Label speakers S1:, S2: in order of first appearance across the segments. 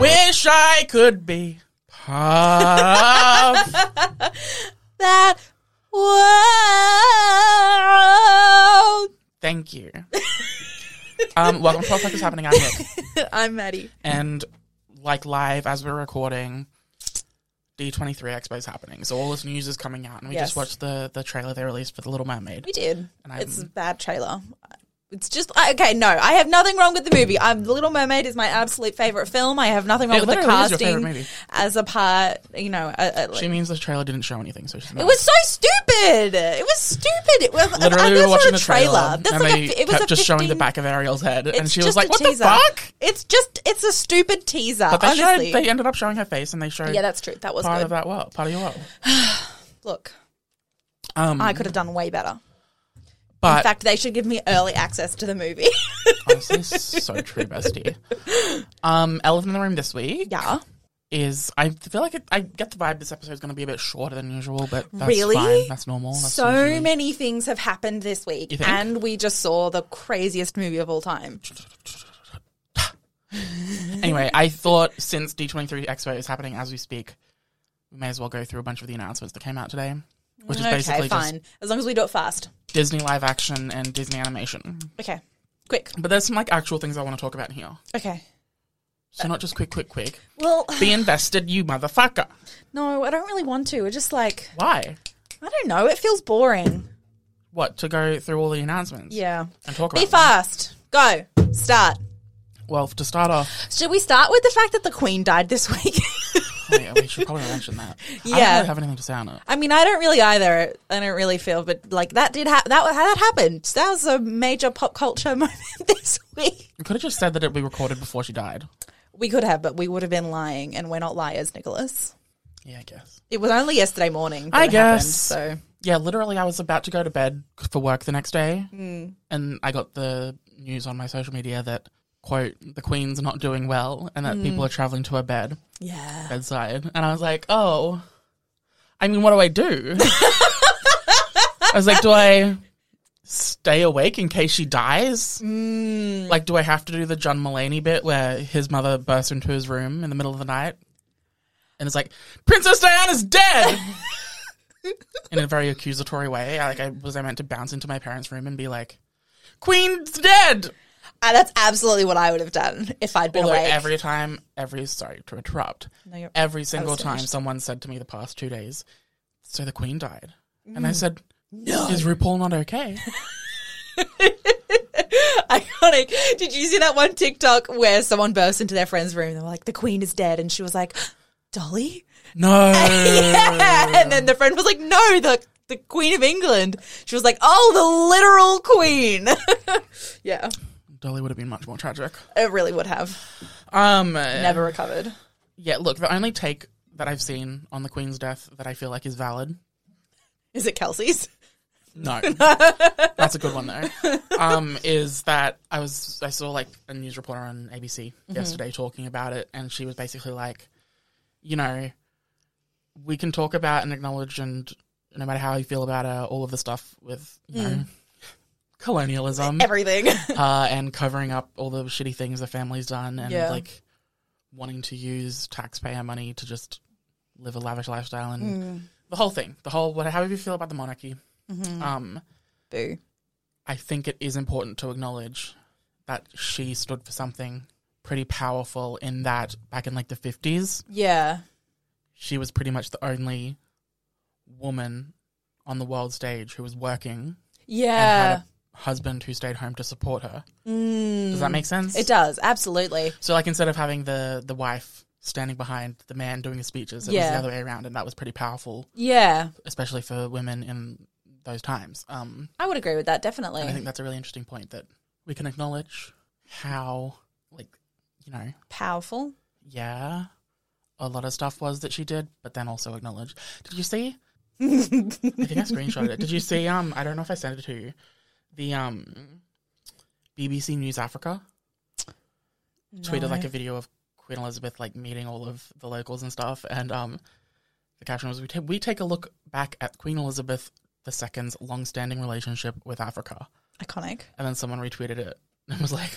S1: Wish I could be puff.
S2: That world.
S1: Thank you. Um, welcome to What the Fuck is Happening. I'm Nick.
S2: I'm Maddie.
S1: And like live as we're recording, D23 Expo is happening. So all this news is coming out. And we
S2: Yes.
S1: just watched the, the trailer they released for The Little Mermaid.
S2: We did.
S1: And I'm-
S2: it's a bad trailer. It's just I- okay. No, I have nothing wrong with the movie. I'm The Little Mermaid is my absolute favorite film. I have nothing wrong
S1: It
S2: with the
S1: literally is your
S2: casting
S1: favourite movie.
S2: as a part. You know, a, a- like-
S1: She means the trailer didn't show anything. So she's
S2: it was so stupid. It was stupid. It was
S1: Literally, we
S2: that's
S1: were watching the
S2: not a trailer.
S1: trailer,
S2: That's
S1: and
S2: like
S1: they
S2: a, it was
S1: kept
S2: a
S1: just
S2: 15,
S1: showing the back of Ariel's head, and
S2: it's
S1: she was
S2: just
S1: like,
S2: a
S1: "What
S2: teaser.
S1: the fuck?"
S2: It's just it's a stupid teaser.
S1: But they, showed,
S2: honestly,
S1: they ended up showing her face, and they showed
S2: yeah, that's true. That was
S1: part
S2: good.
S1: of that world, part of your world.
S2: Look,
S1: Um,
S2: I could have done way better.
S1: but
S2: In fact, they should give me early access to the movie.
S1: honestly, so true, bestie. Um, elephant in the room this week
S2: yeah.
S1: is I feel like it, I get the vibe this episode is going to be a bit shorter than usual, but that's
S2: Really?
S1: fine. That's normal. That's
S2: so
S1: usually-
S2: many things have happened this week,
S1: You think?
S2: and we just saw the craziest movie of all time.
S1: Anyway, I thought since D23 Expo is happening as we speak, we may as well go through a bunch of the announcements that came out today, which is
S2: okay,
S1: basically
S2: fine. As long as we do it fast.
S1: just Disney live action and Disney animation.
S2: Okay, quick.
S1: But there's some like actual things I want to talk about here.
S2: Okay.
S1: So not just quick, quick, quick.
S2: Well,
S1: Be invested, you motherfucker.
S2: no, I don't really want to. We're just like
S1: Why?
S2: I don't know. It feels boring.
S1: What to go through all the announcements?
S2: Yeah.
S1: and talk about.
S2: Be
S1: them?
S2: fast. Go. Start.
S1: Well, to start off,
S2: Should we start with the fact that the Queen died this week?
S1: oh yeah, we should probably mention that. I don't
S2: Yeah.
S1: really have anything to say on it.
S2: I mean, I don't really either. I don't really feel, but like that did happen. That that happened. That was a major pop culture moment this week.
S1: You could have just said that it we recorded before she died.
S2: We could have, but we would have been lying, and we're not liars, Nicholas.
S1: Yeah, I guess.
S2: It was only yesterday morning. That
S1: I
S2: it happened,
S1: guess.
S2: so.
S1: Yeah, literally, I was about to go to bed for work the next day, and I got the news on my social media that quote the Queen's not doing well, and that people are traveling to her bed
S2: Yeah.
S1: bedside, and I was like, oh, I mean, what do I do? I was like, do I stay awake in case she dies? Like, do I have to do the John Mulaney bit where his mother bursts into his room in the middle of the night and is like, Princess Diana's dead? in a very accusatory way. I- Like, I was I meant to bounce into my parents' room and be like, Queen's dead.
S2: Uh, that's absolutely what I would have done if I'd been
S1: Although
S2: awake.
S1: every time, every sorry to interrupt,
S2: No, you're-
S1: every
S2: I
S1: single
S2: was
S1: time
S2: finished.
S1: someone said to me the past two days, "So the Queen died," and I
S2: Mm.
S1: said, "No, is RuPaul not okay?"
S2: Iconic. Did you see that one TikTok where someone burst into their friend's room and they were like, the queen is dead? And she was like, Dolly?
S1: no,
S2: yeah. And then the friend was like, no, the, the queen of England. She was like, oh, the literal queen. yeah.
S1: Dolly would have been much more tragic.
S2: It really would have.
S1: Um,
S2: Never recovered.
S1: yeah. Look, the only take that I've seen on the Queen's death that I feel like is valid.
S2: Is it Kelsey's?
S1: No, that's a good one though. Um, is that I was I saw like a news reporter on ABC yesterday talking about it, and she was basically like, you know, we can talk about and acknowledge, and no matter how you feel about uh, all of the stuff with you know colonialism
S2: Everything.
S1: uh, and covering up all the shitty things the family's done, and
S2: Yeah.
S1: like wanting to use taxpayer money to just live a lavish lifestyle and the whole thing, the whole what however you feel about the monarchy. Um,
S2: Boo.
S1: I think it is important to acknowledge that she stood for something pretty powerful in that back in like the 50s,
S2: Yeah.
S1: she was pretty much the only woman on the world stage who was working and
S2: Yeah. Mm.
S1: had a husband who stayed home to support her. Does that make sense?
S2: It does. Absolutely.
S1: So like instead of having the the wife standing behind the man doing the speeches, it was
S2: Yeah.
S1: the other way around and that was pretty powerful,
S2: Yeah.
S1: especially for women in those times. Um,
S2: I would agree with that, definitely.
S1: and I think that's a really interesting point that we can acknowledge how, like, you know,
S2: Powerful.
S1: yeah, a lot of stuff was that she did, but then also acknowledge. Did you see? I think I screenshotted it. Did you see? Um, I don't know if I sent it to you. The um, BBC News Africa tweeted like a video of Queen Elizabeth like meeting all of the locals and stuff, and um, the caption was, "We, ta- we take a look back at Queen Elizabeth II's long-standing relationship with Africa."
S2: Iconic.
S1: And then someone retweeted it and was like,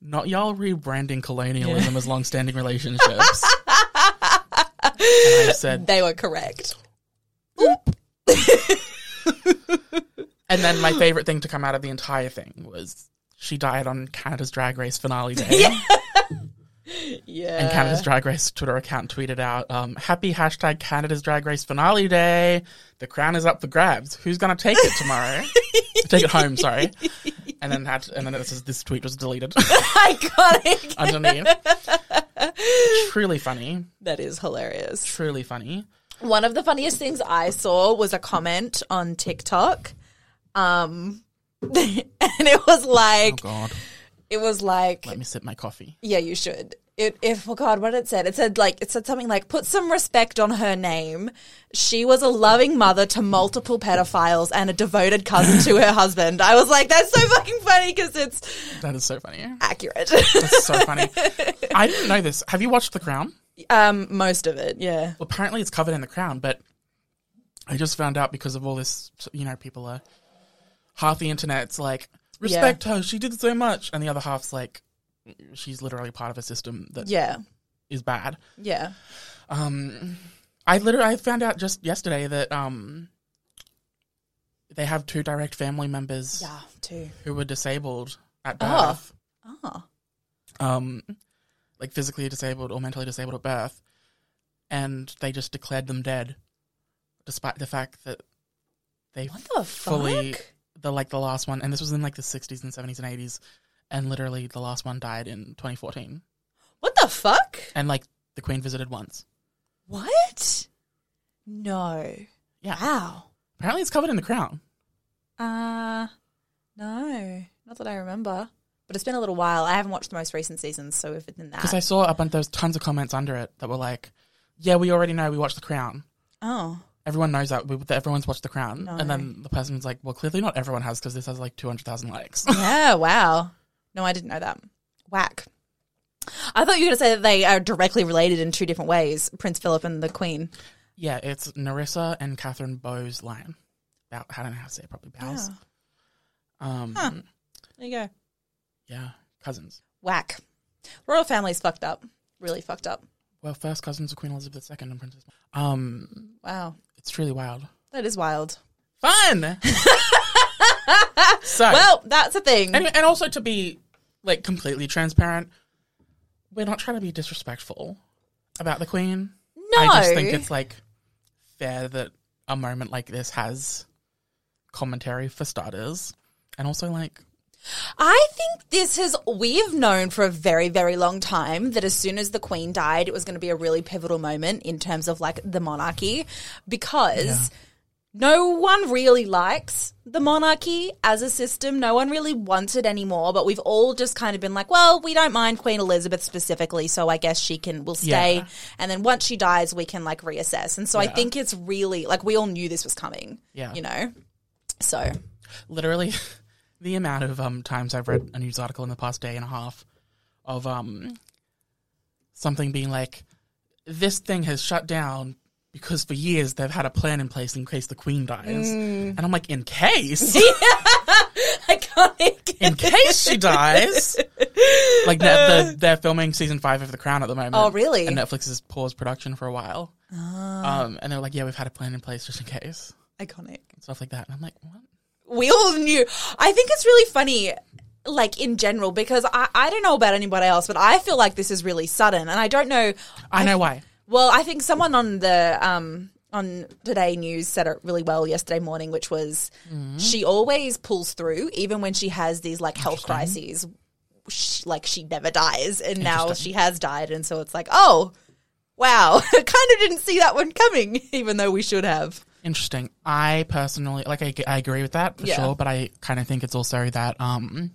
S1: not y'all rebranding colonialism as long-standing relationships. and I said,
S2: They were correct.
S1: and then my favorite thing to come out of the entire thing was she died on Canada's Drag Race finale day.
S2: Yeah.
S1: And Canada's Drag Race Twitter account tweeted out, um, happy hashtag Canada's Drag Race finale day. The crown is up for grabs. Who's going to take it tomorrow? take it home, sorry. And then had, and then it says, this tweet was deleted
S2: Iconic.
S1: underneath. Truly funny.
S2: That is hilarious.
S1: Truly funny.
S2: One of the funniest things I saw was a comment on TikTok. Um and it was like
S1: Oh, God.
S2: it was like
S1: Let me sip my coffee.
S2: yeah, you should. It if oh god, what it said? It said like it said something like put some respect on her name. She was a loving mother to multiple pedophiles and a devoted cousin to her husband. I was like that's so fucking funny cuz it's
S1: That is so funny.
S2: accurate.
S1: That's so funny. I didn't know this. Have you watched The Crown?
S2: um most of it, yeah.
S1: Well, apparently it's covered in The Crown, but I just found out because of all this, you know, people are half the internet's like, respect her, she did so much. And the other half's like, she's literally part of a system that is
S2: Yeah.
S1: bad.
S2: Yeah.
S1: Um, I literally I found out just yesterday that um, they have two direct family members
S2: Yeah, too.
S1: who were disabled at
S2: Oh.
S1: birth.
S2: Ah.
S1: um, like physically disabled or mentally disabled at birth, and they just declared them dead, despite the fact that they
S2: What the
S1: fully
S2: fuck?
S1: the like the last one, and this was in like the sixties and seventies and eighties, and literally the last one died in twenty fourteen,
S2: What the fuck?
S1: and like the Queen visited once.
S2: What? No.
S1: Yeah,
S2: Wow.
S1: apparently it's covered in the Crown.
S2: Uh no. Not that I remember. But it's been a little while. I haven't watched the most recent seasons, so if it's in that.
S1: Because I saw a bunch, there was tons of comments under it that were like, "Yeah, we already know. We watched The Crown.
S2: oh.
S1: Everyone knows that. We, that everyone's watched The Crown."
S2: No.
S1: And then the person was like, "Well, clearly not everyone has, because this has like two hundred thousand likes."
S2: Yeah, wow. No, I didn't know that. Whack. I thought you were going to say that they are directly related in two different ways Prince Philip and the Queen.
S1: yeah, it's Narissa and Catherine Bowes Lyon. Bow, I don't know how to say it properly. Bowes.
S2: Yeah.
S1: Um,
S2: Oh. There you go.
S1: yeah, cousins.
S2: Whack. Royal family's fucked up. Really fucked up.
S1: Well, first cousins of Queen Elizabeth II and Princess. Um,
S2: Wow.
S1: it's truly wild.
S2: That is wild.
S1: Fun. so
S2: Well, that's a thing.
S1: Anyway, and also to be like completely transparent, we're not trying to be disrespectful about the Queen.
S2: no.
S1: I just think it's like fair that a moment like this has commentary for starters, and also like
S2: I think this has, we've known for a very, very long time that as soon as the Queen died, it was going to be a really pivotal moment in terms of like the monarchy because no one really likes the monarchy as a system. No one really wants it anymore, but we've all just kind of been like, well, we don't mind Queen Elizabeth specifically, so I guess she can, will stay.
S1: Yeah.
S2: And then once she dies, we can like reassess. And so I think it's really like we all knew this was coming,
S1: Yeah.
S2: you know? So
S1: literally the amount of um times I've read a news article in the past day and a half of um something being like this thing has shut down because for years they've had a plan in place in case the queen dies.
S2: Mm.
S1: And I'm like, in case
S2: iconic.
S1: in case she dies. Like net, the, they're filming season five of The Crown at the moment.
S2: Uh. Oh, really? Ah.
S1: And Netflix has paused production for a while. Um, and they're like, yeah, we've had a plan in place just in case,
S2: iconic.
S1: and stuff like that. And I'm like, what?
S2: We all knew. I think it's really funny, like in general, because I, I don't know about anybody else, but I feel like this is really sudden, and I don't know.
S1: I know why.
S2: Well, I think someone on the um on Today News said it really well yesterday morning, which was she always pulls through, even when she has these like health crises. She, like she never dies, and now she has died, and so it's like, oh. Wow, kind of didn't see that one coming, even though we should have.
S1: Interesting. I personally like. I, g- I agree with that for
S2: Yeah.
S1: sure, but I kind of think it's also that um,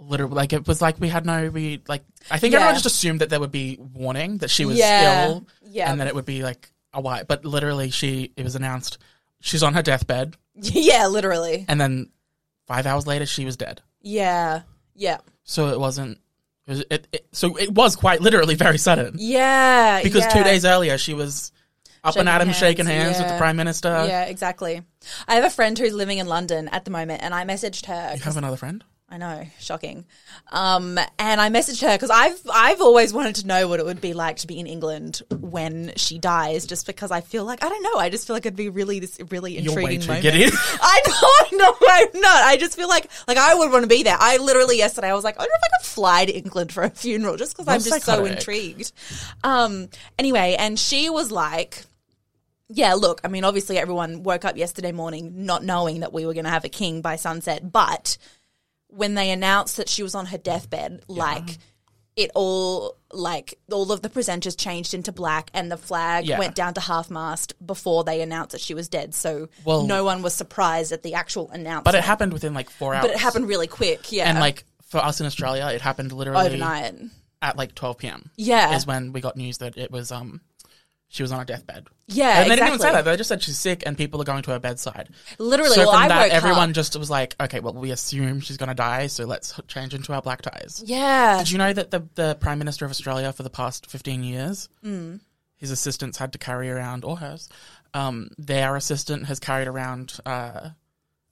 S1: literally like it was like we had no we like. I think
S2: Yeah.
S1: everyone just assumed that there would be warning that she was
S2: Yeah.
S1: ill,
S2: Yeah.
S1: and then it would be like a why. But literally, she it was announced she's on her deathbed,
S2: yeah, literally.
S1: and then five hours later she was dead.
S2: Yeah. Yeah.
S1: So it wasn't. It was, it, it, so it was quite literally very sudden
S2: Yeah.
S1: because two
S2: yeah.
S1: days earlier she was up
S2: Shaking
S1: and at him
S2: hands,
S1: shaking hands with
S2: yeah.
S1: the prime minister.
S2: Yeah, exactly. I have a friend who's living in London at the moment, and I messaged her.
S1: You have another friend.
S2: I know, shocking. Um, and I messaged her because I've I've always wanted to know what it would be like to be in England when she dies, just because I feel like I don't know. I just feel like it'd be really this really
S1: You're way
S2: intriguing
S1: too
S2: moment.
S1: giddy.
S2: I don't know. I'm not. I just feel like like I would want to be there. I literally yesterday I was like, I wonder if I could fly to England for a funeral just because I'm
S1: That's
S2: just so
S1: psychotic.
S2: intrigued. Um. Anyway, and she was like. Yeah, look, I mean, obviously everyone woke up yesterday morning not knowing that we were going to have a king by sunset, but when they announced that she was on her deathbed, like it all, like all of the presenters changed into black and the flag
S1: Yeah.
S2: went down to half mast before they announced that she was dead. So
S1: Well-
S2: no one was surprised at the actual announcement.
S1: But it happened within like four hours.
S2: But it happened really quick, yeah.
S1: And like for us in Australia, it happened literally
S2: overnight.
S1: at like 12 p.m.
S2: Yeah.
S1: Is when we got news that it was, um, she was on her deathbed.
S2: Yeah,
S1: And they didn't even say
S2: exactly.
S1: that. They just said she's sick and people are going to her bedside.
S2: Literally,
S1: so
S2: well,
S1: from
S2: I
S1: that,
S2: woke
S1: everyone
S2: up.
S1: just was like, okay, well, we assume she's going to die, so let's h- change into our black ties.
S2: Yeah.
S1: Did you know that the, the Prime Minister of Australia for the past 15 years,
S2: Mm.
S1: his assistants had to carry around, or hers, um, their assistant has carried around uh,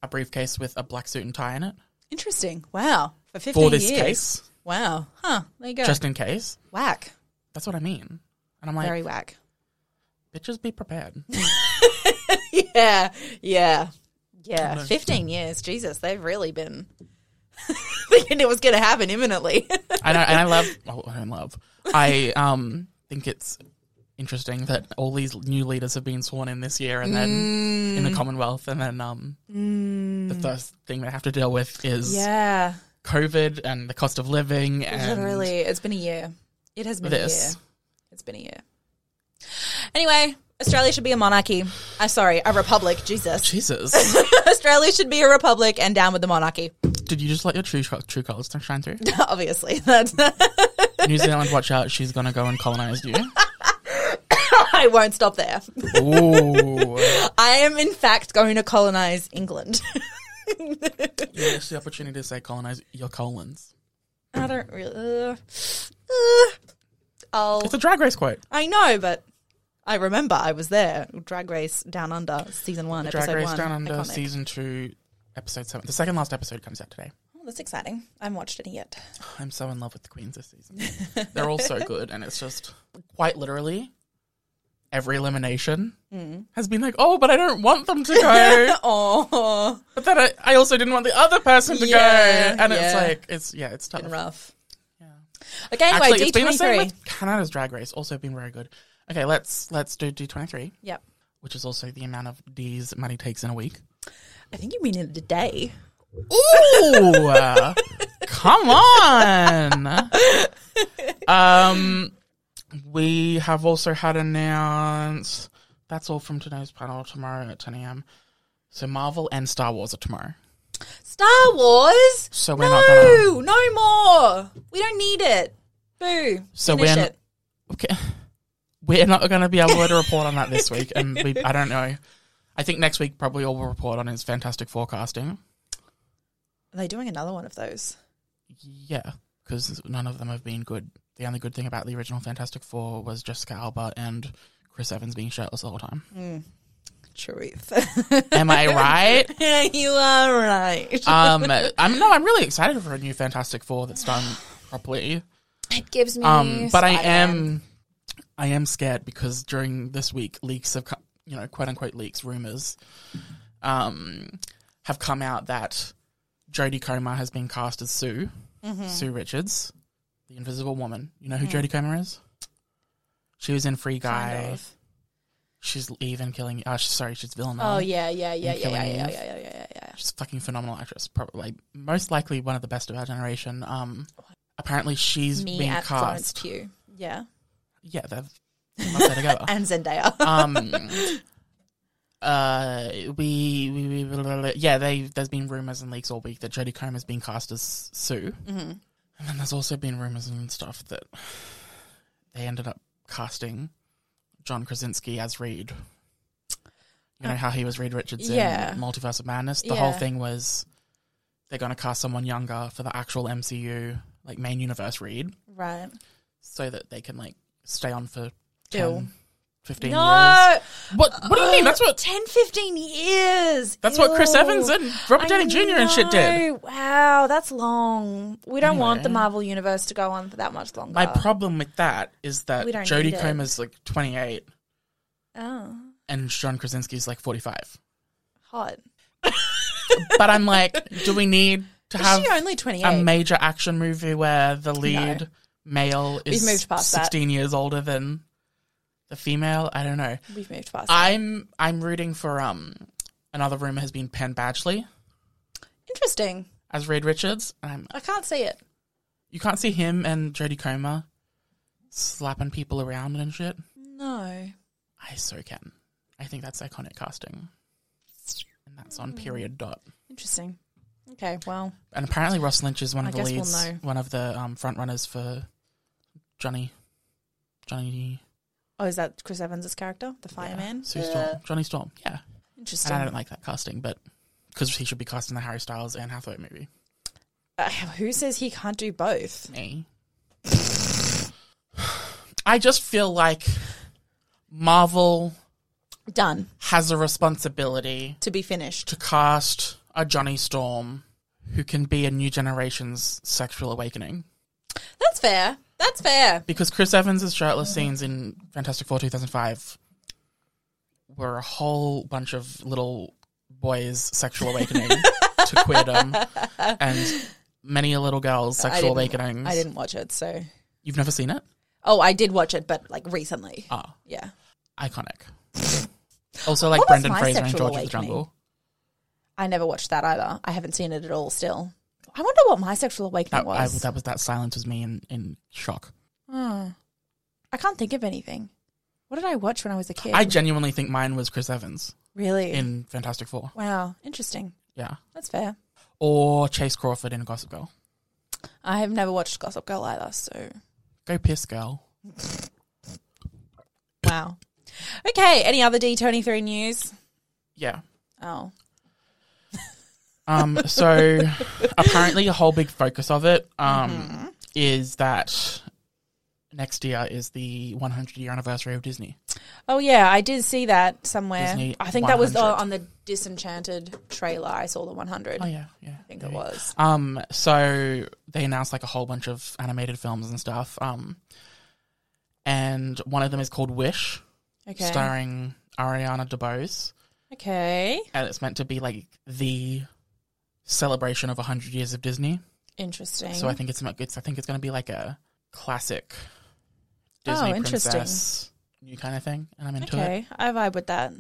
S1: a briefcase with a black suit and tie in it
S2: Interesting. Wow. For 15
S1: for this
S2: years.
S1: case,
S2: Wow. Huh. There you go.
S1: just in case.
S2: whack.
S1: That's what I mean. And I'm like,
S2: Very whack.
S1: bitches, be prepared.
S2: Yeah, yeah, yeah. Fifteen years, Jesus, they've really been thinking it was going to happen imminently.
S1: I know, and I love. Oh, I don't love. I um think it's interesting that all these new leaders have been sworn in this year, and then
S2: Mm.
S1: in the Commonwealth, and then um the first thing they have to deal with is
S2: yeah,
S1: COVID and the cost of living and
S2: literally, it's been a year. It has been a year.
S1: this.
S2: It's been a year. Anyway, Australia should be a monarchy. I'm sorry, a republic. Jesus,
S1: Jesus,
S2: Australia should be a republic and down with the monarchy.
S1: did you just let your true true colors shine through?
S2: Obviously, that's,
S1: New Zealand, watch out! She's gonna go and colonize you.
S2: I won't stop there.
S1: Ooh,
S2: I am in fact going to colonize England.
S1: yes, the opportunity to say colonize your colons.
S2: I don't really. Uh, uh, I'll.
S1: It's a drag race quote.
S2: I know, but I remember I was there. Drag Race Down Under, season one,
S1: Drag
S2: episode
S1: Race
S2: one.
S1: Down Under
S2: Iconic.
S1: season two, episode seven. The second last episode comes out today.
S2: Oh, that's exciting. I haven't watched any yet.
S1: I'm so in love with the queens this season. They're all so good, and it's just quite literally every elimination
S2: Hmm.
S1: has been like, oh, but I don't want them to go.
S2: Oh,
S1: but then I, I also didn't want the other person to
S2: Yeah,
S1: go, and
S2: yeah.
S1: it's like it's yeah, it's tough.
S2: been rough. Okay, anyway,
S1: Actually, it's been the same
S2: D23.
S1: with Canada's Drag Race. Also been very good. Okay, let's let's do D23,
S2: Yep.
S1: which is also the amount of D's money takes in a week.
S2: I think you mean in a day.
S1: Ooh, uh, come on. Um, we have also had announced. That's all from today's panel. Tomorrow at ten a.m. So Marvel and Star Wars are tomorrow.
S2: Star Wars?
S1: So we're not gonna.
S2: No, no more. We don't need it. Boo.
S1: So
S2: Finish
S1: we're
S2: it.
S1: okay. We're not going to be able to report on that this week, and we, I don't know. I think next week probably all we'll report on is fantastic forecasting.
S2: Are they doing another one of those?
S1: Yeah, because none of them have been good. The only good thing about the original Fantastic Four was Jessica Alba and Chris Evans being shirtless the whole time.
S2: Truth.
S1: Am I right?
S2: you are right.
S1: Um, I'm no, I'm really excited for a new Fantastic Four that's done properly.
S2: it gives me.
S1: Um, but I am, I am scared because during this week, leaks have, co- you know, quote unquote leaks, rumors, um, have come out that Jodie Comer has been cast as Sue,
S2: Mm-hmm.
S1: Sue Richards, the Invisible Woman. You know
S2: Mm.
S1: who Jodie Comer is? She was in Free Guy. She's even killing. Oh, she's, sorry, she's villain.
S2: Oh yeah, yeah, yeah, yeah, yeah,
S1: Killing
S2: yeah, yeah,
S1: Eve.
S2: yeah, yeah, yeah, yeah.
S1: She's a fucking phenomenal actress, probably like, most likely one of the best of our generation. Um, apparently she's
S2: Me
S1: being
S2: at Florence
S1: cast.
S2: Pugh. Yeah,
S1: Yeah, they're must say together.
S2: and Zendaya.
S1: um, uh, we, we, we blah, blah, blah. yeah, they there's been rumors and leaks all week that Jodie Comer's been cast as Sue, mm-hmm. and then there's also been rumors and stuff that they ended up casting John Krasinski as Reed. You know how he was Reed Richards
S2: Uh, Yeah.
S1: in Multiverse of Madness. The whole
S2: Yeah.
S1: thing was they're going to cast someone younger for the actual MCU, like main universe Reed,
S2: Right.
S1: so that they can like stay on for 10,
S2: Ew.
S1: 15
S2: No.
S1: years. What What do you mean? That's what
S2: 10, 15 Uh, years.
S1: that's what Chris
S2: Ew.
S1: Evans and Robert
S2: I
S1: Downey Jr. and shit did.
S2: know. Wow, that's long. We don't want the
S1: Anyway.
S2: Marvel universe to go on for that much longer.
S1: My problem with that is that
S2: Uh, We don't need
S1: Jodie
S2: it.
S1: Comer's like 28
S2: oh,
S1: and John Krasinski's like 45.
S2: hot.
S1: But I'm like, do we need to
S2: Is
S1: have
S2: she only twenty
S1: a
S2: eight?
S1: major action movie where the lead male is
S2: We've moved past that.
S1: 16 years older than the female? I don't know.
S2: We've moved past. that.
S1: I'm I'm rooting for um another rumor has been Penn Badgley
S2: Interesting.
S1: as Reed Richards. And I'm,
S2: I can't see it.
S1: you can't see him and Jodie Comer slapping people around and shit.
S2: No.
S1: I so can. I think that's iconic casting. And that's on
S2: Hmm.
S1: period dot.
S2: Interesting. Okay. Well,
S1: And apparently Ross Lynch is one of the
S2: I guess we'll
S1: leads,
S2: know.
S1: one of the um, front runners for Johnny. Johnny
S2: oh, is that Chris Evans' character, the fireman?
S1: yeah, Sue Storm.
S2: Uh,
S1: Johnny Storm. Yeah.
S2: Interesting.
S1: And I don't like that casting, but because he should be casting the Harry Styles and Hathaway movie.
S2: Uh, who says he can't do both?
S1: Me. I just feel like Marvel
S2: Done
S1: has a responsibility
S2: to be finished.
S1: to cast a Johnny Storm who can be a new generation's sexual awakening.
S2: That's fair. That's fair.
S1: Because Chris Evans' shirtless scenes in Fantastic Four 2005 were a whole bunch of little boys' sexual awakening to queerdom and many a little girl's sexual
S2: I didn't-
S1: awakenings.
S2: I didn't watch it, so.
S1: You've never seen it?
S2: Oh, I did watch it, but like recently.
S1: Ah,
S2: Yeah.
S1: iconic. also, like
S2: What was
S1: Brendan
S2: my
S1: Fraser and
S2: sexual
S1: George of the
S2: awakening?
S1: Jungle.
S2: I never watched that either. I haven't seen it at all still. I wonder what my sexual awakening
S1: That, I,
S2: was.
S1: that was that silence was me in, in shock.
S2: Hmm. I can't think of anything. What did I watch when I was a kid?
S1: I genuinely think mine was Chris Evans
S2: really?
S1: in Fantastic Four.
S2: wow. Interesting.
S1: Yeah.
S2: That's fair.
S1: Or Chase Crawford in Gossip Girl.
S2: I have never watched Gossip Girl either, so
S1: Go piss, girl.
S2: wow. Okay, any other D23 news?
S1: Yeah.
S2: Oh.
S1: Um, so apparently a whole big focus of it um, is that next year is the 100 year anniversary of Disney.
S2: Oh yeah, I did see that somewhere.
S1: Disney
S2: I think that was the,
S1: 100.
S2: on the Disenchanted trailer. I saw the 100.
S1: Oh yeah, yeah.
S2: I think it was.
S1: Um, so they announced like a whole bunch of animated films and stuff. Um, and one of them is called Wish,
S2: Okay.
S1: starring Ariana DeBose,
S2: Okay.
S1: and it's meant to be like the celebration of 100 years of Disney.
S2: Interesting.
S1: So I think it's, it's I think it's going to be like a classic
S2: Oh,
S1: Disney
S2: interesting.
S1: princess new kind of thing, and I'm into it.
S2: Okay, I vibe with that.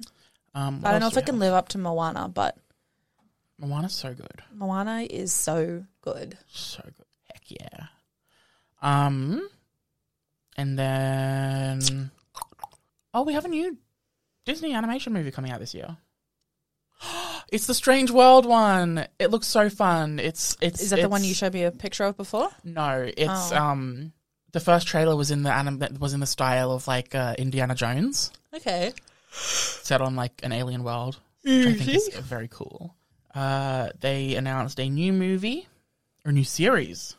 S1: Um,
S2: I don't know if it can live up to Moana, but
S1: Moana's so good,
S2: Moana is so good.
S1: so good. Heck yeah. Um, and then oh, we have a new Disney animation movie coming out this year. It's the Strange World one. It looks so fun. It's it's
S2: Is that the one you
S1: it's-
S2: showed me a picture of before?
S1: No, it's
S2: Oh.
S1: um the first trailer was in the anim- that was in the style of like uh, Indiana Jones,
S2: Okay.
S1: set on like an alien world, which I think is very cool. Uh, they announced a new movie or new series,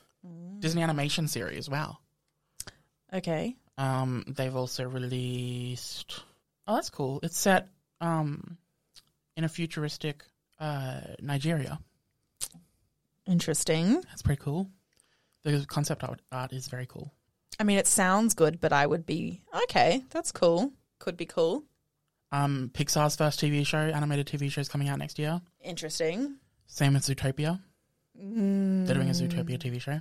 S1: Disney animation series. Wow.
S2: Okay.
S1: Um, they've also released. Oh, that's cool. It's set um in a futuristic uh Nigeria.
S2: Interesting.
S1: That's pretty cool. The concept art, art is very cool.
S2: I mean, it sounds good, but I would be okay. That's cool. Could be cool.
S1: Um, Pixar's first TV show, animated TV show, is coming out next year.
S2: Interesting.
S1: Same as Zootopia. They're doing a Zootopia TV show.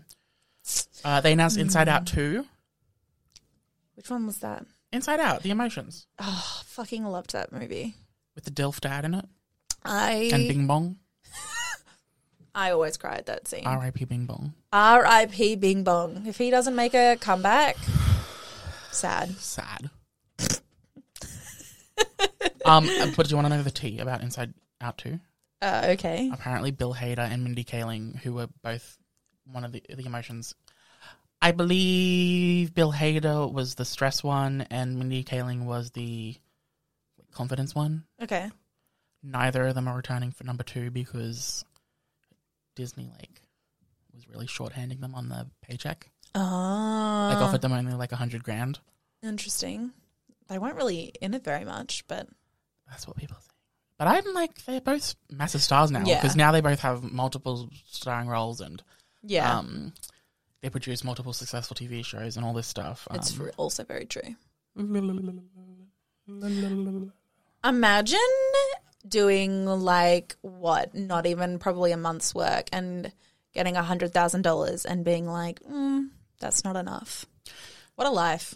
S1: Uh, they announced Inside Out 2.
S2: Which one was that?
S1: Inside Out, The Emotions,
S2: Oh, fucking loved that movie.
S1: with the Dilf dad in it.
S2: I
S1: And Bing Bong.
S2: I always cry at that scene.
S1: R.I.P. Bing Bong.
S2: R.I.P. Bing Bong. If he doesn't make a comeback, sad.
S1: Sad. Um, but do you want to know the tea about Inside Out too?
S2: Uh, okay.
S1: Apparently, Bill Hader and Mindy Kaling, who were both one of the, the emotions. I believe Bill Hader was the stress one, and Mindy Kaling was the confidence one.
S2: Okay.
S1: Neither of them are returning for number two because Disney like was really shorthanding them on the paycheck.
S2: Ah.
S1: Like offered them only like a hundred grand.
S2: Interesting. They weren't really in it very much, but
S1: That's what people think. But I'm like, they're both massive stars now
S2: Yeah.
S1: because now they both have multiple starring roles and
S2: yeah,
S1: um, they produce multiple successful TV shows and all this stuff. Um,
S2: it's re- also very true.
S1: real.
S2: Imagine doing like what? Not even probably a month's work and getting a hundred thousand dollars and being like, mm, that's not enough. What a life!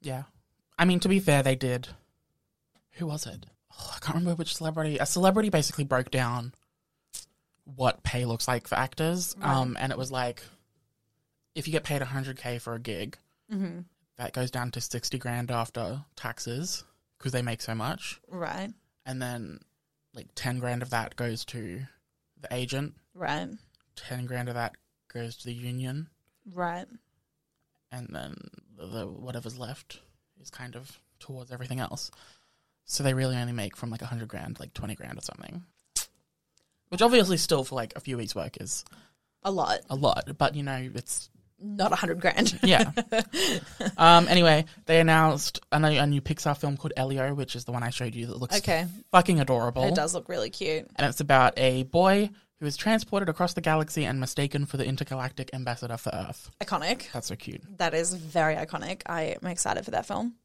S1: Yeah. I mean, to be fair, they did. Who was it? Oh, I can't remember which celebrity. A celebrity basically broke down what pay looks like for actors. Um, and it was like, if you get paid 100K for a gig, that goes down to 60 grand after taxes because they make so much.
S2: Right,
S1: And then, like, 10 grand of that goes to the agent,
S2: right,
S1: 10 grand of that goes to the union,
S2: right.
S1: and then the, the whatever's left is kind of towards everything else. So they really only make from like a hundred grand, like twenty grand or something, which obviously still for like a few weeks' work is
S2: A lot,
S1: a lot. But you know, it's
S2: not a hundred grand.
S1: yeah. um. Anyway, they announced a new, a new Pixar film called Elio, which is the one I showed you that looks
S2: Okay.
S1: fucking adorable.
S2: It does look really cute.
S1: and it's about a boy who is transported across the galaxy and mistaken for the intergalactic ambassador for Earth.
S2: Iconic.
S1: That's so cute.
S2: That is very iconic. I am excited for that film.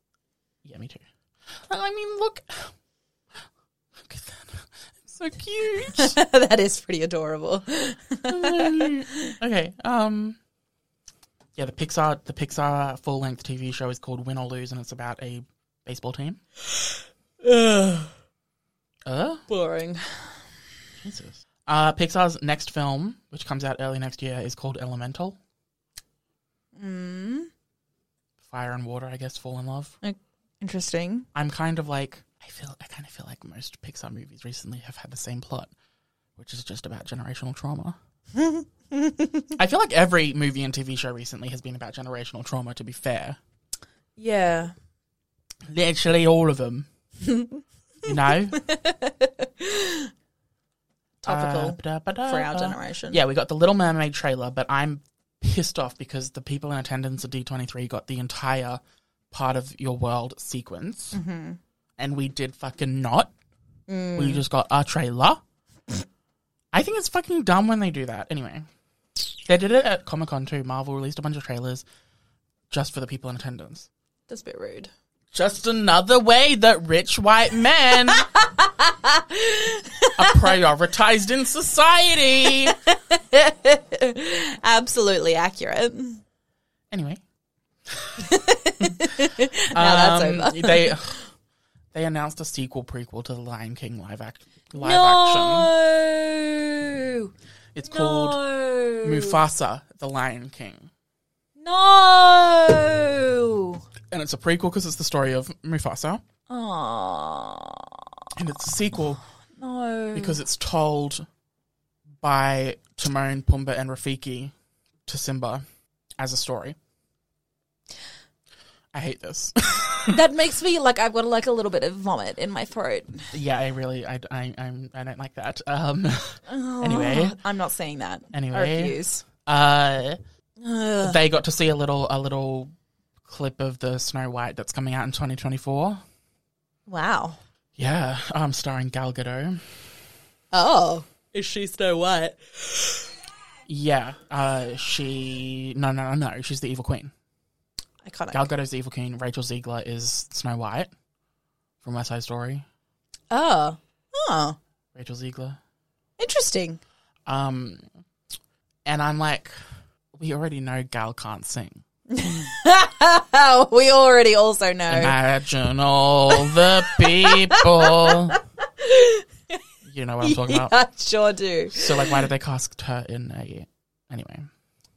S1: Yeah, me too. I mean, look, look at that. It's so cute.
S2: that is pretty adorable.
S1: okay. Um. Yeah, the Pixar the Pixar full length TV show is called Win or Lose, and it's about a baseball team. Uh,
S2: Boring.
S1: Jesus. Uh, Pixar's next film, which comes out early next year, is called Elemental.
S2: Mm.
S1: Fire and water, I guess, fall in love.
S2: Interesting.
S1: I'm kind of like I feel I kind of feel like most Pixar movies recently have had the same plot, which is just about generational trauma. I feel like every movie and TV show recently has been about generational trauma. To be fair,
S2: Yeah.
S1: literally all of them. you know, Uh,
S2: Topical for our
S1: generation.
S2: generation.
S1: Uh-huh. Yeah, we got the Little Mermaid trailer, but I'm pissed off because the people in attendance at D23 got the entire part of your world sequence, and we did fucking not. We just got a trailer. I think it's fucking dumb when they do that. Anyway, they did it at Comic Con too. Marvel released a bunch of trailers just for the people in attendance.
S2: That's a bit rude.
S1: Just another way that rich white men are prioritized in society.
S2: Absolutely accurate. Now
S1: Anyway,
S2: that's
S1: Um,
S2: over.
S1: they they announced a sequel prequel to the Lion King live act live action.
S2: No.
S1: It's called
S2: no.
S1: Mufasa, the Lion King,
S2: No.
S1: and it's a prequel because it's the story of Mufasa,
S2: Aw,
S1: and it's a sequel
S2: no.
S1: because it's told by Timon, Pumbaa, and Rafiki to Simba as a story. I hate this.
S2: that makes me like I've got like a little bit of vomit in my throat.
S1: yeah, I really, I, I, I'm, I don't like that. Um,
S2: Oh.
S1: anyway,
S2: I'm not saying that. I
S1: Anyway.
S2: refuse.
S1: uh,
S2: Ugh.
S1: they got to see a little a little clip of the Snow White that's coming out in 2024.
S2: Wow.
S1: Yeah, um, starring Gal Gadot.
S2: Oh. Is she Snow White?
S1: Yeah, uh, she no no no no, she's the evil queen.
S2: Iconic.
S1: Gal Gadot's the evil queen. Rachel Ziegler is Snow White from West Side Story.
S2: oh. Oh.
S1: Rachel Ziegler.
S2: Interesting.
S1: Um, and I'm like, we already know Gal can't sing.
S2: we already also know.
S1: Imagine all the people. you know what I'm talking
S2: yeah,
S1: about.
S2: I sure do.
S1: So like, why did they cast her in a? Anyway.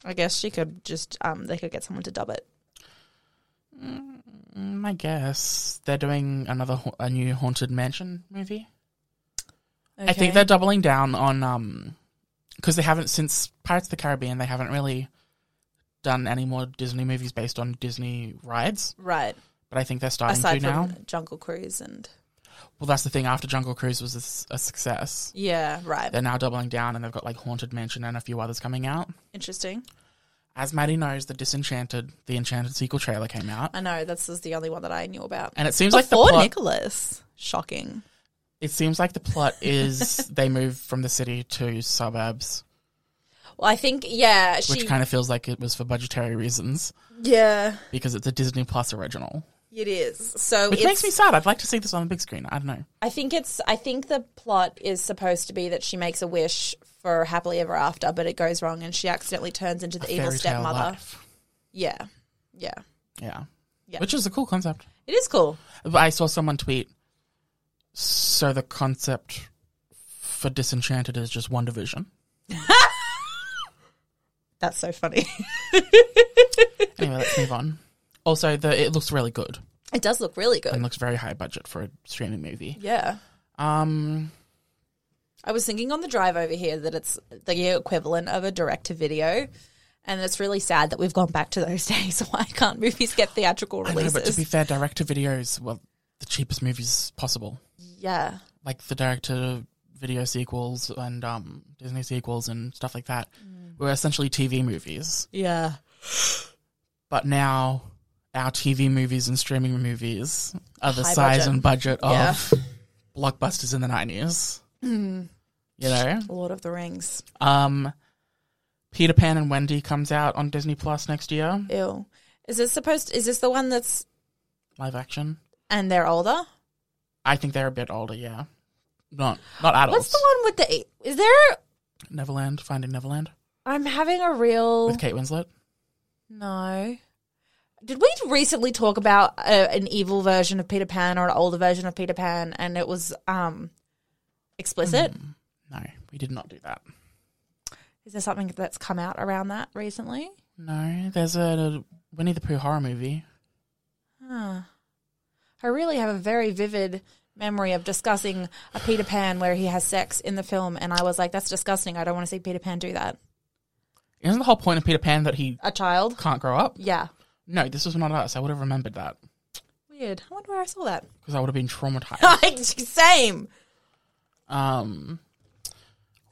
S2: I guess she could just um they could get someone to dub it.
S1: Mm, I guess they're doing another ha- a new haunted mansion movie. I think they're doubling down on um because they haven't since Pirates of the Caribbean they haven't really done any more Disney movies based on Disney rides.
S2: right.
S1: But I think they're starting to
S2: Aside
S1: now.
S2: from Jungle Cruise and
S1: Well, that's the thing. After Jungle Cruise was a s- a, success,
S2: yeah, right.
S1: they're now doubling down and they've got like Haunted Mansion and a few others coming out.
S2: Interesting.
S1: As Maddie knows, the Disenchanted, the Enchanted sequel trailer came out,
S2: I know this is the only one that I knew about.
S1: and it seems like the
S2: Before
S1: plot.
S2: Nicholas, shocking.
S1: It seems like the plot is they move from the city to suburbs,
S2: Well, I think yeah, she
S1: which kind of feels like it was for budgetary reasons
S2: yeah,
S1: because it's a Disney Plus original,
S2: it is. So
S1: which
S2: Oh, it's,
S1: makes me sad. I'd like to see this on the big screen. I don't know.
S2: I think it's. I think the plot is supposed to be that she makes a wish for happily ever after, but it goes wrong and she accidentally turns into the evil
S1: Fairy tale
S2: stepmother.
S1: life.
S2: Yeah, yeah,
S1: Yeah.
S2: Yeah.
S1: which is a cool concept.
S2: it is cool.
S1: But I saw someone tweet. So the concept for Disenchanted is just one division.
S2: That's so funny.
S1: Anyway, let's move on. Also, the it looks really good
S2: it does look really
S1: and
S2: good.
S1: looks very high budget for a streaming movie.
S2: Yeah,
S1: Um,
S2: I was thinking on the drive over here that it's the equivalent of a direct to video. And it's really sad that we've gone back to those days. Why can't movies get theatrical
S1: I know,
S2: releases?
S1: but to be fair, direct to videos well the cheapest movies possible,
S2: yeah,
S1: like the direct to video sequels and um Disney sequels and stuff like that,
S2: Mm.
S1: were essentially TV movies.
S2: yeah.
S1: But now our TV movies and streaming movies are the
S2: High
S1: size
S2: budget.
S1: and budget of
S2: Yeah. Mm.
S1: blockbusters in the nineties. You know,
S2: Lord of the Rings.
S1: Um, Peter Pan and Wendy comes out on Disney Plus next year,
S2: Ew. Is this supposed? Is this the one that's
S1: live action.
S2: and they're older?
S1: I think they're a bit older, yeah. Not not adults.
S2: What's the one with the? Is there?
S1: Neverland, Finding Neverland
S2: I'm having a real
S1: with Kate Winslet.
S2: no. Did we recently talk about uh an evil version of Peter Pan or an older version of Peter Pan, and it was um explicit?
S1: Mm. No, we did not do that.
S2: Is there something that's come out around that recently?
S1: No, there's a, Winnie the Pooh horror movie.
S2: Huh. I really have a very vivid memory of discussing a Peter Pan where he has sex in the film, and I was like, "That's disgusting. I don't want to see Peter Pan do that."
S1: Isn't the whole point of Peter Pan that he
S2: A child.
S1: can't grow up?
S2: Yeah.
S1: No, this was not us. I would have remembered that
S2: Weird. I wonder where I saw that.
S1: because I would have been traumatized.
S2: Like, Same.
S1: um,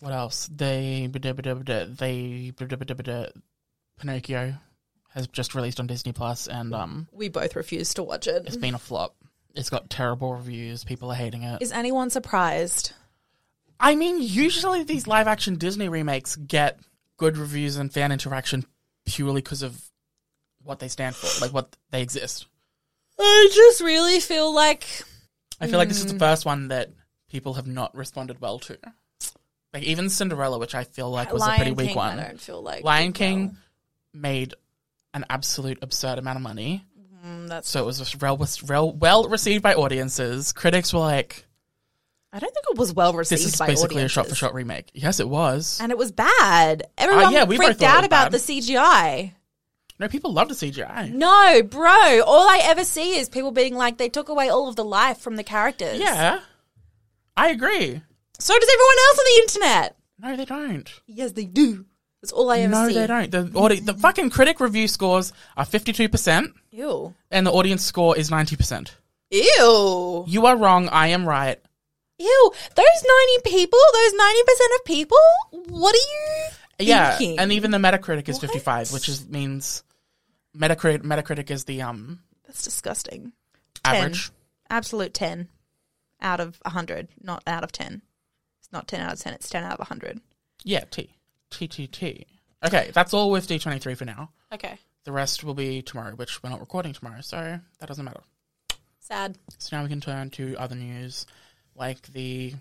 S1: what else? They they Pinocchio has just released on Disney Plus, and um,
S2: We both refused to watch it.
S1: it's been a flop. It's got terrible reviews. People are hating it.
S2: Is anyone surprised?
S1: I mean, usually these live action Disney remakes get good reviews and fan interaction purely because of what they stand for, like what they exist.
S2: I just really feel like
S1: I feel like this is
S2: Mm.
S1: the first one that people have not responded well to. Like even Cinderella, which I feel like was a pretty weak
S2: King,
S1: one.
S2: I don't feel like
S1: Lion
S2: did
S1: King made an absolute absurd amount of money,
S2: well. Mm, that's.
S1: so it was well, well, well received by audiences. Critics were like,
S2: I don't think it was well received.
S1: "This is
S2: by
S1: basically a shot for
S2: audiences.
S1: shot remake." Yes, it was.
S2: and it was bad. Everyone
S1: yeah, we both
S2: freaked
S1: thought it
S2: out
S1: was
S2: about
S1: bad.
S2: the CGI.
S1: No, people love the CGI.
S2: No, bro. All I ever see is people being like, they took away all of the life from the characters.
S1: Yeah, I agree.
S2: So does everyone else on the internet.
S1: No, they don't.
S2: Yes, they do. That's all I ever
S1: No,
S2: see.
S1: they don't. The, audi- the fucking critic review scores are fifty-two percent,
S2: Ew.
S1: and the audience score is ninety percent.
S2: Ew.
S1: You are wrong. I am right.
S2: Ew. Those 90 people, those 90% of people, what are you
S1: Yeah,
S2: thinking?
S1: and even the Metacritic is
S2: What?
S1: fifty-five, which is means Metacritic. Metacritic is the um
S2: That's disgusting. 10.
S1: average.
S2: Absolute 10 out of 100, not out of 10. It's not 10 out of 10, it's 10 out of 100.
S1: Yeah, T T T T. Okay, that's all with D twenty three for now.
S2: Okay.
S1: The rest will be tomorrow, which we're not recording tomorrow, so that doesn't matter.
S2: Sad.
S1: So now we can turn to other news, like the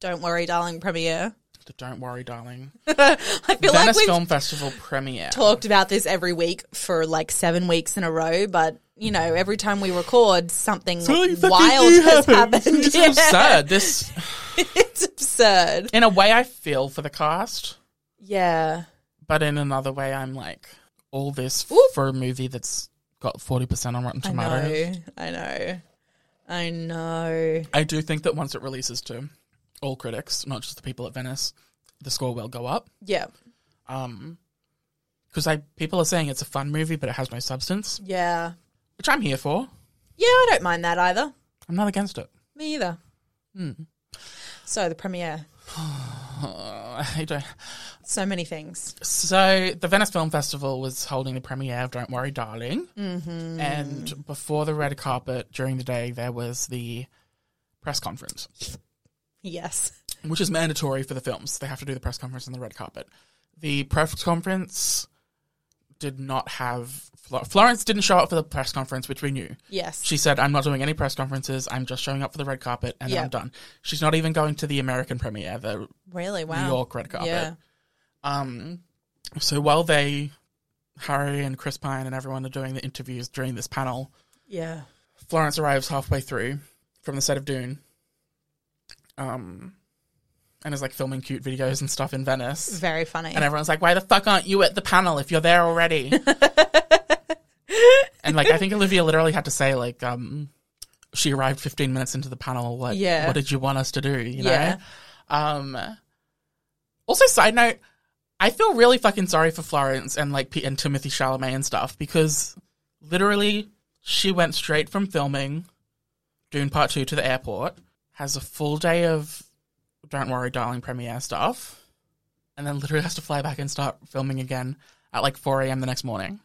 S2: Don't worry, darling premiere.
S1: the Don't Worry, Darling
S2: I feel like
S1: Venice
S2: we've
S1: Film Festival premiere.
S2: talked about this every week for like seven weeks in a row, but you know, every time we record, something wild has happened.
S1: It's
S2: Yeah.
S1: absurd. This,
S2: it's absurd.
S1: in a way, I feel for the cast,
S2: Yeah.
S1: but in another way, I'm like all this
S2: Ooh.
S1: for a movie that's got 40% on Rotten
S2: I
S1: Tomatoes.
S2: know. I know. I know.
S1: I, do think that once it releases to all critics, not just the people at Venice, the score will go up.
S2: Yeah.
S1: Um 'cause because I people are saying it's a fun movie, but it has no substance,
S2: Yeah.
S1: which I'm here for.
S2: Yeah, I don't mind that either.
S1: I'm not against it.
S2: Me either.
S1: Hmm.
S2: So the premiere.
S1: Uh, I don't.
S2: So many things.
S1: So the Venice Film Festival was holding the premiere of Don't Worry, Darling, mm-hmm. and before the red carpet during the day there was the press conference,
S2: Yes.
S1: which is mandatory for the films. They have to do the press conference and the red carpet. The press conference did not have Flo- Florence didn't show up for the press conference, which we knew.
S2: Yes.
S1: She said, "I'm not doing any press conferences. I'm just showing up for the red carpet, and then
S2: Yeah.
S1: I'm done." She's not even going to the American premiere, the
S2: really wow.
S1: New York red carpet.
S2: Yeah.
S1: Um, so while they, Harry and Chris Pine and everyone are doing the interviews during this panel,
S2: Yeah.
S1: Florence arrives halfway through from the set of Dune. Um, and is like filming cute videos and stuff in Venice.
S2: Very funny.
S1: And everyone's like, why the fuck aren't you at the panel if you're there already? and like, I think Olivia literally had to say, like, um, she arrived 15 minutes into the panel. Like,
S2: Yeah.
S1: what did you want us to do? You know?
S2: Yeah.
S1: Um, also, side note, I feel really fucking sorry for Florence and like P- and Timothy Chalamet and stuff because literally she went straight from filming Dune Part 2 to the airport, has a full day of Don't Worry Darling premiere stuff and then literally has to fly back and start filming again at like 4 a.m. the next morning.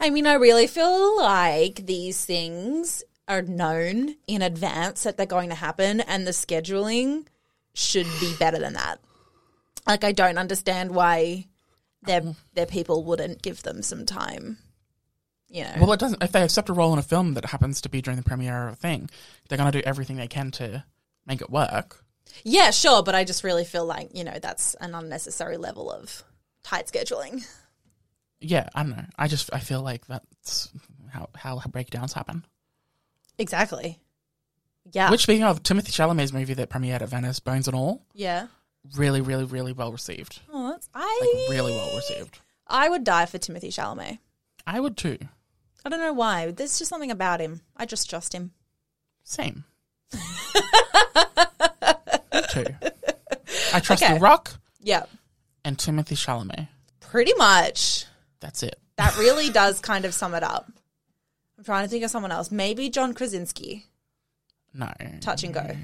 S2: I mean, I really feel like these things are known in advance that they're going to happen, and the scheduling should be better than that. Like, I don't understand why
S1: Um.
S2: their their people wouldn't give them some time. You know,
S1: Well, it doesn't. If they accept a role in a film that happens to be during the premiere of a thing, they're going to do everything they can to make it work.
S2: yeah, sure, but I just really feel like you know that's an unnecessary level of tight scheduling.
S1: Yeah, I don't know. I just I feel like that's how how breakdowns happen.
S2: Exactly. Yeah.
S1: Which speaking of Timothy Chalamet's movie that premiered at Venice, Bones and All,
S2: yeah.
S1: really, really, really well received.
S2: Oh, that's I
S1: Like really well received.
S2: I would die for Timothy Chalamet.
S1: I would too.
S2: I don't know why. There's just something about him. I just trust him.
S1: Same. Me too. I trust
S2: Okay.
S1: The Rock
S2: Yeah,
S1: and Timothy Chalamet.
S2: pretty much.
S1: That's it.
S2: That really does kind of sum it up. I'm trying to think of someone else. Maybe John Krasinski.
S1: No.
S2: Touch and go.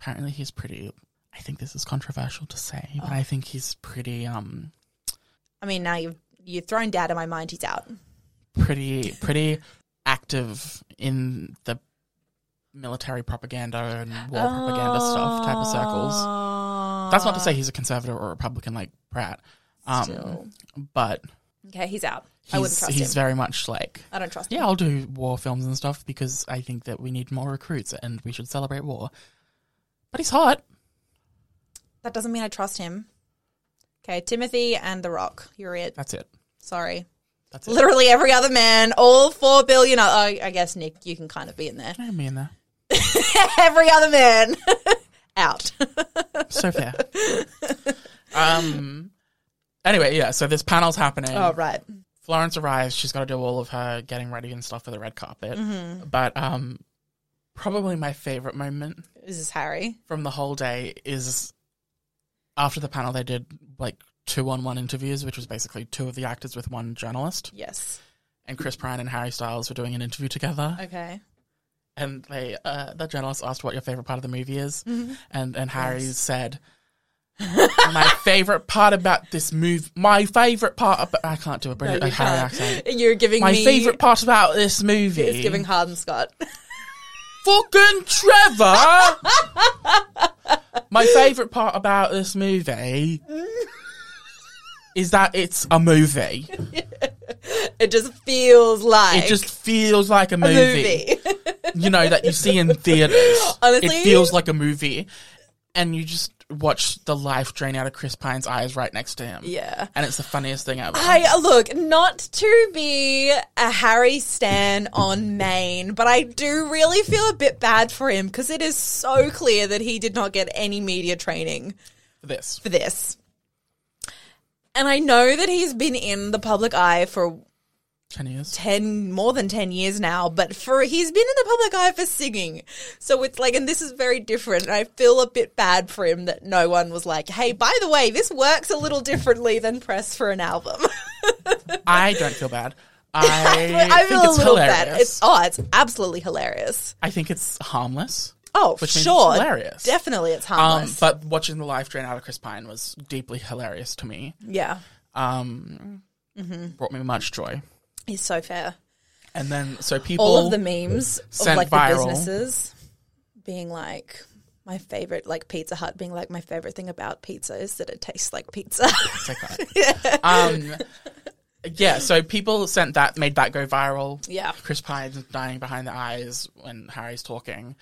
S1: Apparently he's pretty I think this is controversial to say,
S2: Oh.
S1: but I think he's pretty um
S2: I mean, now you've you've thrown doubt in my mind. He's out.
S1: pretty pretty active in the military propaganda and war propaganda stuff type of circles. That's not to say he's a conservative or Republican like Pratt. Um
S2: Still.
S1: but
S2: Okay, he's out. I wouldn't
S1: he's,
S2: trust
S1: he's
S2: him.
S1: very much like
S2: I don't trust
S1: yeah,
S2: him.
S1: I'll do war films and stuff because I think that we need more recruits and we should celebrate war. But he's hot.
S2: That doesn't mean I trust him. Okay, Timothy and The Rock. You're it.
S1: That's it.
S2: Sorry.
S1: That's it.
S2: Literally every other man, all four billion. Oh, I guess Nick, you can kind of be in there.
S1: I mean, there.
S2: every other man out.
S1: so fair. um. Anyway, yeah. So this panel's happening.
S2: oh right.
S1: Florence arrives. She's got to do all of her getting ready and stuff for the red carpet.
S2: Mm-hmm.
S1: But um, probably my favorite moment
S2: This is Harry.
S1: from the whole day is after the panel. They did like two on one interviews, which was basically two of the actors with one journalist.
S2: Yes.
S1: And Chris Pine and Harry Styles were doing an interview together.
S2: Okay.
S1: and they uh, the journalist asked what your favorite part of the movie is,
S2: Mm-hmm.
S1: and and Harry said, "My favorite part about this movie, my favorite part, about, I can't do a brilliant
S2: you
S1: Harry
S2: can't.
S1: accent.
S2: Uh, You're giving
S1: My
S2: me
S1: favorite part about this movie
S2: It's giving Harden Scott.
S1: fucking Trevor. my favorite part about this movie." Is that it's a movie?
S2: It just feels like
S1: It just feels like
S2: a
S1: movie. you know, that you see in theaters.
S2: Honestly?
S1: it feels like a movie. And you just watch the life drain out of Chris Pine's eyes right next to him.
S2: Yeah.
S1: And it's the funniest thing ever.
S2: I uh, look not to be a Harry Stan on Maine, but I do really feel a bit bad for him because it is so clear that he did not get any media training.
S1: this.
S2: for this. And I know that he's been in the public eye for
S1: Ten years.
S2: 10 more than 10 years now but for he's been in the public eye for singing so it's like and this is very different and i feel a bit bad for him that no one was like hey by the way this works a little differently than press for an album
S1: I don't feel bad. I,
S2: i feel
S1: think
S2: a
S1: it's
S2: little
S1: hilarious.
S2: bad it's oh it's absolutely hilarious
S1: I think it's harmless.
S2: oh
S1: Which means
S2: sure
S1: it's hilarious.
S2: definitely it's
S1: Um,
S2: harmless
S1: but watching the live drain out of Chris Pine was deeply hilarious to me.
S2: yeah
S1: Um,
S2: Mm-hmm.
S1: Brought me much joy.
S2: he's so fair
S1: And then, so people.
S2: all of the memes of
S1: sent
S2: like
S1: viral.
S2: the businesses being like my favorite like pizza hut being like my favorite thing about pizza is that it tastes like pizza
S1: Take that. Um, yeah, so people sent that, made that go viral.
S2: Yeah.
S1: Chris Pine's dying behind the eyes when Harry's talking.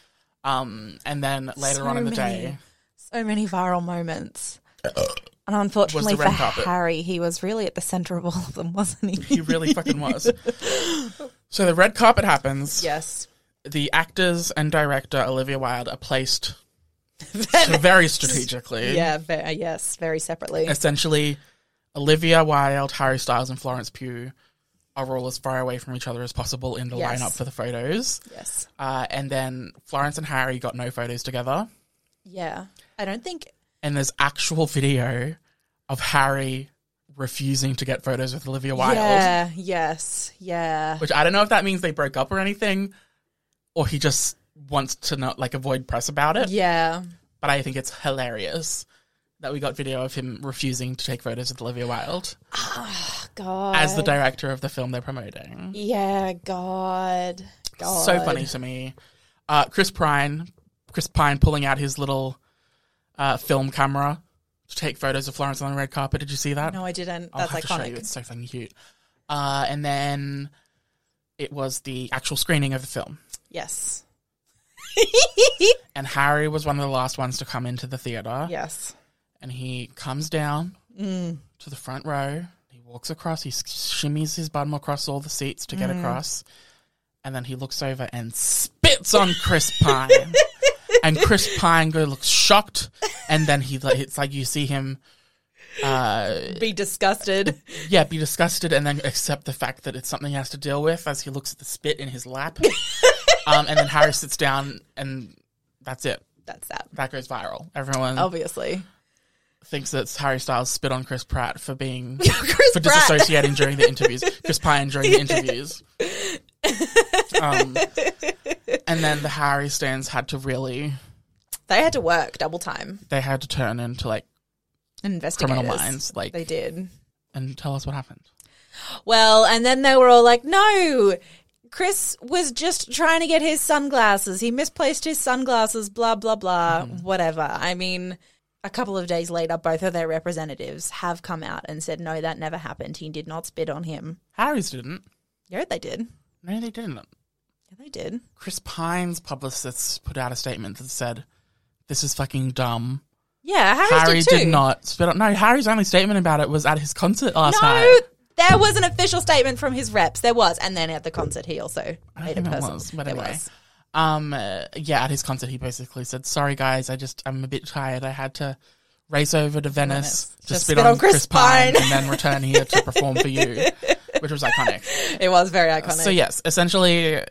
S1: Um, and then later
S2: So
S1: on in the
S2: many.
S1: day,
S2: so many viral moments. And unfortunately
S1: Was Uh, the
S2: for
S1: red carpet.
S2: Harry, he was really at the center of all of them, wasn't he?
S1: he really fucking was. So the red carpet happens.
S2: Yes.
S1: The actors and director, Olivia Wilde, are placed very strategically.
S2: Yeah, ve- uh, yes, very separately.
S1: essentially Olivia Wilde, Harry Styles, and Florence Pugh are all as far away from each other as possible in the
S2: Yes.
S1: lineup for the photos.
S2: Yes.
S1: Uh, and then Florence and Harry got no photos together.
S2: Yeah. I don't think
S1: And there's actual video of Harry refusing to get photos with Olivia Wilde,
S2: Yeah, yes. Yeah.
S1: which I don't know if that means they broke up or anything, or he just wants to not like avoid press about it.
S2: Yeah.
S1: But I think it's hilarious that we got video of him refusing to take photos with Olivia Wilde
S2: God.
S1: as the director of the film they're promoting.
S2: Yeah, God. God.
S1: so funny to me. Uh, Chris Pine, Chris Pine pulling out his little uh, film camera to take photos of Florence on the red carpet. Did you see that?
S2: No, I didn't.
S1: I'll
S2: That's
S1: have to show you.
S2: iconic.
S1: It's so fucking cute. Uh, and then it was the actual screening of the film,
S2: Yes.
S1: and Harry was one of the last ones to come into the theater.
S2: yes.
S1: And he comes down to the front row. He walks across. He shimmies his bum across all the seats to get across. And then he looks over and spits on Chris Pine. and Chris Pine go looks shocked. And then he like it's like you see him, Uh,
S2: Be disgusted.
S1: yeah, be disgusted and then accept the fact that it's something he has to deal with as he looks at the spit in his lap. um, and then Harry sits down, and that's it.
S2: That's that.
S1: That goes viral. Everyone
S2: Obviously.
S1: thinks that Harry Styles spit on Chris Pratt for being
S2: Chris
S1: for
S2: Pratt.
S1: disassociating during the interviews, Chris Pine during the interviews. Um, and then the Harry stands had to really
S2: They had to work double time.
S1: they had to turn into like
S2: investigators.
S1: criminal minds, like
S2: They did.
S1: and tell us what happened.
S2: Well, and then they were all like, no, Chris was just trying to get his sunglasses. He misplaced his sunglasses, blah, blah, blah,
S1: Mm-hmm.
S2: whatever. I mean, a couple of days later, both of their representatives have come out and said, no, that never happened. He did not spit on him.
S1: Harry's didn't.
S2: Yeah, they did.
S1: No, they didn't.
S2: Yeah, they did.
S1: Chris Pine's publicists put out a statement that said, "This is fucking dumb."
S2: Yeah, Harry's
S1: Harry
S2: did, too.
S1: did not spit on. No, Harry's only statement about it was at his concert last
S2: No,
S1: night.
S2: there was an official statement from his reps. There was. And then at the concert, he also
S1: I
S2: made
S1: don't
S2: a
S1: think that
S2: person.
S1: was, but
S2: There
S1: anyway.
S2: was.
S1: Um, uh, yeah, at his concert, he basically said, "Sorry guys, I just I'm a bit tired. I had to race over to Venice, to spit, on, Chris, Pine,
S2: Pine."
S1: and then return here to perform for you," which was iconic.
S2: It was very iconic.
S1: Uh, So yes, essentially, uh,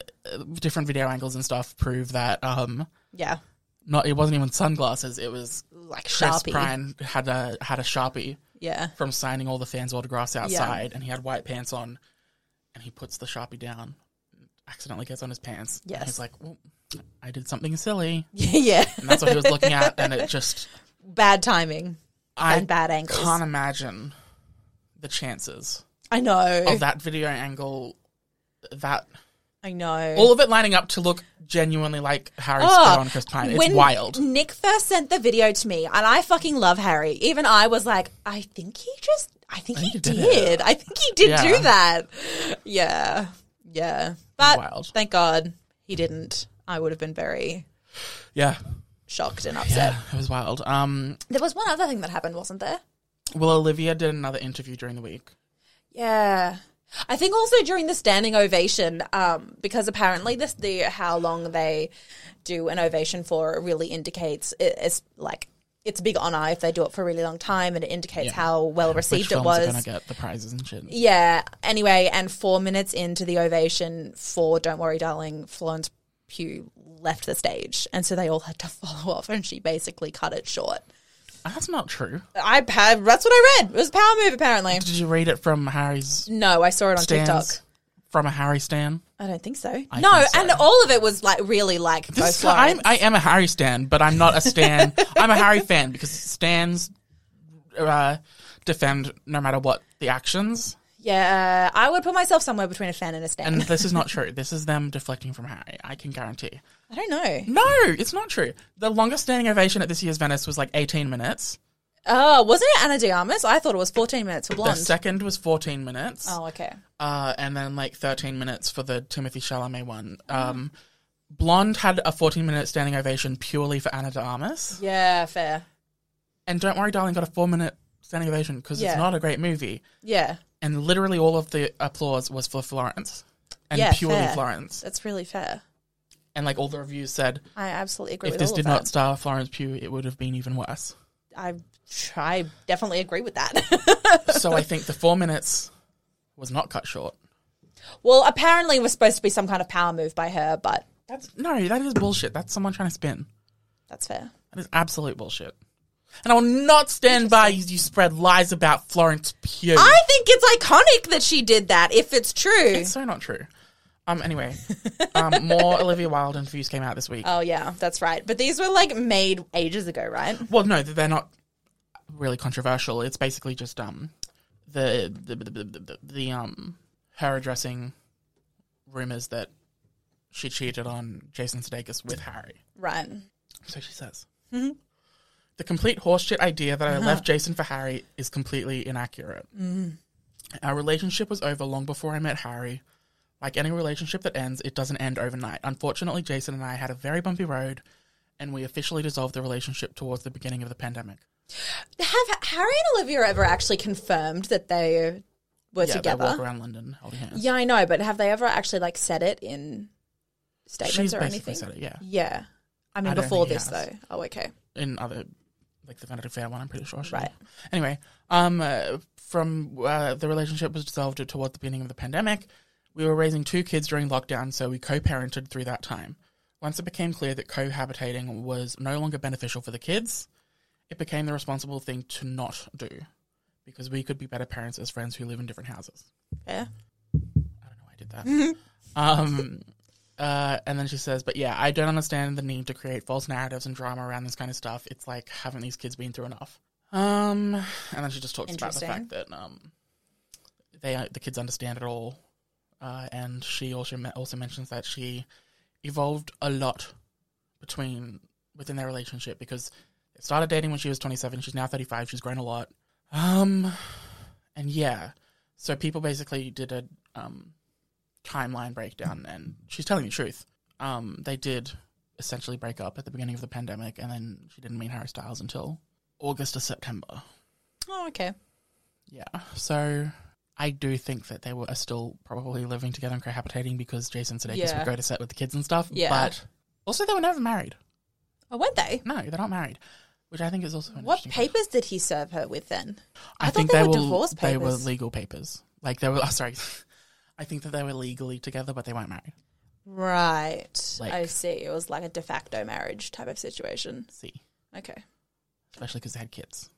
S1: different video angles and stuff prove that um,
S2: yeah.
S1: not it wasn't even sunglasses. It was
S2: Like
S1: Chris
S2: Sharpie.
S1: Pine had a had a sharpie
S2: Yeah.
S1: from signing all the fans' autographs outside, and he had white pants on, and he puts the sharpie down, accidentally gets on his pants. and
S2: Yes.
S1: he's like, well, "I did something silly."
S2: yeah.
S1: and that's what he was looking at. And it just,
S2: Bad timing.
S1: I
S2: And bad angles.
S1: can't imagine the chances
S2: I know.
S1: of that video angle, that
S2: I know.
S1: all of it lining up to look genuinely like Harry spit on Chris Pine. It's
S2: Ah, when
S1: wild.
S2: Nick first sent the video to me, and I fucking love Harry. Even I was like, I think he just, I think he
S1: did it.
S2: did. I think he did
S1: Yeah.
S2: do that. Yeah, yeah. But
S1: Wild.
S2: thank God he didn't. I would have been very
S1: Yeah,
S2: shocked and upset.
S1: yeah, it was wild. Um,
S2: There was one other thing that happened, wasn't there?
S1: well, Olivia did another interview during the week.
S2: Yeah. I think also during the standing ovation, um, because apparently this the how long they do an ovation for really indicates it, it's like it's a big honor if they do it for a really long time, and it indicates
S1: Yeah.
S2: how well received
S1: Which
S2: it
S1: films are gonna
S2: was.
S1: get the prizes and shit?
S2: Yeah. Anyway, and four minutes into the ovation for "Don't Worry, Darling," Florence Pugh left the stage, and so they all had to follow off, and she basically cut it short.
S1: That's not true.
S2: I had, that's what I read. It was a power move, apparently.
S1: Did you read it from Harry's
S2: No, I saw it on TikTok.
S1: stands? From a Harry Stan?
S2: I don't think so.
S1: I
S2: no,
S1: think so.
S2: and all of it was like really like go
S1: This, I'm,
S2: Florence.
S1: I am a Harry Stan, but I'm not a Stan. I'm a Harry fan because Stans uh, defend no matter what the actions.
S2: yeah, uh, I would put myself somewhere between a fan and a stan.
S1: And this is not true. This is them deflecting from Harry. I can guarantee.
S2: I don't know.
S1: No, it's not true. The longest standing ovation at this year's Venice was like 18 minutes.
S2: Oh, wasn't it Anna Diarmas? I thought it was 14 minutes for
S1: The
S2: Blonde.
S1: second was 14 minutes.
S2: oh, okay.
S1: uh, and then like 13 minutes for the Timothy Chalamet one. Um, Blonde had a 14 minute standing ovation purely for Anna de Armas.
S2: Yeah, fair.
S1: And Don't Worry Darling got a four minute standing ovation because
S2: Yeah.
S1: it's not a great movie.
S2: Yeah,
S1: And literally all of the applause was for Florence and
S2: Yeah,
S1: purely
S2: fair.
S1: Florence.
S2: that's really fair.
S1: And like all the reviews said,
S2: I absolutely agree
S1: if
S2: with
S1: this
S2: all
S1: did
S2: of
S1: not
S2: that.
S1: star Florence Pugh, it would have been even worse.
S2: I, I definitely agree with that.
S1: so I think the four minutes was not cut short.
S2: well, apparently it was supposed to be some kind of power move by her, but
S1: That's no, that is bullshit. That's someone trying to spin.
S2: that's fair.
S1: That is absolute bullshit. And I will not stand by you, you spread lies about Florence Pugh.
S2: I think it's iconic that she did that if it's true.
S1: it's so not true. Um. Anyway, um, more Olivia Wilde interviews came out this week.
S2: Oh yeah, that's right. But these were like made ages ago, right?
S1: well, no, they're not really controversial. It's basically just um the the the, the, the, the um her addressing rumors that she cheated on Jason Sudeikis with Harry.
S2: Right.
S1: So she says. The complete horseshit idea that I
S2: Uh-huh.
S1: left Jason for Harry is completely inaccurate. Our relationship was over long before I met Harry. Like any relationship that ends, it doesn't end overnight. Unfortunately, Jason and I had a very bumpy road, and we officially dissolved the relationship towards the beginning of the pandemic.
S2: Have Harry and Olivia ever actually confirmed that they were
S1: yeah, they walk
S2: together?
S1: around London holding hands.
S2: Yeah, I know, but have they ever actually like said it in statements
S1: She's
S2: or
S1: basically
S2: anything?
S1: said it, yeah.
S2: Yeah. I mean
S1: I don't
S2: before
S1: think
S2: this
S1: he
S2: though. Oh, okay.
S1: in other like the Vanity Fair one. I'm pretty sure. she
S2: Right.
S1: did. Anyway, um, uh, from uh, the relationship was dissolved toward the beginning of the pandemic. We were raising two kids during lockdown, so we co-parented through that time. Once it became clear that cohabitating was no longer beneficial for the kids, it became the responsible thing to not do because we could be better parents as friends who live in different houses.
S2: Yeah.
S1: I don't know why I did that. um, uh, and then she says, but yeah, I don't understand the need to create false narratives and drama around this kind of stuff. It's like, haven't these kids been through enough? Um, and then she just talks about the
S2: Interesting.
S1: fact that um, they the kids understand it all. Uh, and she also me- also mentions that she evolved a lot between within their relationship because they started dating when she was 27. She's now 35. She's grown a lot. Um, and yeah, so people basically did a um, timeline breakdown, and she's telling the truth. Um, they did essentially break up at the beginning of the pandemic, and then she didn't meet Harry Styles until August or September.
S2: Oh, okay.
S1: Yeah, so I do think that they were are still probably living together and cohabitating because Jason Sudeikis
S2: Yeah.
S1: would go to set with the kids and stuff.
S2: Yeah.
S1: but also they were never married.
S2: Oh, weren't they?
S1: No, they're not married, which I think is also an
S2: What
S1: interesting
S2: papers did he serve her with then?
S1: I,
S2: I thought
S1: think
S2: they
S1: they,
S2: were
S1: were
S2: divorce
S1: They were
S2: papers.
S1: legal papers. Like they were. Oh, sorry. I think that they were legally together, but they weren't married.
S2: Right.
S1: Like-
S2: I see. It was like a de facto marriage type of situation.
S1: See,
S2: Okay.
S1: especially because they had kids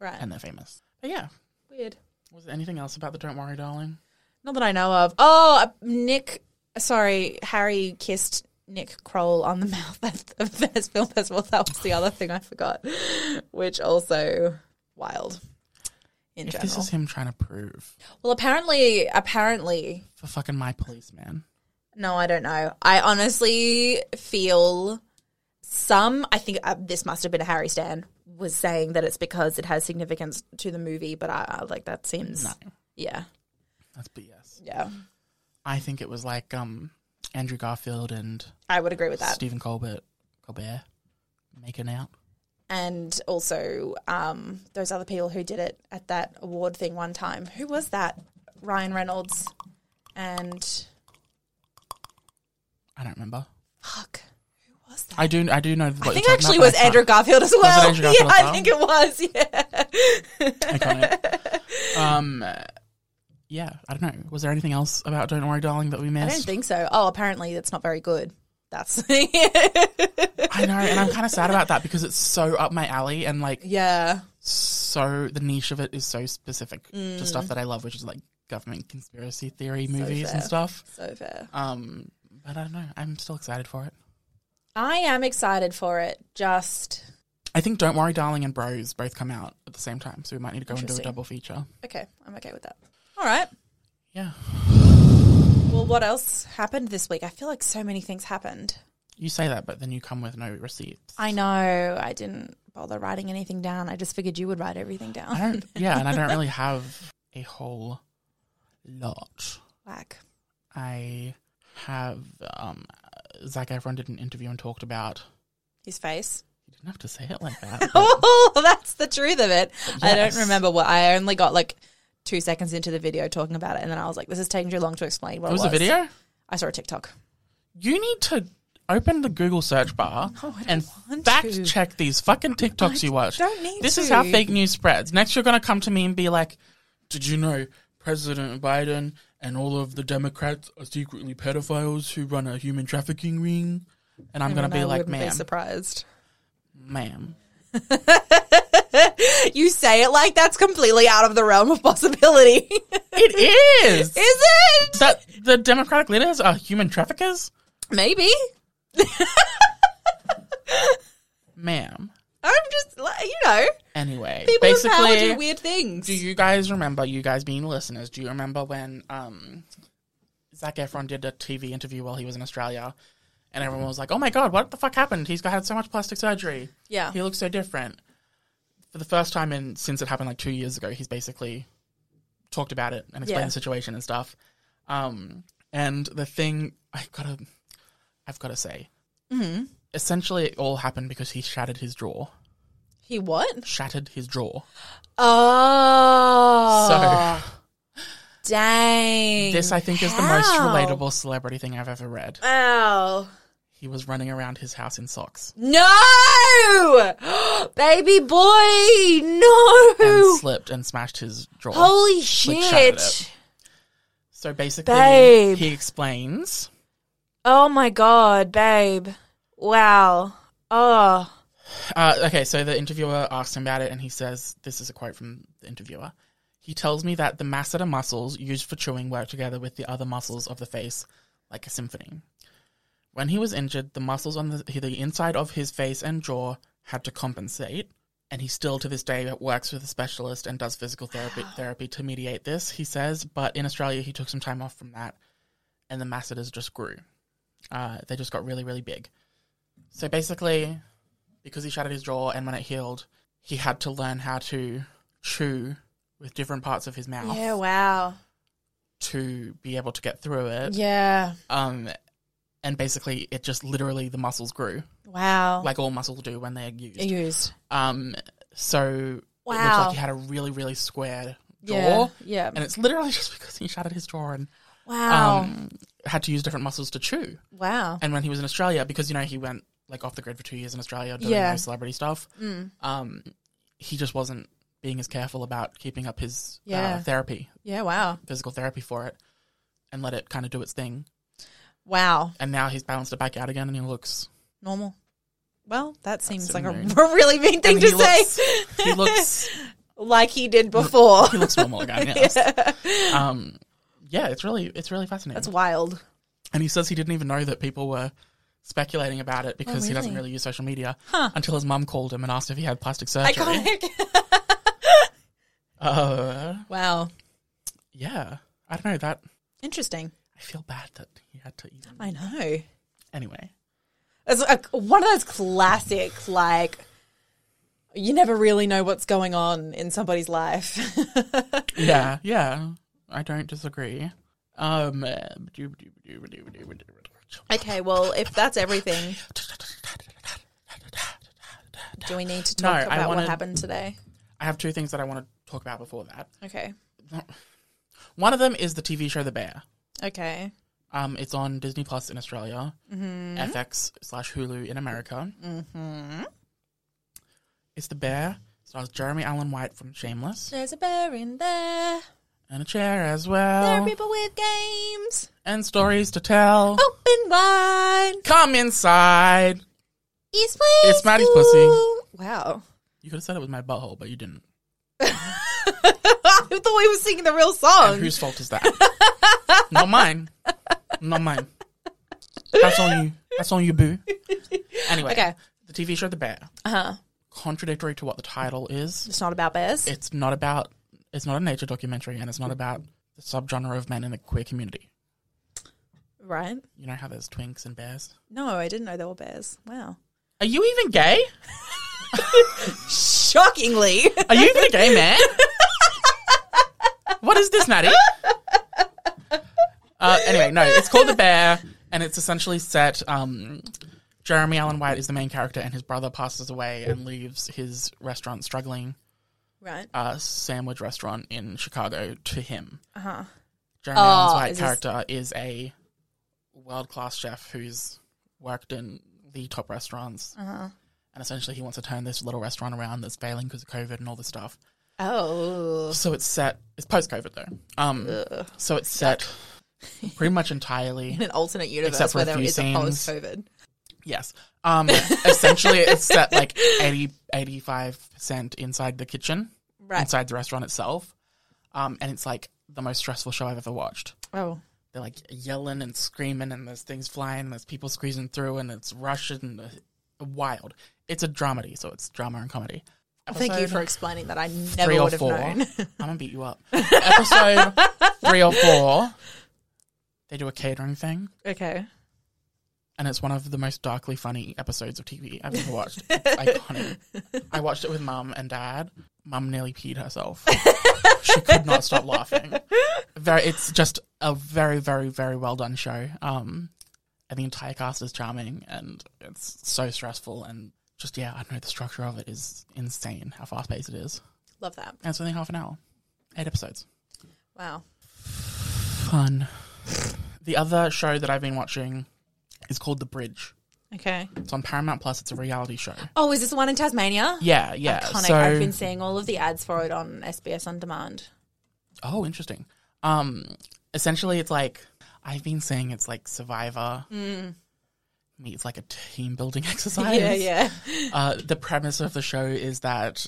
S2: Right.
S1: and they're famous. But yeah,
S2: Weird.
S1: was there anything else about the "Don't Worry, Darling"?
S2: Not that I know of. Oh, uh, Nick. Sorry, Harry kissed Nick Kroll on the mouth at the Venice Film Festival. That was the other thing I forgot, which also wild in
S1: If
S2: general.
S1: this is him trying to prove
S2: well, apparently, apparently,
S1: for fucking my policeman,
S2: no, I don't know. I honestly feel some. I think uh, this must have been a Harry Stan was saying that it's because it has significance to the movie, but I, I like that seems
S1: no,
S2: yeah,
S1: that's BS.
S2: yeah.
S1: I think it was like um Andrew Garfield and
S2: I would agree with that.
S1: Stephen Colbert, Colbert making out.
S2: and also um, those other people who did it at that award thing one time. Who was that? Ryan Reynolds and
S1: I don't remember.
S2: fuck, who was
S1: I do. I do know. What
S2: I think it actually was Andrew Garfield as well.
S1: Andrew Garfield
S2: yeah,
S1: as
S2: I
S1: well?
S2: think it was. Yeah.
S1: Um, uh, yeah, I don't know. Was there anything else about "Don't Worry, Darling" that we
S2: I don't
S1: missed?
S2: think so. Oh, apparently that's not very good. That's
S1: I know, and I'm kind of sad about that because it's so up my alley and like
S2: yeah.
S1: so the niche of it is so specific
S2: Mm.
S1: to stuff that I love, which is like government conspiracy theory movies and
S2: fair.
S1: stuff.
S2: So fair.
S1: Um, but I don't know. I'm still excited for it.
S2: I am excited for it. Just
S1: I think "Don't Worry, Darling" and "Bros" both come out at the same time, so we might need to go and do a
S2: Interesting.
S1: double feature.
S2: okay. I'm okay with that. All right.
S1: Yeah,
S2: Well, what else happened this week? I feel like so many things happened.
S1: you say that, but then you come with no receipts.
S2: I know. I didn't bother writing anything down. I just figured you would write everything down.
S1: I don't. Yeah, and I don't really have a whole lot.
S2: Whack.
S1: I have um, Zach Efron did an interview and talked about.
S2: His face.
S1: You didn't have to say it like that. but
S2: Oh, that's the truth of it. I
S1: Yes.
S2: don't remember what. I only got like two seconds into the video talking about it, and then I was like, "This is taking too long to explain." What
S1: it was a video.
S2: I saw a TikTok.
S1: You need to open the Google search bar and
S2: want
S1: fact
S2: to.
S1: check these fucking TikToks you watch.
S2: don't need
S1: This is
S2: to.
S1: how fake news spreads. Next, you're going to come to me and be like, "Did you know President Biden and all of the Democrats are secretly pedophiles who run a human trafficking ring?" And I'm going to be like,
S2: wouldn't be
S1: "Ma'am,
S2: surprised."
S1: ma'am,
S2: You say it like that's completely out of the realm of possibility, is
S1: it is."
S2: it?
S1: Is that the Democratic leaders are human traffickers?
S2: Maybe.
S1: Ma'am.
S2: I'm just, like, you know,
S1: Anyway,
S2: people in power do
S1: basically,
S2: weird things.
S1: do you guys remember, you guys being listeners, do you remember when um, Zach Efron did a TV interview while he was in Australia? And everyone was like, oh my God, what the fuck happened? He's got- had so much plastic surgery.
S2: yeah.
S1: He looks so different. For the first time in since it happened like two years ago, he's basically talked about it and explained
S2: Yeah.
S1: the situation and stuff. Um, and the thing I gotta, I've gotta say,
S2: Mm-hmm.
S1: essentially it all happened because he shattered his jaw.
S2: He what? Ah.
S1: Shattered his jaw.
S2: Oh.
S1: so
S2: dang.
S1: this I think is the most
S2: How?
S1: relatable celebrity thing I've ever read.
S2: Wow.
S1: He was running around his house in socks
S2: No! Baby boy, no!
S1: and slipped and smashed his jaw.
S2: Holy
S1: Like, shattered
S2: shit.
S1: it. So basically,
S2: Babe.
S1: he explains.
S2: Oh my god, babe. Wow. Oh.
S1: Uh, okay, so the interviewer asked him about it, and he says, "This is a quote from the interviewer." He tells me that the masseter muscles used for chewing work together with the other muscles of the face, like a symphony. When he was injured, the muscles on the, the inside of his face and jaw had to compensate, and he still to this day works with a specialist and does physical therapy therapy to mediate this. He says, but in Australia, he took some time off from that, and the masseters just grew. Uh, they just got really, really big. So basically, because he shattered his jaw and when it healed, he had to learn how to chew with different parts of his mouth
S2: Yeah, wow.
S1: to be able to get through it.
S2: Yeah.
S1: Um, and basically, it just literally the muscles grew,
S2: Wow.
S1: like all muscles do when they're used.
S2: used.
S1: Um, so it looks
S2: Wow.
S1: like he had a really, really square jaw.
S2: Yeah. Yeah.
S1: And it's literally just because he shattered his jaw and
S2: Wow.
S1: um, had to use different muscles to chew.
S2: wow.
S1: And when he was in Australia, because you know he went like off the grid for two years in Australia doing
S2: Yeah.
S1: no celebrity stuff,
S2: Mm.
S1: um, he just wasn't being as careful about keeping up his
S2: Yeah.
S1: uh, therapy,
S2: Yeah, wow.
S1: physical therapy for it, and let it kind of do its thing.
S2: Wow.
S1: And now he's balanced it back out again, and he looks
S2: Normal. Well, that seems like a
S1: amazing.
S2: really mean thing
S1: and
S2: to
S1: he looks,
S2: say.
S1: He looks
S2: Like he did before.
S1: he looks normal again. Yes. Um, yeah, it's really it's really fascinating.
S2: That's wild.
S1: And he says he didn't even know that people were speculating about it because he doesn't
S2: Oh, really?
S1: really use social media until his mum called him and asked if he had plastic surgery.
S2: Iconic.
S1: Uh,
S2: wow.
S1: yeah, I don't know that.
S2: Interesting.
S1: I feel bad that he had to eat.
S2: I know.
S1: Anyway,
S2: It's a, one of those classic, like, you never really know what's going on in somebody's life.
S1: yeah, yeah, I don't disagree. Um, uh, do-ba-do-ba-do-ba-do-ba-do-ba-do.
S2: okay, well, if that's everything, do we need to
S1: No,
S2: talk
S1: I
S2: about what
S1: wanted-
S2: happened today?
S1: I have two things that I want to talk about before that.
S2: Okay.
S1: One of them is the TV show The Bear.
S2: Okay.
S1: Um, it's on Disney Plus in Australia,
S2: Mm-hmm.
S1: FX slash Hulu in America. Mm-hmm. It's The Bear. Stars Jeremy Allen White from Shameless
S2: There's a bear in there.
S1: and a chair as
S2: There are
S1: well,
S2: people with games.
S1: and stories to tell.
S2: Open wide.
S1: Come inside.
S2: East please.
S1: It's Maddie's pussy.
S2: Ooh. Wow.
S1: You could have said it was my butthole, but you didn't.
S2: I thought we were singing the real song.
S1: And whose fault is that? Not mine. Not mine. That's on you. That's on you, boo. Anyway,
S2: Okay.
S1: the TV show The Bear,
S2: Uh huh.
S1: contradictory to what the title is,
S2: It's not about bears.
S1: it's not about it's not a nature documentary and it's not about the subgenre of men in the queer community.
S2: right?
S1: You know how there's twinks and bears.
S2: No, I didn't know there were bears. Wow.
S1: Are you even gay?
S2: Shockingly.
S1: Are you even a gay man? what is this, Maddie? Uh, anyway, no, it's called The Bear, and it's essentially set. Um, Jeremy Allen White is the main character, and his brother passes away and leaves his restaurant, struggling
S2: right.
S1: uh, sandwich restaurant in Chicago, to him.
S2: Uh huh.
S1: Jeremy
S2: Oh,
S1: Allen White's
S2: is this-
S1: character is a world class chef who's worked in the top restaurants.
S2: Uh-huh.
S1: And essentially, he wants to turn this little restaurant around that's failing because of COVID and all this stuff.
S2: Oh.
S1: So it's set. It's post COVID though. Um, so it's set pretty much entirely.
S2: In an alternate universe
S1: Except for
S2: where
S1: a
S2: there
S1: few
S2: is
S1: scenes.
S2: a post COVID.
S1: Yes. Um, essentially, it's set like 80, 85 percent inside the kitchen,
S2: Right.
S1: inside the restaurant itself. Um, and it's like the most stressful show I've ever watched.
S2: Oh.
S1: They're like yelling and screaming, and there's things flying, and there's people squeezing through, and it's rushing and uh, wild. It's a dramedy, so it's drama and comedy.
S2: Thank you
S1: Episode-
S2: for explaining that. I
S1: three
S2: never
S1: or
S2: would have
S1: four.
S2: known.
S1: I'm gonna beat you up. Episode three or four, they do a catering thing,
S2: okay.
S1: and it's one of the most darkly funny episodes of TV I've ever watched. It's iconic. I watched it with mum and dad. Mum nearly peed herself. she could not stop laughing. Very, it's just a very, very, very well done show. Um, and the entire cast is charming, and it's so stressful and. Just yeah, I don't know the structure of it is insane. How fast paced it is.
S2: Love that.
S1: And it's only half an hour. Eight episodes.
S2: Wow.
S1: Fun. The other show that I've been watching is called The Bridge.
S2: Okay.
S1: It's on Paramount Plus. It's a reality show.
S2: Oh, is this the one in Tasmania?
S1: Yeah, yeah.
S2: Iconic.
S1: So,
S2: I've been seeing all of the ads for it on SBS On Demand.
S1: oh, interesting. Um, essentially, it's like I've been saying it's like Survivor meets like a team building exercise.
S2: Mm. Yeah, yeah.
S1: Uh, the premise of the show is that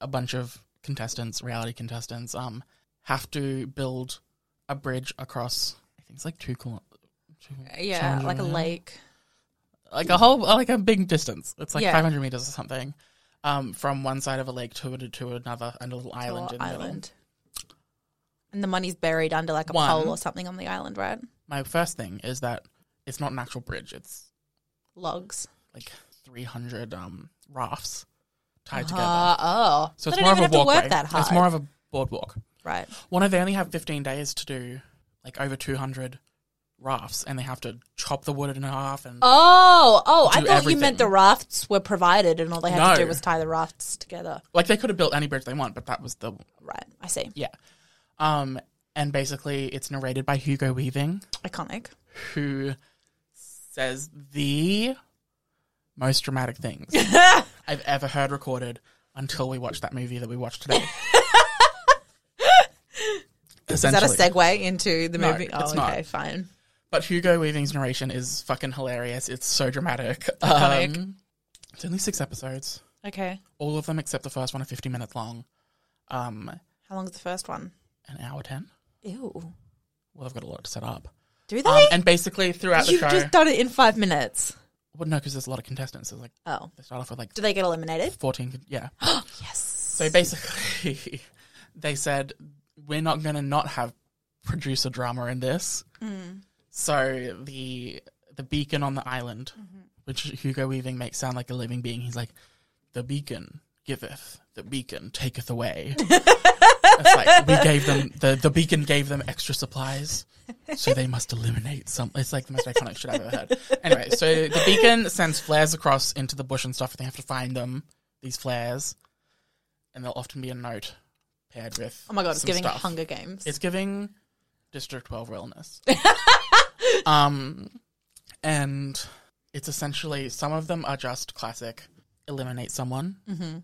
S1: a bunch of contestants, reality contestants, um, have to build a bridge across. I think it's like two, kilo- two
S2: Yeah, like a
S1: kilometers.
S2: lake.
S1: like a whole like a big distance. It's like
S2: Yeah.
S1: 500 meters or something. Um, from one side of a lake to to another, and a little island
S2: Or
S1: in the middle.
S2: And the money's buried under like a
S1: One.
S2: pole or something on the island, right?
S1: My first thing is that it's not an actual bridge; it's
S2: Logs.
S1: like 300 um, rafts tied together.
S2: Uh, oh.
S1: So
S2: They
S1: it's
S2: don't
S1: more of
S2: even
S1: a
S2: have to
S1: walkway.
S2: work that hard.
S1: It's more of a boardwalk.
S2: right.
S1: One of they only have 15 days to do like over 200 rafts, and they have to chop the wood in half and
S2: Oh, oh! I
S1: Do
S2: thought you meant
S1: everything.
S2: the rafts were provided, and all they had to
S1: No.
S2: do was tie the rafts together.
S1: like they could have built any bridge they want, but that was the
S2: Right. I see.
S1: yeah. Um, and basically, it's narrated by Hugo Weaving.
S2: Iconic.
S1: who says the most dramatic things I've ever heard recorded until we watched that movie that we watched today.
S2: Is that a
S1: Essentially.
S2: segue into the
S1: No,
S2: movie?
S1: it's
S2: oh,
S1: not.
S2: okay, fine.
S1: But Hugo Weaving's narration is fucking hilarious. It's so dramatic.
S2: Iconic.
S1: Um, it's only six episodes,
S2: Okay.
S1: all of them except the first one are 50 minutes long. Um,
S2: How long's the first one?
S1: an hour 10.
S2: Ew.
S1: Well, I've got a lot to set up.
S2: Do they?
S1: Um, and basically, throughout the
S2: You've
S1: show.
S2: just done it in five minutes.
S1: well, no, because there's a lot of contestants. There's like,
S2: Oh.
S1: they start off with like
S2: Do they get eliminated?
S1: 14. con- Yeah.
S2: Yes.
S1: So basically, they said we're not going to not have producer drama in this. So the the beacon on the island, which Hugo Weaving makes sound like a living being, he's like, "The beacon giveth, the beacon taketh away." it's like we gave them the the beacon gave them extra supplies. So they must eliminate some. It's like the most iconic shit I've ever heard. Anyway, so the beacon sends flares across into the bush and stuff, and they have to find them. These flares, and there'll often be a note paired with.
S2: Oh my god, it's
S1: some
S2: giving
S1: stuff.
S2: Hunger Games.
S1: It's giving District Twelve realness. um, and it's essentially some of them are just classic eliminate someone. Mm-hmm.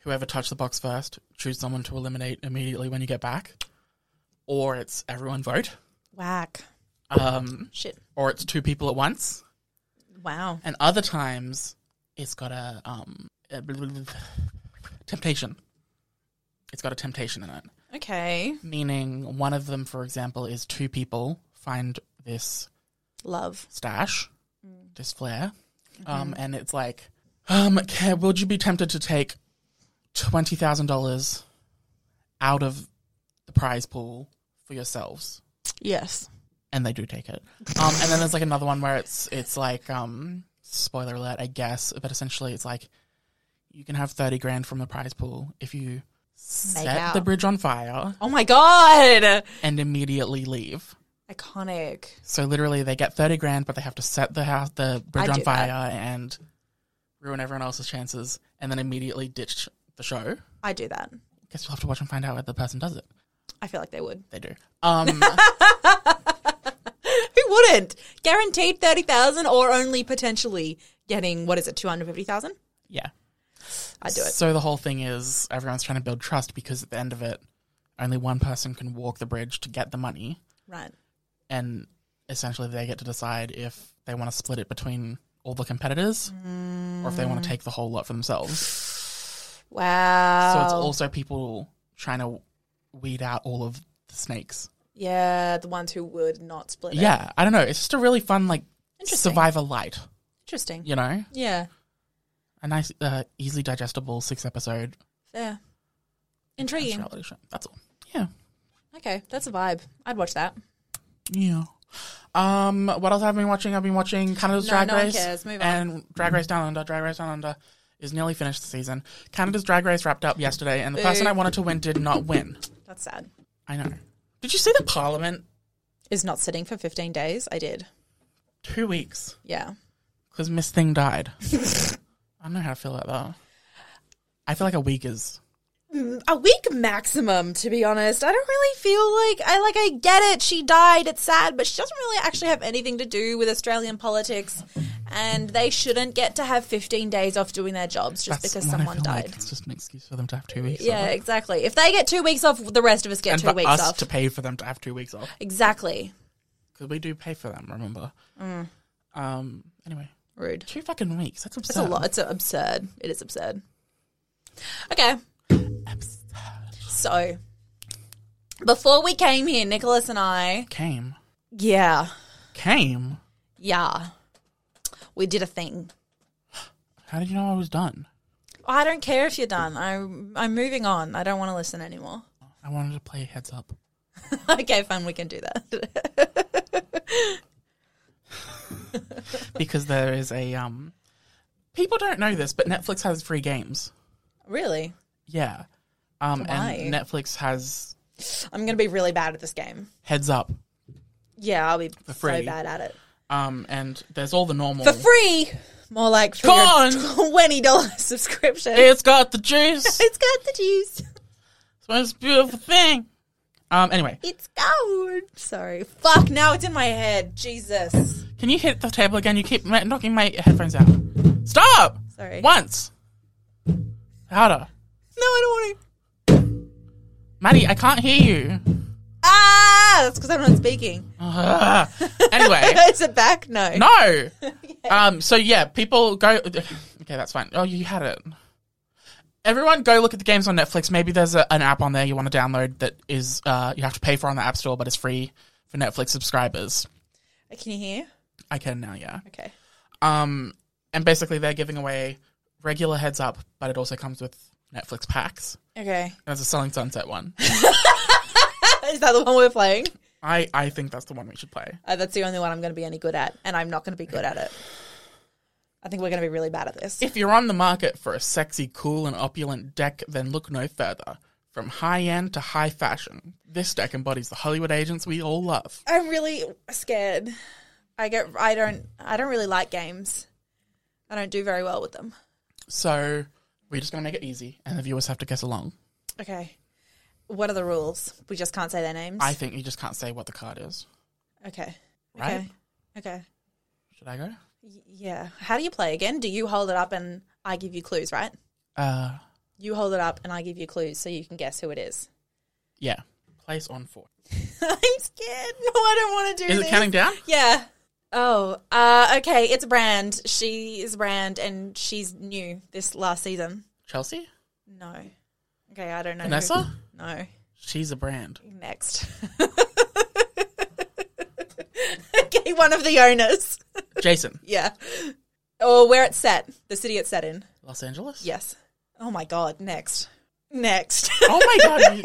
S1: Whoever touched the box first, choose someone to eliminate immediately when you get back, or it's everyone vote,
S2: Whack.
S1: um,
S2: Shit.
S1: or it's two people at once.
S2: Wow.
S1: And other times, it's got a, um, a bl- bl- bl- temptation. It's got a temptation in it.
S2: Okay.
S1: Meaning, one of them, for example, is two people find this
S2: Love.
S1: stash, this flare, um, and it's like, um, ca- would you be tempted to take twenty thousand dollars out of the prize pool for yourselves?
S2: Yes.
S1: and they do take it. Um, and then there's like another one where it's it's like um, spoiler alert, I guess, but essentially it's like you can have thirty grand from the prize pool if you set
S2: out.
S1: the bridge on fire
S2: Oh my god.
S1: and immediately leave.
S2: Iconic.
S1: So literally, they get thirty grand, but they have to set the house, the bridge
S2: I
S1: on
S2: do that.
S1: fire, and ruin everyone else's chances, and then immediately ditch the show.
S2: I do that.
S1: Guess we'll have to watch and find out whether the person does it.
S2: I feel like they would.
S1: They do. Um,
S2: Who wouldn't? Guaranteed thirty thousand, or only potentially getting what is it, two hundred fifty thousand?
S1: yeah.
S2: I do it.
S1: So the whole thing is everyone's trying to build trust because at the end of it, only one person can walk the bridge to get the money,
S2: Right.
S1: and essentially they get to decide if they want to split it between all the competitors or if they
S2: Mm.
S1: want to take the whole lot for themselves.
S2: Wow.
S1: So it's also people trying to weed out all of the snakes.
S2: yeah, the ones who would not split. it.
S1: Yeah, I don't know. It's just a really fun like survivor light,
S2: Interesting.
S1: you know,
S2: Yeah.
S1: a nice, uh, easily digestible six episode
S2: Fair. Intriguing.
S1: reality show. That's all. Yeah.
S2: Okay, that's a vibe. I'd watch that.
S1: Yeah. Um, what else have I been watching? I've been watching Canada's
S2: No,
S1: Drag
S2: no one
S1: Race.
S2: cares. Move on.
S1: And Drag Race Down Under, Drag Race Down Under is nearly finished the season. Canada's Drag Race wrapped up yesterday and the person
S2: Boo.
S1: I wanted to win did not win.
S2: That's sad.
S1: I know. Did you see the parliament?
S2: Is not sitting for 15 days. I did.
S1: Two weeks.
S2: Yeah.
S1: Because Miss Thing died. I don't know how I feel about that. I feel like a week is
S2: A week maximum, to be honest. I don't really feel like I like I get it. She died. It's sad, but she doesn't really actually have anything to do with Australian politics, and they shouldn't get to have 15 days off doing their jobs just
S1: that's
S2: because
S1: what I
S2: someone
S1: feel like.
S2: died.
S1: It's just an excuse for them to have two weeks.
S2: Yeah,
S1: off.
S2: exactly. If they get two weeks off, the rest of us get
S1: And
S2: two
S1: for
S2: weeks
S1: us
S2: off.
S1: to pay for them to have two weeks off.
S2: exactly.
S1: Because we do pay for them, remember?
S2: Mm.
S1: Um. Anyway,
S2: Rude.
S1: two fucking weeks. That's absurd.
S2: It's a lot. It's absurd. It is absurd. Okay. So, before we came here, Nicholas and I,
S1: Came.
S2: yeah,
S1: Came?
S2: yeah, we did a thing.
S1: How did you know I was done?
S2: I don't care if you're done. I'm I'm moving on. I don't want to listen anymore.
S1: I wanted to play heads up.
S2: okay, fine. We can do that.
S1: Because there is a um people don't know this, but Netflix has free games.
S2: really,
S1: Yeah. Um
S2: Why?
S1: and Netflix has
S2: I'm gonna be really bad at this game.
S1: heads up.
S2: Yeah, I'll be so
S1: free.
S2: bad at it
S1: Um and there's all the normal
S2: for free. More like for
S1: Con!
S2: your twenty dollars subscription.
S1: It's got the juice. it's
S2: it's got the juice.
S1: the most beautiful thing. Um anyway,
S2: It's gone. Sorry. Fuck, now it's in my head. Jesus.
S1: can you hit the table again? You keep ma- knocking my headphones out. Stop!
S2: Sorry.
S1: Once. Louder.
S2: No, I don't want to.
S1: Maddie, I can't hear you.
S2: Ah, that's because I'm not speaking.
S1: Ugh. Anyway.
S2: Is it back? No.
S1: No. Um. So yeah, people go. Okay, that's fine. Oh, you had it. Everyone, go look at the games on Netflix. Maybe there's a, an app on there you want to download that is uh you have to pay for on the App Store, but it's free for Netflix subscribers.
S2: Can you hear?
S1: I can now, yeah.
S2: Okay.
S1: Um. And basically, they're giving away regular heads up, but it also comes with Netflix packs.
S2: Okay.
S1: And There's a Selling Sunset one.
S2: Is that the one we're playing?
S1: I I think that's the one we should play.
S2: Uh, that's the only one I'm going to be any good at, and I'm not going to be good at it. I think we're going to be really bad at this.
S1: If you're on the market for a sexy, cool, and opulent deck, then look no further. From high end to high fashion, this deck embodies the Hollywood agents we all love.
S2: I'm really scared. I get. I don't. I don't really like games. I don't do very well with them.
S1: So we're just going to make it easy, and the viewers have to guess along.
S2: Okay. What are the rules? We just can't say their names.
S1: I think you just can't say what the card is.
S2: Okay.
S1: Right?
S2: Okay. Okay.
S1: Should I go?
S2: Yeah. How do you play again? Do you hold it up and I give you clues, right?
S1: Uh,
S2: You hold it up and I give you clues so you can guess who it is.
S1: yeah. Place on four.
S2: I'm scared. No, I don't want to do
S1: Is
S2: this.
S1: it counting down?
S2: Yeah. Oh, uh, okay. It's a brand. She is a brand and she's new this last season.
S1: Chelsea?
S2: No. Okay, I don't know. who-
S1: Vanessa?
S2: No.
S1: She's a brand.
S2: Next. okay, one of the owners.
S1: Jason.
S2: Yeah. Or where it's set. The city it's set in.
S1: Los Angeles?
S2: Yes. Oh my god, next. Next.
S1: Oh my god. you-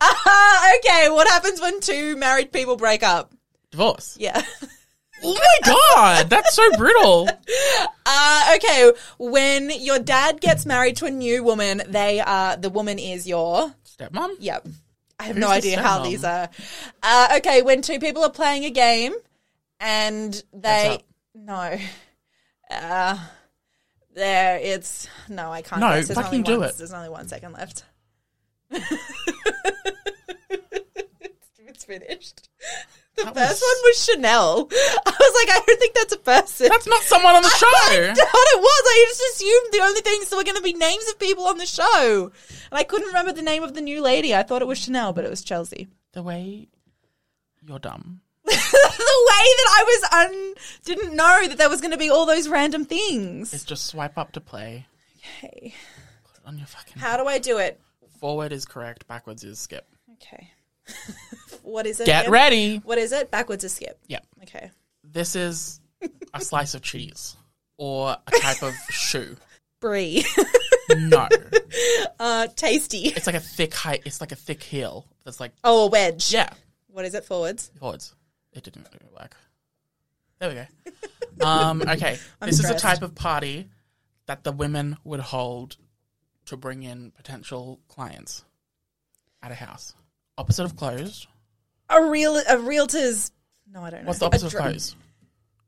S2: Ah, okay, what happens when two married people break up?
S1: Divorce.
S2: Yeah.
S1: Oh my god. That's so brutal.
S2: Uh, okay, when your dad gets married to a new woman, they are the woman is your.
S1: Stepmom?
S2: Yep. I have
S1: Who's
S2: no
S1: the
S2: idea how
S1: stepmom?
S2: these are. Uh, okay, when two people are playing a game and they
S1: up.
S2: no, uh, there it's no, I can't.
S1: No,
S2: guess. There's
S1: fucking
S2: only
S1: do
S2: one-
S1: it.
S2: There's only one second left. it's finished. The
S1: That
S2: first
S1: was-
S2: one was Chanel. I was like, I don't think that's a person.
S1: That's not someone on the
S2: I
S1: show.
S2: thought it was. I just assumed the only things that were going to be names of people on the show. And I couldn't remember the name of the new lady. I thought it was Chanel, but it was Chelsea.
S1: The way you're dumb.
S2: the way that I was un didn't know that there was going to be all those random
S1: It's
S2: things.
S1: just swipe up to play.
S2: Okay.
S1: Put it on your fucking
S2: How do I do it?
S1: forward is correct, backwards is skip.
S2: Okay. what is it?
S1: Get
S2: again?
S1: ready.
S2: What is it? Backwards is skip.
S1: Yep.
S2: Okay.
S1: This is a slice of cheese or a type of shoe.
S2: Brie.
S1: No.
S2: uh, tasty.
S1: It's like a thick height. It's like a thick heel. That's like
S2: Oh, a wedge.
S1: yeah.
S2: What is it? Forwards.
S1: Hordes. It didn't really work. There we go. Um, okay. this is a
S2: stressed.
S1: type of party that the women would hold to bring in potential clients at a house. Opposite of closed.
S2: A real a realtor's. No, I don't know.
S1: What's the
S2: A
S1: opposite of
S2: dr-
S1: closed?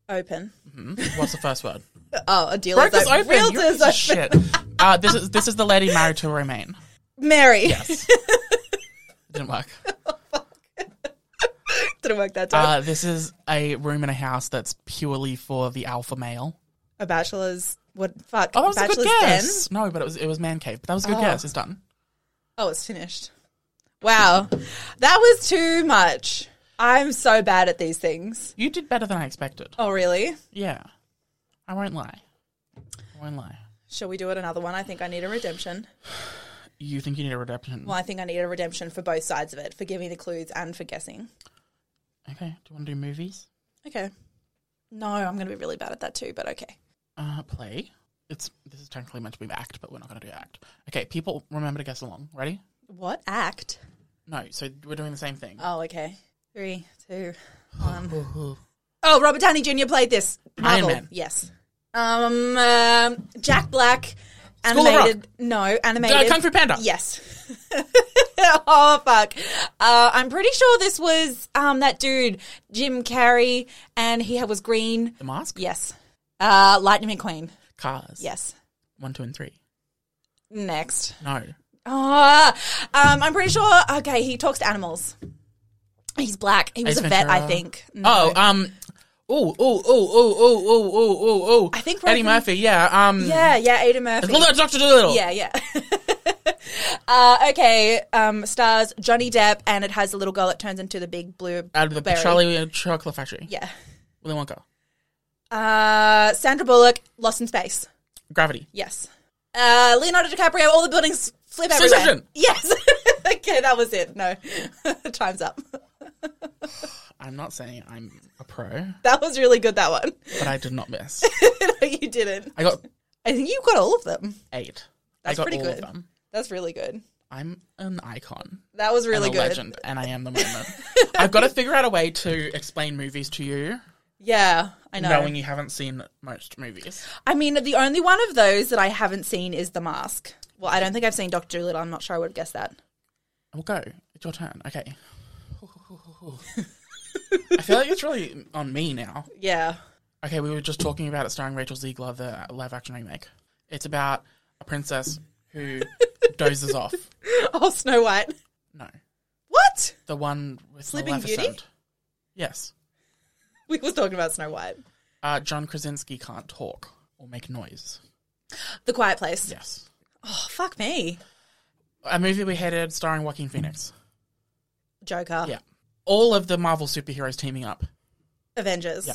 S2: Open.
S1: Hmm? What's the first word?
S2: Oh, a dealer's
S1: Brokers open.
S2: Realtor's
S1: you piece of shit. Uh, this is this is the lady married to Romaine.
S2: Mary.
S1: Yes. didn't work.
S2: Didn't work that time.
S1: Uh, this is a room in a house that's purely for the alpha male.
S2: a bachelor's what fuck?
S1: Oh, that was
S2: bachelor's
S1: a good
S2: den?
S1: guess. No, but it was it was man cave. But that was a good
S2: Oh.
S1: guess. It's done.
S2: Oh, it's finished. Wow. That was too much. I'm so bad at these things.
S1: You did better than I expected.
S2: Oh really?
S1: Yeah, I won't lie. I won't lie.
S2: Shall we do it another one? I think I need a redemption.
S1: You think you need a redemption?
S2: Well, I think I need a redemption for both sides of it, for giving the clues and for guessing.
S1: Okay. Do you want to do movies?
S2: Okay. No, I'm gonna be really bad at that too, but okay.
S1: Uh, play. It's this is technically meant to be act, but we're not going to do act. Okay, people, remember to guess along. Ready?
S2: What act?
S1: No. So we're doing the same thing.
S2: Oh, okay. Three, two, one. Oh, Robert Downey Jr. played this.
S1: Iron
S2: Marvel.
S1: Man.
S2: Yes. Um, um, Jack Black.
S1: School of Rock.
S2: Animated. No, animated.
S1: Uh, Kung Fu Panda.
S2: Yes. oh fuck! Uh, I'm pretty sure this was um that dude Jim Carrey, and he was green.
S1: The Mask.
S2: Yes. Uh, Lightning McQueen.
S1: Cars.
S2: Yes.
S1: One, two, and three.
S2: Next.
S1: No.
S2: Ah, um, I'm pretty sure. Okay, he talks to animals. He's black. He was
S1: Ace
S2: a vet, I
S1: Ventura.
S2: think. Mm.
S1: Oh. Um. Oh. Oh. Oh. Oh. Oh. Oh. Oh. Oh.
S2: I think
S1: Eddie
S2: Rogan-
S1: Murphy. Yeah. Um.
S2: Yeah, yeah, Ada Murphy.
S1: Doctor Doolittle.
S2: Yeah, yeah. uh, okay, um, stars Johnny Depp, and it has the little girl that turns into the big blue.
S1: Out of the
S2: berry.
S1: Charlie and Chocolate Factory.
S2: Yeah.
S1: Willy Wonka.
S2: Uh, Sandra Bullock, Lost in Space.
S1: Gravity.
S2: Yes. Uh, Leonardo DiCaprio, all the buildings flip everywhere.
S1: Succession.
S2: Yes. okay, that was it. No, time's up.
S1: I'm not saying I'm a pro,
S2: That was really good. That one.
S1: but I did not miss.
S2: no, you didn't.
S1: I got
S2: I think you got all of them.
S1: eight. I
S2: That's
S1: got
S2: pretty
S1: all
S2: good.
S1: of them.
S2: That's really good.
S1: I'm an icon.
S2: That was really
S1: and a
S2: good.
S1: legend, and I am the moment. I've got to figure out a way to explain movies to you,
S2: Yeah, I know.
S1: knowing you haven't seen most movies.
S2: I mean, the only one of those that I haven't seen is The Mask. Well, I don't think I've seen Doctor Doolittle. I'm not sure I would have guessed that.
S1: We'll go. It's your turn. Okay. I feel like it's really on me now.
S2: Yeah.
S1: Okay, we were just talking about it starring Rachel Ziegler, the live action remake. It's about a princess who dozes off.
S2: Oh, Snow White.
S1: No.
S2: What?
S1: The one with
S2: Sleeping Beauty?
S1: Maleficent. Yes.
S2: we were talking about Snow White.
S1: Uh, John Krasinski can't talk or make noise.
S2: The Quiet Place.
S1: Yes.
S2: Oh, fuck me.
S1: A movie we hated starring Joaquin Phoenix.
S2: Joker.
S1: Yeah. All of the Marvel superheroes teaming up.
S2: Avengers.
S1: Yeah.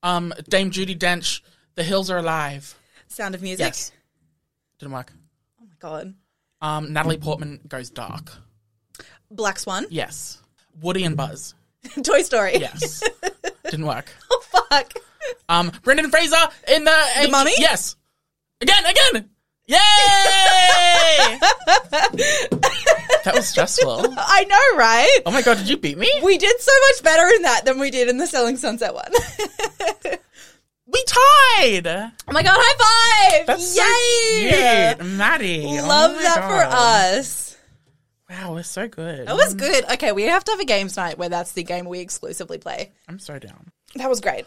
S1: Um, Dame Judy Dench, The Hills Are Alive.
S2: Sound of Music.
S1: Yes. Didn't work.
S2: Oh my god.
S1: Um, Natalie Portman goes dark.
S2: Black Swan.
S1: Yes. Woody and Buzz.
S2: Toy Story.
S1: Yes. Didn't work.
S2: Oh fuck.
S1: Um, Brendan Fraser in the,
S2: The Mummy?
S1: Yes. Again, again. Yay! that was stressful.
S2: I know, right?
S1: Oh my god, did you beat me?
S2: We did so much better in that than we did in the Selling Sunset one.
S1: We tied.
S2: oh my god, high five!
S1: That's
S2: Yay!
S1: so cute, Maddie. Oh
S2: Love
S1: my
S2: that for
S1: God.
S2: us.
S1: Wow, we're so good.
S2: That was good. Okay, we have to have a games night where that's the game we exclusively play.
S1: I'm so down.
S2: That was great.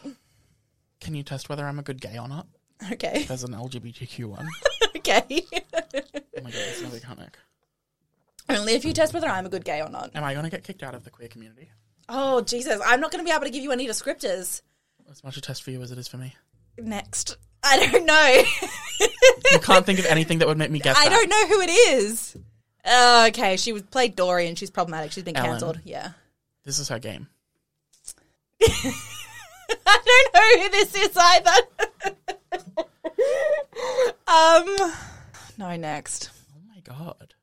S1: Can you test whether I'm a good gay or not?
S2: Okay.
S1: There's an LGBTQ one.
S2: Okay.
S1: oh my god, it's another comic.
S2: Only if you test whether I'm a good gay or not.
S1: Am I gonna get kicked out of the queer community?
S2: Oh, Jesus. I'm not going to be able to give you any descriptors.
S1: As much a test for you as it is for me.
S2: Next. I don't know.
S1: You can't think of anything that would make me guess.
S2: I
S1: that.
S2: don't know who it is. Oh, okay. She was played Dory and she's problematic. She's been
S1: Ellen.
S2: cancelled. Yeah.
S1: This is her game.
S2: I don't know who this is either. um, no, next.
S1: Oh my god.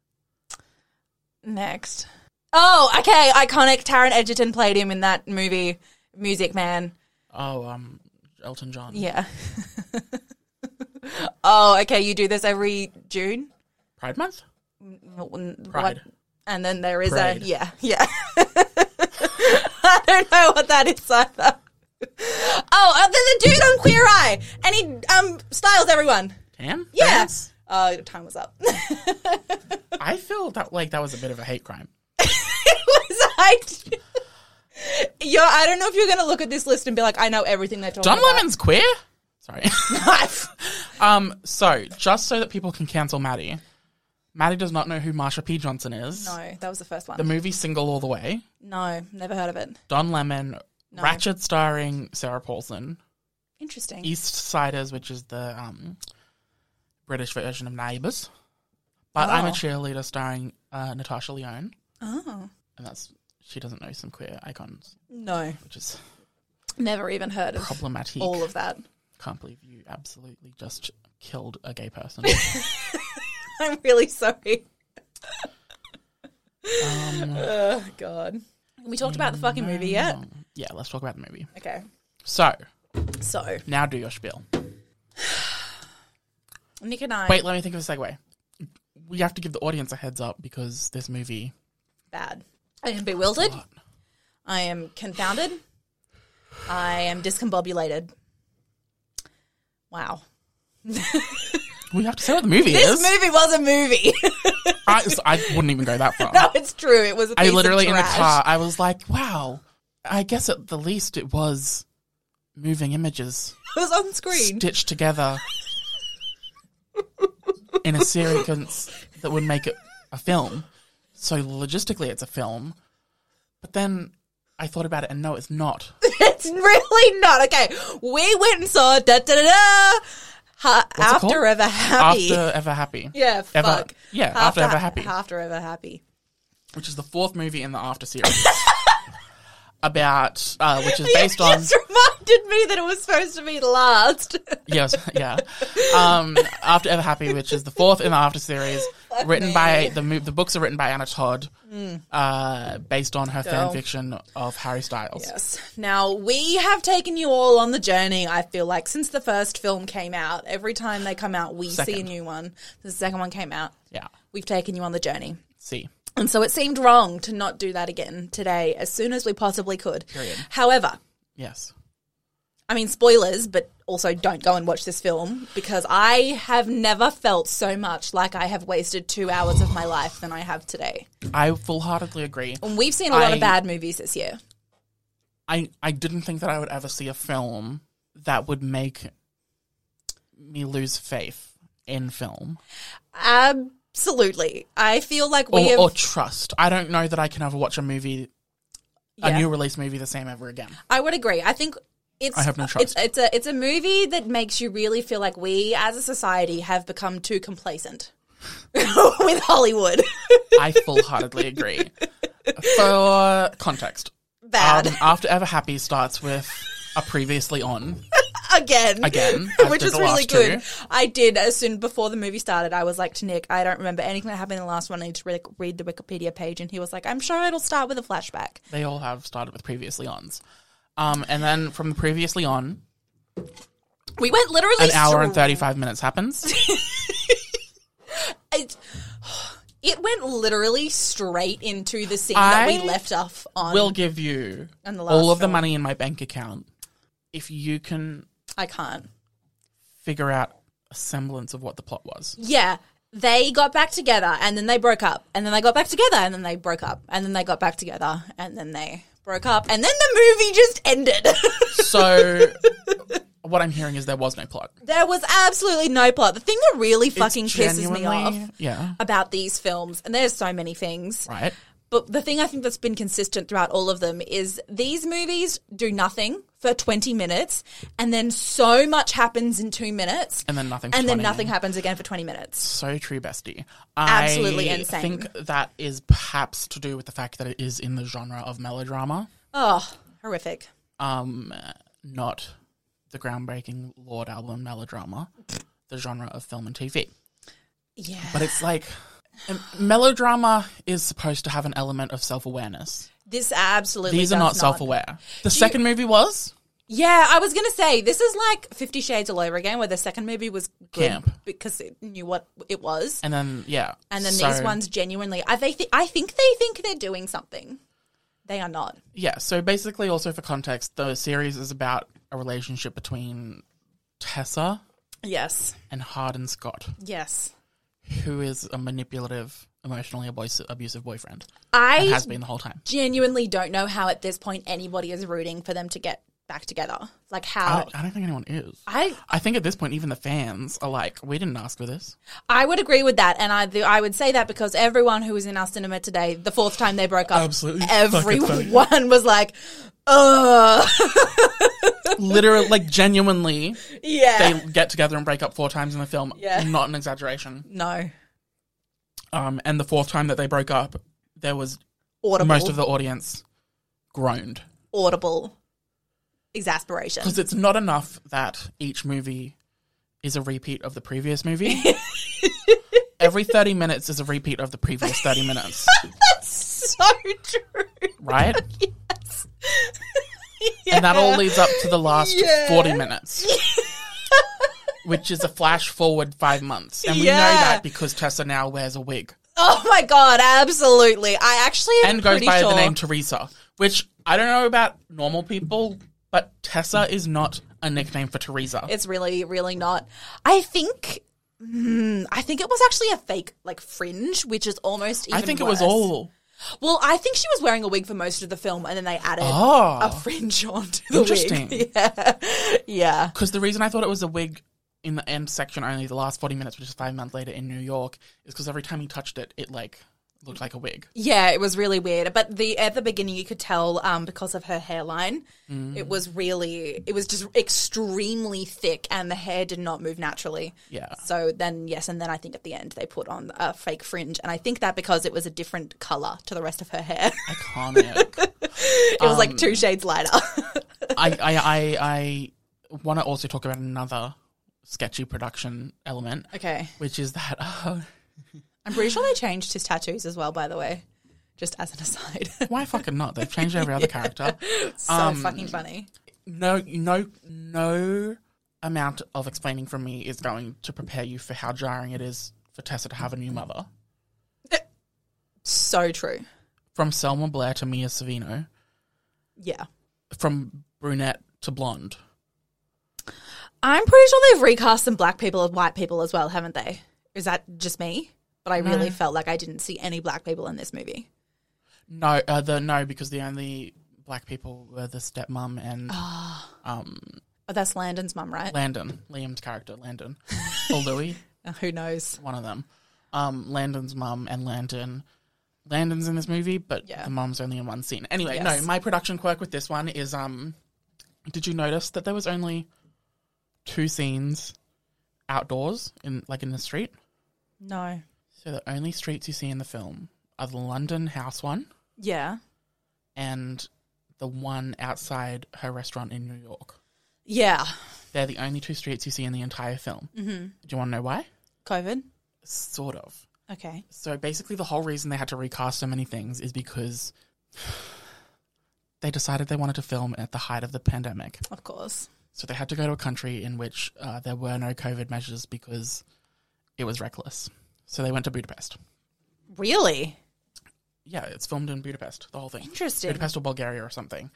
S2: Next. Oh, okay. Iconic. Taron Egerton played him in that movie, Music Man.
S1: Oh, um, Elton John.
S2: Yeah. oh, okay. You do this every June?
S1: Pride Month.
S2: What-
S1: Pride.
S2: And then there is
S1: Parade.
S2: a. Yeah. Yeah. I don't know what that is either. Oh, uh, there's a dude on Queer Eye, and he um styles everyone.
S1: Damn.
S2: Yes. Uh, time was up. it
S1: I feel that like that was a bit of a hate crime.
S2: was like, yo, I don't know if you're gonna look at this list and be like, I know everything they're talking
S1: Don
S2: about.
S1: Lemon's queer. Sorry. um. So just so that people can cancel Maddie, Maddie does not know who Marsha P Johnson is.
S2: No, that was the first one.
S1: The movie Single All the Way.
S2: no, never heard of it.
S1: Don Lemon. Ratchet starring Sarah Paulson.
S2: Interesting.
S1: East Siders, which is the um, British version of Neighbours. But I'm a
S2: Oh.
S1: cheerleader starring uh, Natasha Leone,
S2: oh
S1: and that's she doesn't know some queer icons,
S2: no,
S1: which is
S2: never even heard of
S1: problematic.
S2: all of that.
S1: Can't believe you absolutely just killed a gay person.
S2: I'm really sorry.
S1: um,
S2: Oh God. We talked about the fucking movie yet?
S1: yeah, let's talk about the movie.
S2: Okay.
S1: So
S2: So
S1: now do your spiel.
S2: Nick and I
S1: Wait, let me think of a segue. We have to give the audience a heads up because this movie.
S2: bad. I am bewildered. I am confounded. I am discombobulated. Wow.
S1: We have to say what the movie
S2: This
S1: is.
S2: movie was a movie.
S1: I, I wouldn't even go that far.
S2: no, it's true. It was a
S1: I
S2: piece of
S1: literally in the
S2: trash.
S1: car, I was like, wow. I guess at the least it was moving images
S2: It was on screen.
S1: stitched together in a sequence that would make it a film. So logistically, it's a film. But then I thought about it, and no, it's not.
S2: It's really not. Okay. We went and saw da da da da. Ha-
S1: What's it
S2: after
S1: called?
S2: Ever Happy.
S1: After Ever Happy.
S2: yeah,
S1: Ever-
S2: fuck.
S1: yeah, After Ever Happy.
S2: After Ever Happy.
S1: Which is the fourth movie in the After series. about, uh, which is based
S2: you
S1: on.
S2: just reminded me that it was supposed to be last.
S1: Yes, yeah. Um, After Ever Happy, which is the fourth in the After series, written by the mo- the books are written by Anna Todd, uh, based on her fan
S2: Girl.
S1: fiction of Harry Styles.
S2: Yes. Now, we have taken you all on the journey, I feel like, since the first film came out. Every time they come out, we see a
S1: Second.
S2: new one. The second one came out.
S1: Yeah,
S2: We've taken you on the journey.
S1: see,
S2: And so it seemed wrong to not do that again today as soon as we possibly could. However,
S1: yes,
S2: I mean, spoilers, but also don't go and watch this film because I have never felt so much like I have wasted two hours of my life than I have today.
S1: I full heartedly agree.
S2: And we've seen a lot
S1: I-
S2: of bad movies this year.
S1: I I didn't think that I would ever see a film that would make me lose faith in film
S2: Absolutely. I feel like
S1: or,
S2: we have.
S1: or trust. I don't know that I can ever watch a movie,
S2: Yeah.
S1: a new release movie, the same ever again.
S2: I would agree. I think it's
S1: I have no
S2: it's,
S1: choice.
S2: it's a it's a movie that makes you really feel like we as a society have become too complacent with Hollywood.
S1: I full heartedly agree. For context,
S2: Bad
S1: Um, after Ever Happy starts with a previously on.
S2: again.
S1: Again,
S2: Which
S1: after
S2: is
S1: the
S2: really
S1: last
S2: good.
S1: two.
S2: I did as soon before the movie started. I was like to Nick, I don't remember anything that happened in the last one. I need to re- read the Wikipedia page, and he was like, "I'm sure it'll start with a flashback."
S1: They all have started with previously ons. Um, and then from the previously on,
S2: We went literally
S1: an hour and
S2: straight-
S1: 35 minutes happens.
S2: It, it went literally straight into the scene that
S1: I
S2: we left off on.
S1: We'll give you
S2: And the last
S1: all of the
S2: film.
S1: money in my bank account if you can
S2: I can't.
S1: figure out a semblance of what the plot was.
S2: Yeah. They got back together and then they broke up. And then they got back together and then they broke up. And then they got back together and then they broke up. And then the movie just ended.
S1: So, what I'm hearing is there was no plot.
S2: there was absolutely no plot. The thing that really fucking pisses me
S1: genuinely-
S2: off
S1: yeah.
S2: about these films, and there's so many things,
S1: Right?
S2: but the thing I think that's been consistent throughout all of them is these movies do nothing for 20 minutes and then so much happens in two minutes.
S1: And then nothing for
S2: And then
S1: 20.
S2: nothing happens again for 20 minutes.
S1: So true, bestie.
S2: Absolutely
S1: I
S2: insane.
S1: think that is perhaps to do with the fact that it is in the genre of melodrama,
S2: Oh, horrific.
S1: um, not the groundbreaking Lord album melodrama, the genre of film and TV.
S2: Yeah.
S1: But it's like um, melodrama is supposed to have an element of self awareness.
S2: This absolutely
S1: These are
S2: does
S1: not self aware. The second movie was
S2: Yeah, I was gonna say this is like Fifty Shades all over again, where the second movie was good
S1: Camp.
S2: because it knew what it was,
S1: and then yeah,
S2: and then
S1: so-
S2: these ones genuinely, I they thi- I think they think they're doing something, they are not.
S1: Yeah, so basically, also for context, the series is about a relationship between Tessa
S2: Yes,
S1: and Hardin Scott,
S2: yes,
S1: who is a manipulative, emotionally abus- abusive boyfriend. and
S2: I
S1: has been the whole time.
S2: genuinely don't know how at this point anybody is rooting for them to get back together. Like
S1: I
S2: how
S1: don't, I don't think anyone is.
S2: I
S1: I think at this point, even the fans are like, we didn't ask for this.
S2: I would agree with that, and I the, I would say that because everyone who was in our cinema today, the fourth time they broke up,
S1: Absolutely fucking funny.
S2: everyone was like, "Ugh,
S1: Literally, like, genuinely,
S2: yeah,
S1: they get together and break up four times in the film.
S2: Yeah.
S1: Not an exaggeration.
S2: no."
S1: Um, and the fourth time that they broke up, there was
S2: Audible,
S1: most of the audience groaned.
S2: audible exasperation.
S1: Because it's not enough that each movie is a repeat of the previous movie. Every 30 minutes is a repeat of the previous 30 minutes,
S2: So true.
S1: right? And that all leads up to the last 40 minutes, which is a flash forward five months. And we know
S2: Yeah.
S1: that because Tessa now wears a wig
S2: Oh my god, absolutely. I actually am
S1: and goes
S2: pretty
S1: by
S2: sure.
S1: the name Teresa, which I don't know about normal people, but Tessa is not a nickname for Teresa.
S2: it's really, really not. I think. hmm, I think it was actually a fake, like fringe, which is almost. Even
S1: I think it was
S2: worse.
S1: all.
S2: Well, I think she was wearing a wig for most of the film, and then they added
S1: Oh.
S2: a fringe onto the
S1: Interesting.
S2: wig. Yeah, yeah.
S1: Because the reason I thought it was a wig in the end section only, the last 40 minutes, which is five months later in New York, is because every time he touched it, it like looked like a wig.
S2: Yeah, it was really weird. But the at the beginning, you could tell um, because of her hairline, it was really, it was just extremely thick, and the hair did not move naturally.
S1: Yeah.
S2: So then, yes, and then I think at the end they put on a fake fringe, and I think that because it was a different color to the rest of her hair,
S1: Iconic.
S2: it was like two shades lighter.
S1: I, I, I, I want to also talk about another sketchy production element,
S2: okay,
S1: which is that uh,
S2: I'm pretty sure they changed his tattoos as well. By the way, just as an aside,
S1: why fucking not? They've changed every other character.
S2: so fucking funny.
S1: No, no, no amount of explaining from me is going to prepare you for how jarring it is for Tessa to have a new mother.
S2: So true.
S1: From Selma Blair to Mia Savino.
S2: Yeah.
S1: from brunette to blonde.
S2: I'm pretty sure they've recast some black people and white people as well, haven't they? Is that just me? But I really felt like I didn't see any black people in this movie.
S1: No, uh, the no because the only black people were the stepmom and um,
S2: Oh, that's Landon's mum, right?
S1: Landon, Liam's character, Landon or Louis,
S2: Uh, Who knows?
S1: one of them. Um, Landon's mum and Landon. Landon's in this movie, but
S2: Yeah.
S1: the mum's only in one scene. Anyway,
S2: Yes.
S1: no, my production quirk with this one is um, Did you notice that there was only two scenes outdoors in like in the street?
S2: No.
S1: So the only streets you see in the film are the London house one
S2: Yeah.
S1: and the one outside her restaurant in New York.
S2: Yeah.
S1: They're the only two streets you see in the entire film. Mm-hmm. Do you want to know why?
S2: COVID.
S1: Sort of.
S2: Okay.
S1: So basically, the whole reason they had to recast so many things is because they decided they wanted to film at the height of the pandemic.
S2: Of course.
S1: So they had to go to a country in which uh, there were no COVID measures because it was reckless. So they went to Budapest.
S2: Really?
S1: Yeah, it's filmed in Budapest, the whole thing.
S2: Interesting.
S1: Budapest or Bulgaria or something.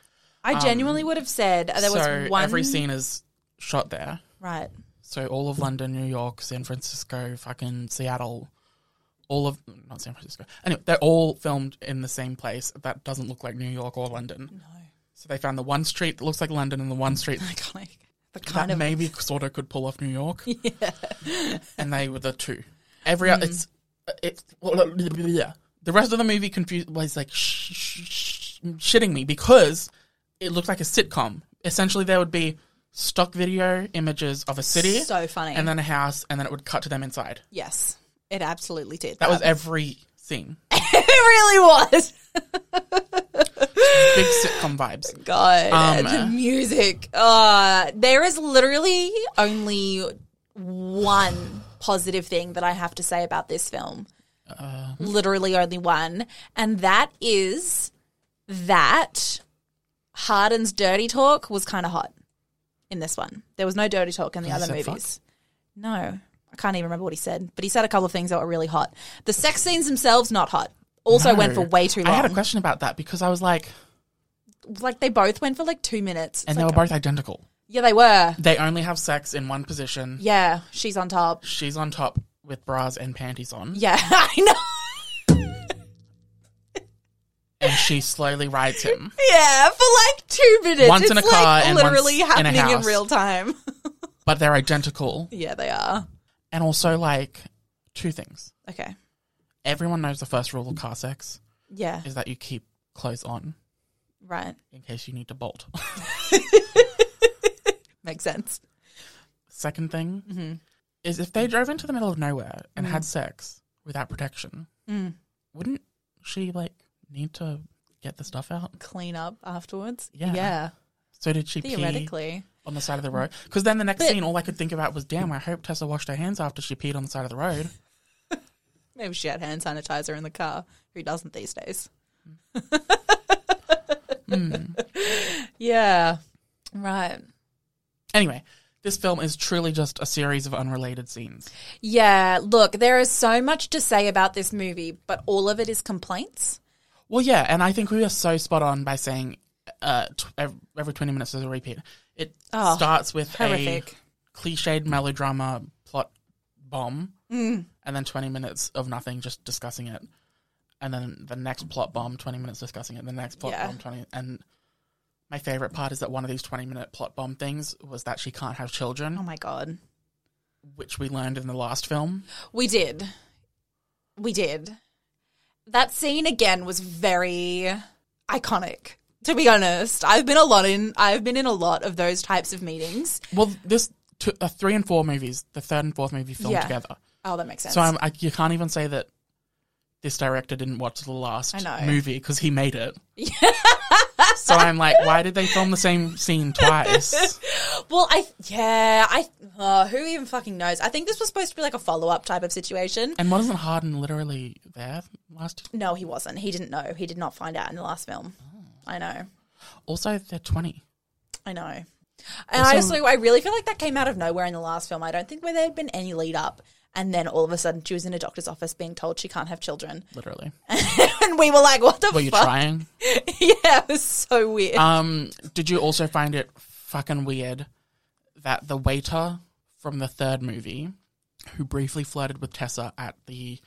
S2: I genuinely would have said uh, there
S1: Um, so
S2: was one
S1: every scene is shot there.
S2: Right.
S1: So all of London, New York, San Francisco, fucking Seattle, all of not San Francisco. Anyway, they're all filmed in the same place that doesn't look like New York or London. No. So they found the one street that looks like London and the one street
S2: Iconic. The
S1: that
S2: kind of
S1: maybe sort of could pull off New York. Yeah. and they were the two. Every
S2: Hmm.
S1: oth- it's it's yeah. The rest of the movie confused was like sh- sh- sh- shitting me because it looked like a sitcom. Essentially, there would be stock video images of a city,
S2: So funny.
S1: and then a house, and then it would cut to them inside.
S2: yes, it absolutely did.
S1: That was every scene.
S2: it. Really was.
S1: Big sitcom vibes.
S2: God,
S1: Um,
S2: the music. Uh, there is literally only one positive thing that I have to say about this film.
S1: Uh-huh.
S2: literally only one, and that is that Harden's dirty talk was kind of hot in this one. There was no dirty talk in the
S1: He
S2: other
S1: said fuck?
S2: movies. No, I can't even remember what he said, but he said a couple of things that were really hot. The sex scenes themselves not hot. Also
S1: No.
S2: went for way too long.
S1: I had a question about that because I was like,
S2: Like they both went for like two minutes. It's
S1: and
S2: like,
S1: they were both identical.
S2: yeah, they were.
S1: They only have sex in one position.
S2: Yeah, she's on top.
S1: She's on top with bras and panties on.
S2: Yeah, I know.
S1: and she slowly rides him.
S2: Yeah, for like two minutes.
S1: Once
S2: it's
S1: in a
S2: like
S1: car and once
S2: literally
S1: in a
S2: happening in,
S1: house.
S2: real time.
S1: But they're identical.
S2: yeah, they are.
S1: And also, like, two things.
S2: Okay.
S1: Everyone knows the first rule of car sex
S2: Yeah.
S1: is that you keep clothes on
S2: Right.
S1: in case you need to bolt.
S2: Makes sense.
S1: Second thing
S2: Mm-hmm.
S1: is if they drove into the middle of nowhere and
S2: Mm.
S1: had sex without protection, wouldn't she, like, need to get the stuff out?
S2: Clean up afterwards.
S1: Yeah.
S2: Yeah.
S1: So did she pee
S2: Theoretically.
S1: on the side of the road? Because then the next
S2: But-
S1: scene, all I could think about was, damn, I hope Tessa washed her hands after she peed on the side of the road.
S2: Maybe she had hand sanitizer in the car. Who doesn't these days? Hmm. yeah. Right.
S1: Anyway, this film is truly just a series of unrelated scenes.
S2: Yeah. Look, there is so much to say about this movie, but all of it is complaints.
S1: Well, yeah, and I think we are so spot on by saying uh, tw- ev- every 20 minutes is a repeat. It
S2: Oh,
S1: starts with
S2: horrific.
S1: a cliched melodrama plot bomb,
S2: Mm.
S1: and then 20 minutes of nothing just discussing it. And then the next plot bomb, 20 minutes discussing it, the next plot
S2: Yeah.
S1: bomb, 20. And my favorite part is that one of these 20 minute plot bomb things was that she can't have children,
S2: Oh my God.
S1: which we learned in the last film.
S2: We did. We did. That scene again was very iconic. To be honest, I've been a lot in I've been in a lot of those types of meetings.
S1: Well, this t- uh, three and four movies, the third and fourth movie filmed
S2: Yeah.
S1: together.
S2: Oh, that makes sense.
S1: So I'm, I, you can't even say that this director didn't watch the last
S2: I know.
S1: movie because he made it. so I'm like, why did they film the same scene twice?
S2: well, I yeah, I oh, who even fucking knows? I think this was supposed to be like a follow up type of situation.
S1: And wasn't Harden literally there last?
S2: No, he wasn't. He didn't know. He did not find out in the last film. I know.
S1: Also, they're twenty.
S2: I know. And I also, I really feel like that came out of nowhere in the last film. I don't think where there had been any lead up. And then all of a sudden, she was in a doctor's office being told she can't have children.
S1: Literally,
S2: and we were like, "What the
S1: were you
S2: fuck?"
S1: trying?
S2: yeah, it was so weird.
S1: Um, did you also find it fucking weird that the waiter from the third movie, who briefly flirted with Tessa at the,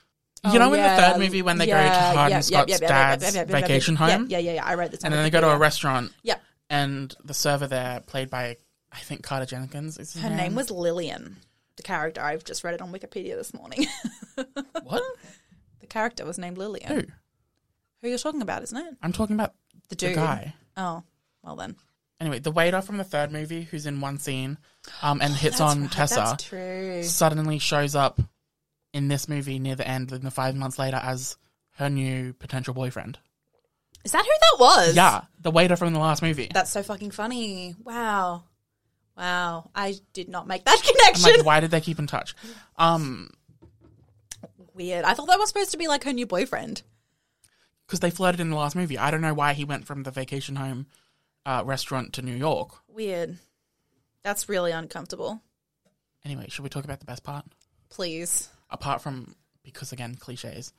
S1: you know, in the third movie when they go to
S2: Oh, Yeah,
S1: Harden
S2: yep,
S1: Scott's
S2: yep, yep, yep,
S1: dad's
S2: yep, yep, yep, yep,
S1: vacation
S2: yep,
S1: home,
S2: Yeah, yeah, yeah. I read this.
S1: and then they go to
S2: yeah.
S1: a restaurant,
S2: Yep.
S1: and the server there, played by I think Carter Jenkins, is his
S2: Her name was Lillian. The character I've just read it on Wikipedia this morning.
S1: what?
S2: the character was named Lillian.
S1: Who?
S2: Who you're talking about, isn't it?
S1: I'm talking about
S2: The
S1: the
S2: dude.
S1: guy.
S2: Oh, well then.
S1: Anyway, the waiter from the third movie, who's in one scene, um, and hits
S2: Oh, That's
S1: on
S2: right,
S1: Tessa,
S2: That's true.
S1: suddenly shows up in this movie near the end, in the five months later, as her new potential boyfriend.
S2: Is that who that was?
S1: Yeah, the waiter from the last movie.
S2: That's so fucking funny. Wow. Wow. I did not make that
S1: I'm
S2: connection.
S1: like, why did they keep in touch? Um,
S2: Weird. I thought that was supposed to be like her new boyfriend.
S1: because they flirted in the last movie. I don't know why he went from the vacation home uh, restaurant to New York.
S2: Weird. That's really uncomfortable.
S1: Anyway, should we talk about the best part?
S2: Please.
S1: Apart from because again, cliches.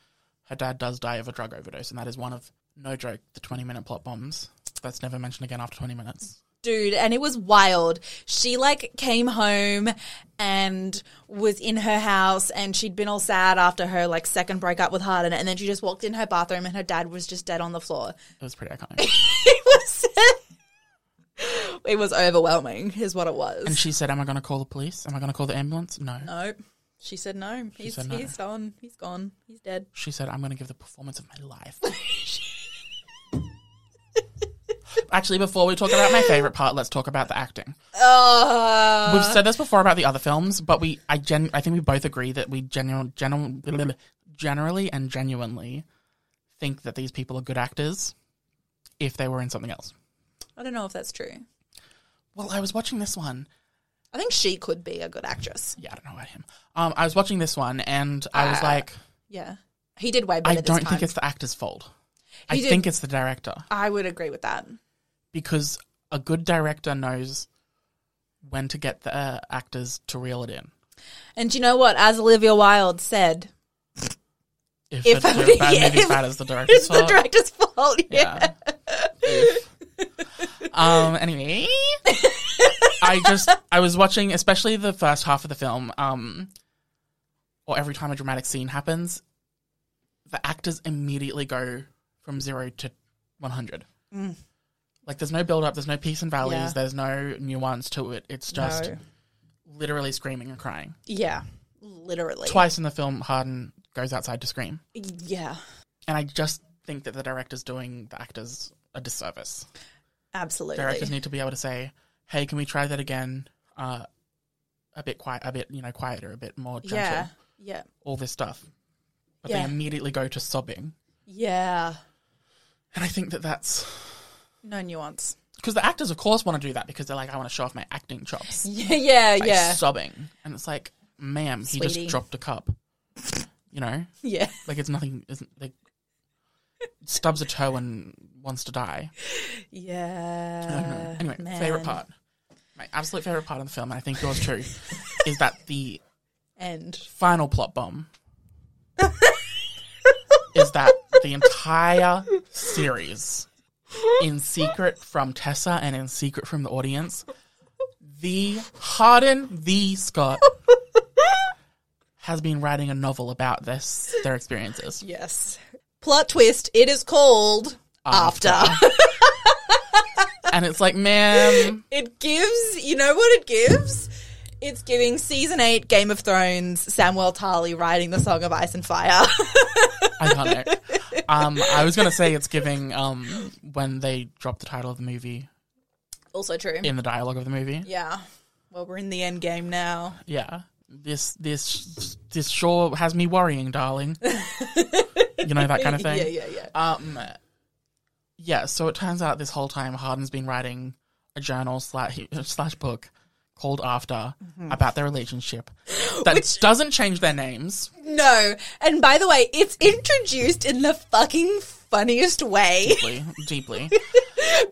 S1: Her dad does die of a drug overdose, and that is one of no joke the twenty-minute plot bombs that's never mentioned again after twenty minutes.
S2: dude and it was wild she like came home and was in her house and she'd been all sad after her like second breakup with Harden and then she just walked in her bathroom and her dad was just dead on the floor
S1: It was pretty iconic.
S2: it was it was overwhelming is what it was
S1: and she said, "Am I going to call the police? Am I going to call the ambulance? No."
S2: no she said no he's
S1: said no.
S2: he's gone he's gone he's dead
S1: She said, "I'm going to give the performance of my life." Actually, before we talk about my favorite part, let's talk about the acting.
S2: oh
S1: We've said this before about the other films, but we I gen I think we both agree that we genu- genu- blah, blah, blah, generally and genuinely think that these people are good actors if they were in something else.
S2: I don't know if that's true
S1: Well, I was watching this one.
S2: I think she could be a good actress
S1: Yeah, I don't know about him. Um, I was watching this one and I was
S2: Ah,
S1: like,
S2: yeah he did way better
S1: I
S2: this
S1: don't
S2: time.
S1: think it's the actor's fault. I
S2: He did-
S1: think it's the director
S2: I would agree with that
S1: because a good director knows when to get the uh, actors to reel it in.
S2: And do you know what? As Olivia Wilde said,
S1: If,
S2: If
S1: the,
S2: I-
S1: the bad movie's
S2: if-
S1: bad as the director's
S2: it's the
S1: fault.
S2: director's fault. Yeah.
S1: Yeah. um. Anyway, I just I was watching, especially the first half of the film. Um, or every time a dramatic scene happens, the actors immediately go from zero to one hundred. Like there's no build up, there's no peaks and valleys,
S2: Mm. Yeah.
S1: there's no nuance to it. It's just
S2: No.
S1: literally screaming and crying.
S2: Yeah. Literally.
S1: Twice in the film, Harden goes outside to scream,
S2: Yeah.
S1: and I just think that the director's doing the actors a disservice. directors
S2: Absolutely.
S1: need to be able to say, "Hey, can we try that again? Uh, a bit quiet, a bit you know, quieter, a bit more gentle.
S2: Yeah. Yeah.
S1: All this stuff." But
S2: Yeah.
S1: they immediately go to sobbing,
S2: Yeah.
S1: and I think that that's
S2: No nuance.
S1: because the actors, of course, want to do that because they're like, "I want to show off my acting chops."
S2: Yeah. Yeah.
S1: by
S2: Yeah.
S1: sobbing, and it's like, "Ma'am, he
S2: Sweetie.
S1: just dropped a cup." You know,
S2: Yeah.
S1: like it's nothing. Isn't like stubs a toe and wants to die.
S2: Yeah.
S1: anyway,
S2: Uh, man.
S1: favorite part. My absolute favorite part of the film, and I think yours too, is that the
S2: And
S1: final plot bomb is that the entire series in secret from Tessa and in secret from the audience, the Harden the Scott has been writing a novel about this their experiences.
S2: yes. Plot twist. It is called After.
S1: And it's like, man,
S2: It gives, you know what it gives? It's giving season eight Game of Thrones, Samuel Tarly writing the Song of Ice and Fire.
S1: iconic. Um, I was gonna say it's giving um when they dropped the title of the movie
S2: also true.
S1: in the dialogue of the movie.
S2: Yeah. Well, we're in the end game now.
S1: Yeah. This this this sure has me worrying, darling. you know that kind of thing.
S2: Yeah, yeah, yeah.
S1: Um. Yeah. So it turns out this whole time Harden's been writing a journal slash slash book called After
S2: Mm-hmm.
S1: about their relationship that doesn't change their names.
S2: No. And by the way, it's introduced in the fucking funniest way
S1: Deeply, deeply.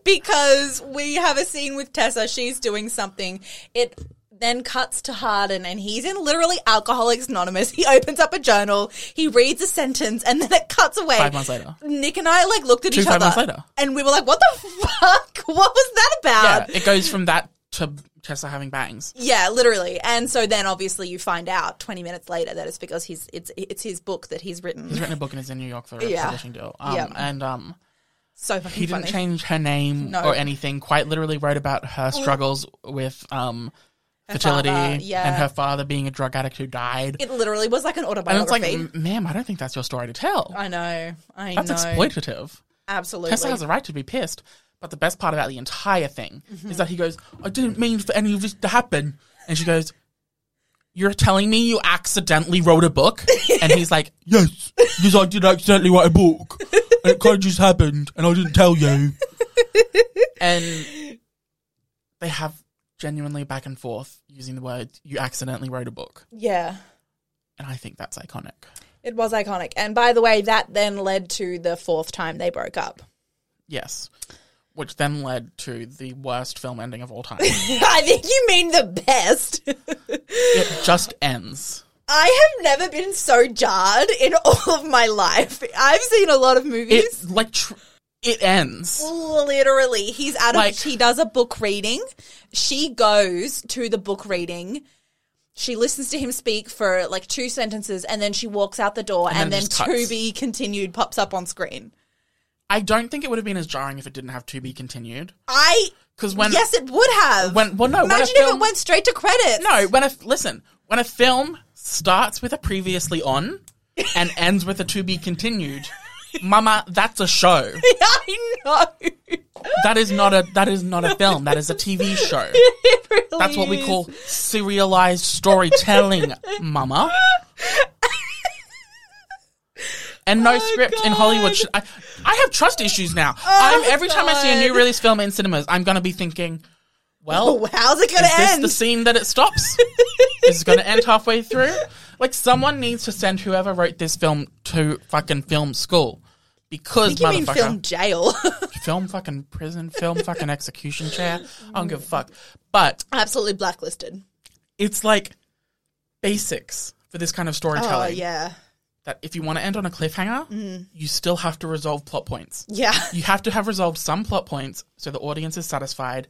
S2: because we have a scene with Tessa. She's doing something. It then cuts to Harden and he's in literally Alcoholics Anonymous. He opens up a journal, he reads a sentence, and then it cuts away.
S1: Five months later.
S2: Nick and I like looked at
S1: Two
S2: each
S1: five
S2: other
S1: months later.
S2: and we were like, what the fuck? What was that about?
S1: Yeah. Uh, It goes from that to Tessa having bangs.
S2: Yeah, literally. And so then obviously you find out 20 minutes later that it's because he's it's it's his book that he's written.
S1: He's written a book and is in New York for a
S2: Yeah.
S1: publishing deal. Um,
S2: Yeah.
S1: And um,
S2: so fucking
S1: he didn't
S2: funny.
S1: change her name
S2: No.
S1: or anything. Quite literally wrote about her struggles with um, fertility
S2: father, yeah.
S1: and her father being a drug addict who died.
S2: It literally was like an
S1: and it's like,
S2: autobiography.
S1: "M- ma'am, I don't think that's your story to tell.
S2: I know. I
S1: That's
S2: know.
S1: exploitative.
S2: Absolutely.
S1: Tessa has a right to be pissed. But the best part about the entire thing is that he goes, I didn't mean for any of this to happen. And she goes, You're telling me you accidentally wrote a book? And he's like, Yes, yes, I did accidentally write a book. And it kind of just happened, and I didn't tell you. And they have genuinely back and forth using the word, You accidentally wrote a book.
S2: Yeah.
S1: And I think that's iconic.
S2: It was iconic. And by the way, that then led to the fourth time they broke up.
S1: Yes. Which then led to the worst film ending of all time.
S2: I think you mean the best.
S1: it just ends.
S2: I have never been so jarred in all of my life. I've seen a lot of movies.
S1: It like tr- it ends.
S2: Literally, he's out of.
S1: Like-
S2: he does a book reading. She goes to the book reading. She listens to him speak for like two sentences, and then she walks out the door,
S1: And
S2: and,
S1: then
S2: then,
S1: it just
S2: to
S1: cuts.
S2: be continued pops up on screen.
S1: I don't think it would have been as jarring if it didn't have to be continued.
S2: I
S1: Because when
S2: yes, it would have.
S1: when well no when a
S2: Imagine if
S1: film,
S2: it went straight to credits.
S1: no when a listen when a film starts with a previously on and ends with a to be continued. Mama, that's a show.
S2: I know.
S1: That is not a that is not a film. That is a TV show.
S2: It really
S1: That's what we
S2: is.
S1: call serialized storytelling, mama. And
S2: Oh,
S1: no script in Hollywood. Should, I, I have trust issues now. I'm, every time I see a new
S2: God.
S1: release film in cinemas, I'm going to be thinking, well,
S2: Oh, how's it going
S1: is
S2: to
S1: this
S2: end?
S1: the scene that it stops? is it going to end halfway through? Like, someone needs to send whoever wrote this film to fucking film school. Because,
S2: you mean
S1: motherfucker
S2: film jail?
S1: film fucking prison, film fucking execution chair. I don't give a fuck. But
S2: Absolutely blacklisted.
S1: it's like basics for this kind of
S2: Oh
S1: storytelling.
S2: yeah, Mm-hmm.
S1: That if you want to end on a cliffhanger, you still have to resolve plot points.
S2: yeah.
S1: You have to have resolved some plot points so the audience is satisfied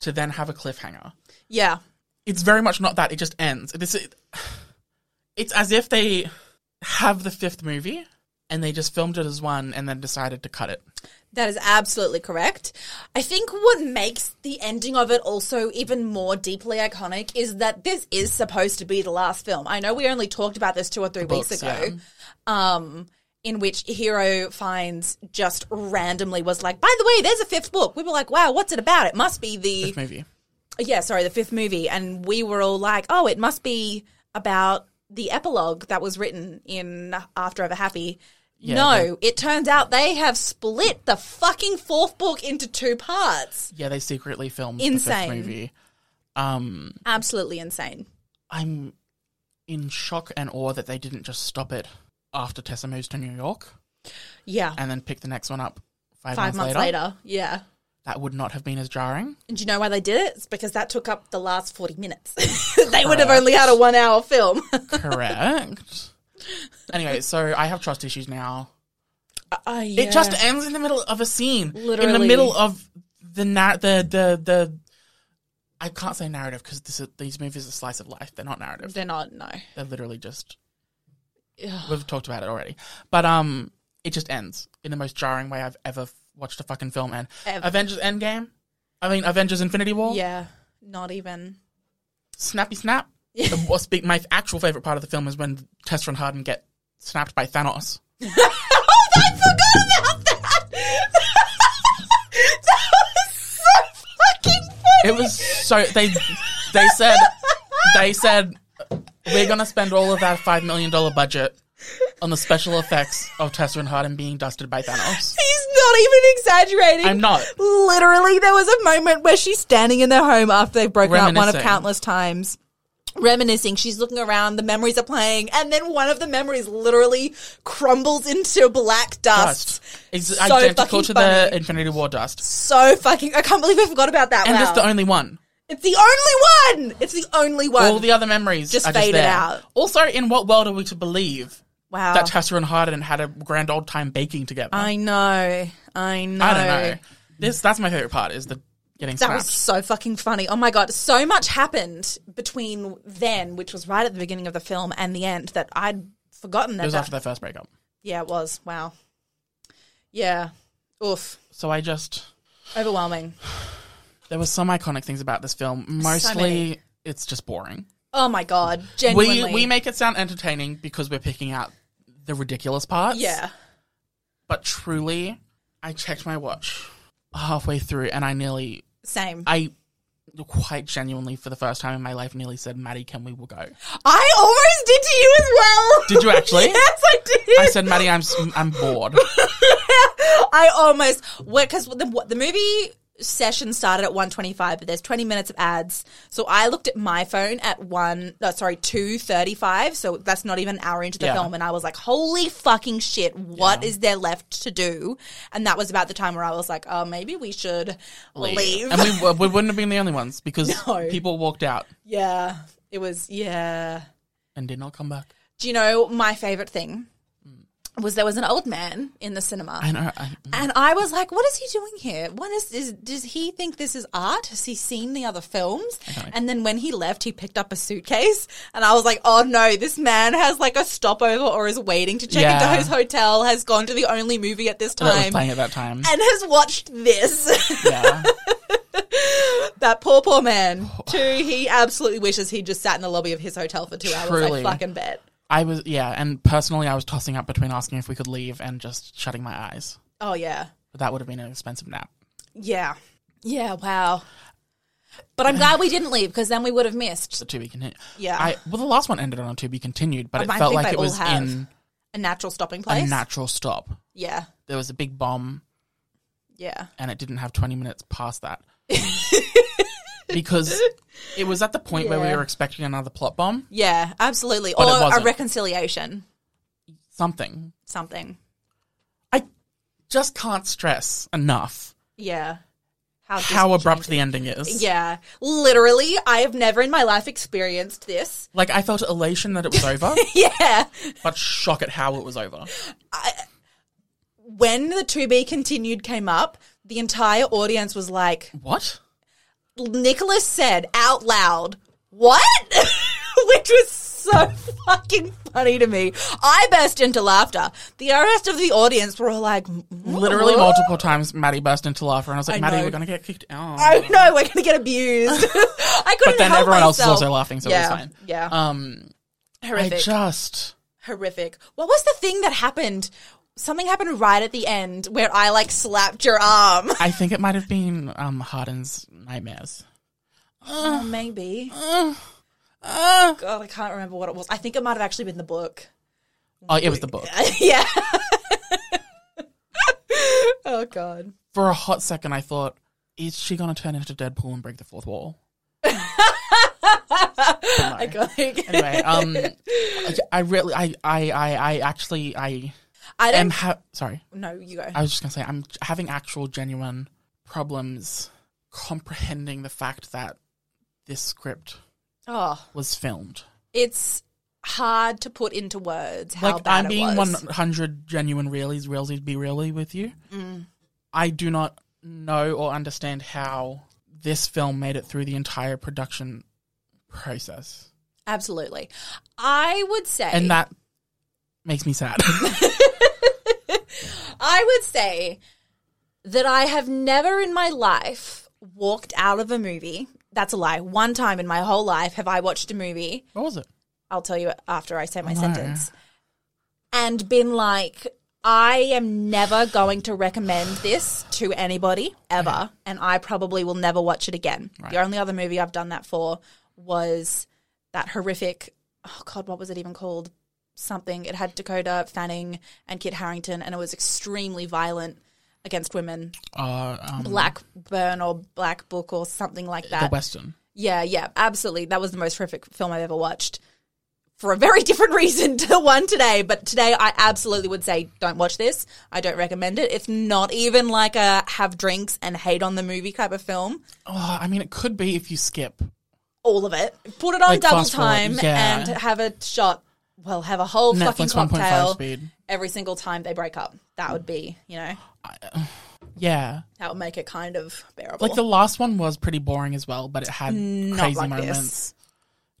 S1: to then have a cliffhanger.
S2: Yeah.
S1: It's very much not that. It just ends. This is, it's as if they have the fifth movie and they just filmed it as one and then decided to cut it.
S2: That is absolutely correct. I think what makes the ending of it also even more deeply iconic is that this is supposed to be the last film. I know we only talked about this two or three weeks
S1: books,
S2: ago. Um in which Hero finds just randomly was like, by the way, there's a fifth book. We were like, wow, what's it about? It must be the
S1: Fifth movie.
S2: yeah, sorry, the fifth movie, and we were all like, "Oh, it must be about the epilogue that was written in After Ever Happy." no, it turns out they have split the fucking fourth book into two parts.
S1: Yeah, they secretly filmed the
S2: Insane.
S1: fifth movie. Um,
S2: Absolutely insane.
S1: I'm in shock and awe that they didn't just stop it after Tessa moves to New York
S2: Yeah,
S1: and then pick the next one up five,
S2: five months, later. Yeah.
S1: That would not have been as jarring.
S2: And do you know why they did it? It's because that took up the last forty minutes. they would have only had a one-hour film.
S1: Correct. anyway, so I have trust issues now.
S2: uh,
S1: It just ends in the middle of a scene, in the
S2: Literally.
S1: middle of the nar- the the the. I can't say narrative because these movies are slice of life. They're not narrative.
S2: they're not no.
S1: They're literally just. We've talked about it already, but um, it just ends in the most jarring way I've ever f- watched a fucking film end.
S2: Ever.
S1: Avengers Endgame, I mean Avengers Infinity War.
S2: Yeah, not even.
S1: Snappy snap. The- well, speak- my actual favorite part of the film is when Tessa and Harden get snapped by Thanos.
S2: oh, I forgot about that. that was so fucking funny.
S1: It was so they they said they said we're gonna spend all of our five million dollar budget on the special effects of Tessa and Harden being dusted by Thanos.
S2: He's not even exaggerating.
S1: I'm not.
S2: Literally, there was a moment where she's standing in their home after they've broken up one of
S1: Reminiscing.
S2: countless times. Reminiscing, she's looking around, the memories are playing, and then one of the memories literally crumbles into black dust.
S1: Dust. It's
S2: So
S1: identical
S2: fucking
S1: to
S2: funny.
S1: the Infinity War dust.
S2: So fucking, I can't believe I forgot about that.
S1: And
S2: wow.
S1: it's the only one.
S2: it's the only one. It's the only one.
S1: All the other memories
S2: Just
S1: are
S2: faded
S1: there.
S2: out.
S1: Also, in what world are we to believe
S2: wow.
S1: that Tessa and Harden had a grand old time baking together?
S2: I know. I know.
S1: I don't know. This that's my favorite part is the getting
S2: That
S1: snapped.
S2: was so fucking funny. Oh my god, so much happened between then, which was right at the beginning of the film, and the end that I'd forgotten that.
S1: it was
S2: that-
S1: after their first breakup.
S2: yeah, it was. Wow. Yeah. Oof.
S1: So I just
S2: Overwhelming.
S1: there were some iconic things about this film. Mostly,
S2: many.
S1: it's just boring.
S2: Oh my god. Genuinely.
S1: We we make it sound entertaining because we're picking out the ridiculous parts.
S2: Yeah.
S1: but truly, I checked my watch. halfway through and I nearly,
S2: Same. I,
S1: I quite genuinely, for the first time in my life, nearly said, Maddie, can we go?
S2: almost did to you as well.
S1: Did you actually?
S2: yes, I did.
S1: I said, Maddie, I'm, s- I'm bored.
S2: I almost because the what- the movie session started at 125 but there's 20 minutes of ads so i looked at my phone at 1 no, sorry 235 so that's not even an hour into the
S1: Yeah.
S2: film and i was like holy fucking shit what is there left to do and that was about the time where i was like oh maybe we should leave,
S1: And we, w- we wouldn't have been the only ones because people walked out
S2: yeah it was yeah
S1: and did not come back.
S2: do you know my favorite thing
S1: Mm.
S2: was there was an old man in the cinema
S1: I know. I,
S2: And I was like, what is he doing here? What is, is does he think this is art? Has he seen the other films? And then when he left, he picked up a suitcase and I was like, oh no, this man has like a stopover or is waiting to check
S1: Yeah.
S2: into his hotel, has gone to the only movie at this
S1: that was
S2: time
S1: playing at that time.
S2: and has watched this.
S1: yeah.
S2: that poor, poor man. Two, he absolutely wishes he just sat in the lobby of his hotel for two hours. I
S1: Truly.
S2: fucking bet.
S1: I was, yeah. And personally, I was tossing up between asking if we could leave and just shutting my eyes.
S2: Oh yeah.
S1: But that would have been an expensive nap.
S2: Yeah. Yeah. Wow. But I'm glad we didn't leave because then we would have missed
S1: The to be continued.
S2: Yeah.
S1: I, well, the last one ended on a to be continued, but it
S2: I
S1: felt
S2: think
S1: like
S2: they
S1: it
S2: all
S1: was
S2: have.
S1: in
S2: a natural stopping
S1: a
S2: place.
S1: natural stop.
S2: Yeah.
S1: There was a big bomb
S2: Yeah.
S1: and it didn't have 20 minutes past that. because it was at the point where
S2: Yeah.
S1: we were expecting another plot bomb,
S2: Yeah, absolutely.
S1: But it
S2: or a
S1: wasn't.
S2: reconciliation,
S1: something.
S2: something.
S1: I just can't stress enough
S2: Yeah. How,
S1: how
S2: dis-
S1: abrupt the ending is.
S2: Yeah. Literally, I have never in my life experienced this.
S1: Like I felt elation that it was over,
S2: Yeah.
S1: but shock at how it was over.
S2: When the to be continued came up, the entire audience was like,
S1: What?
S2: Nicholas said out loud, What? Which was so fucking funny to me. I burst into laughter. The rest of the audience were all like,
S1: Literally
S2: "What?"
S1: multiple times Maddie burst into laughter and I was like,
S2: I
S1: Maddie,
S2: know.
S1: we're gonna get kicked out.
S2: I know we're gonna get abused. I couldn't.
S1: but then
S2: help
S1: everyone else is
S2: myself.
S1: also laughing, so
S2: yeah,
S1: it was fine.
S2: Yeah,
S1: Um I
S2: horrific,
S1: just
S2: horrific. What was the thing that happened? Something happened right at the end where I like slapped your arm.
S1: I think it might have been um Harden's nightmares. Uh,
S2: Oh, maybe. Uh, God, I can't remember what it was. I think it might have actually been the book.
S1: Oh, it was the book.
S2: yeah. oh God.
S1: For a hot second I thought, is she gonna turn into Deadpool and break the fourth wall?
S2: I got it.
S1: Anyway, um I- I really I I I, I actually I
S2: I
S1: am
S2: don't.
S1: ha- sorry.
S2: no, you go.
S1: um, I was just gonna say I'm having actual genuine problems comprehending the fact that this script
S2: oh,
S1: was filmed.
S2: it's hard to put into words how
S1: like
S2: bad
S1: I'm being
S2: it was.
S1: 100 genuine realies, realsies, be really with you.
S2: Mm.
S1: I do not know or understand how this film made it through the entire production process,
S2: Absolutely. I would say
S1: and that makes me sad.
S2: I would say that I have never in my life walked out of a movie. That's a lie. One time in my whole life have I watched a movie.
S1: what was it?
S2: I'll tell you after I say my
S1: Oh, No.
S2: sentence. And been like, I am never going to recommend this to anybody ever. And I probably will never watch it again. The only other movie I've done that for was that horrific, oh God, what was it even called? Something. It had Dakota Fanning and Kit Harrington, and it was extremely violent against women.
S1: Uh, um,
S2: Blackburn or Black Book or something like
S1: the
S2: that.
S1: Western.
S2: Yeah, yeah, absolutely. That was the most horrific film I've ever watched for a very different reason to the one today. But today, I absolutely would say don't watch this. I don't recommend it. It's not even like a have drinks and hate on the movie type of film.
S1: Oh, I mean, it could be if you skip.
S2: All of it. Put it on
S1: Like
S2: double
S1: fast forward,
S2: time
S1: yeah.
S2: and have a shot. Well, have a whole fucking
S1: Netflix 1.5
S2: cocktail
S1: speed.
S2: every single time they break up. That would be, you know,
S1: Yeah,
S2: that would make it kind of bearable.
S1: like the last one was pretty boring as well, but it had crazy
S2: like this.
S1: moments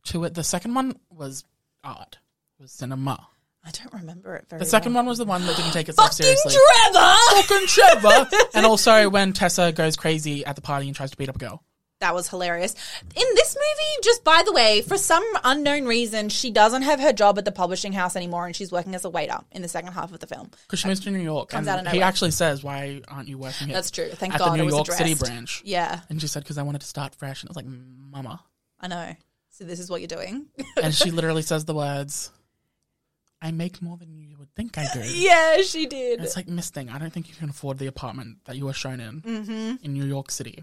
S1: to it. The second one was art, was cinema.
S2: I don't remember it very
S1: The second one was the one that didn't take
S2: well.
S1: itself seriously.
S2: Fucking Trevor!
S1: Fucking Trevor. and also when Tessa goes crazy at the party and tries to beat up a girl.
S2: That was hilarious. In this movie, just by the way, for some unknown reason, she doesn't have her job at the publishing house anymore and she's working as a waiter in the second half of the film.
S1: Because she moves to New York.
S2: Comes
S1: and
S2: out of
S1: he
S2: nowhere.
S1: actually says, Why aren't you working here?
S2: That's true. Thank
S1: At
S2: God
S1: the New
S2: it was
S1: York City
S2: addressed.
S1: branch.
S2: Yeah,
S1: And she said, Because I wanted to start fresh. And I was like, Mama.
S2: I know. So this is what you're doing.
S1: And she literally says the words, I make more than you would think I do.
S2: yeah, she
S1: And
S2: did.
S1: It's like, Miss Thing, I don't think you can afford the apartment that you were shown in
S2: Mm-hmm.
S1: in New York City.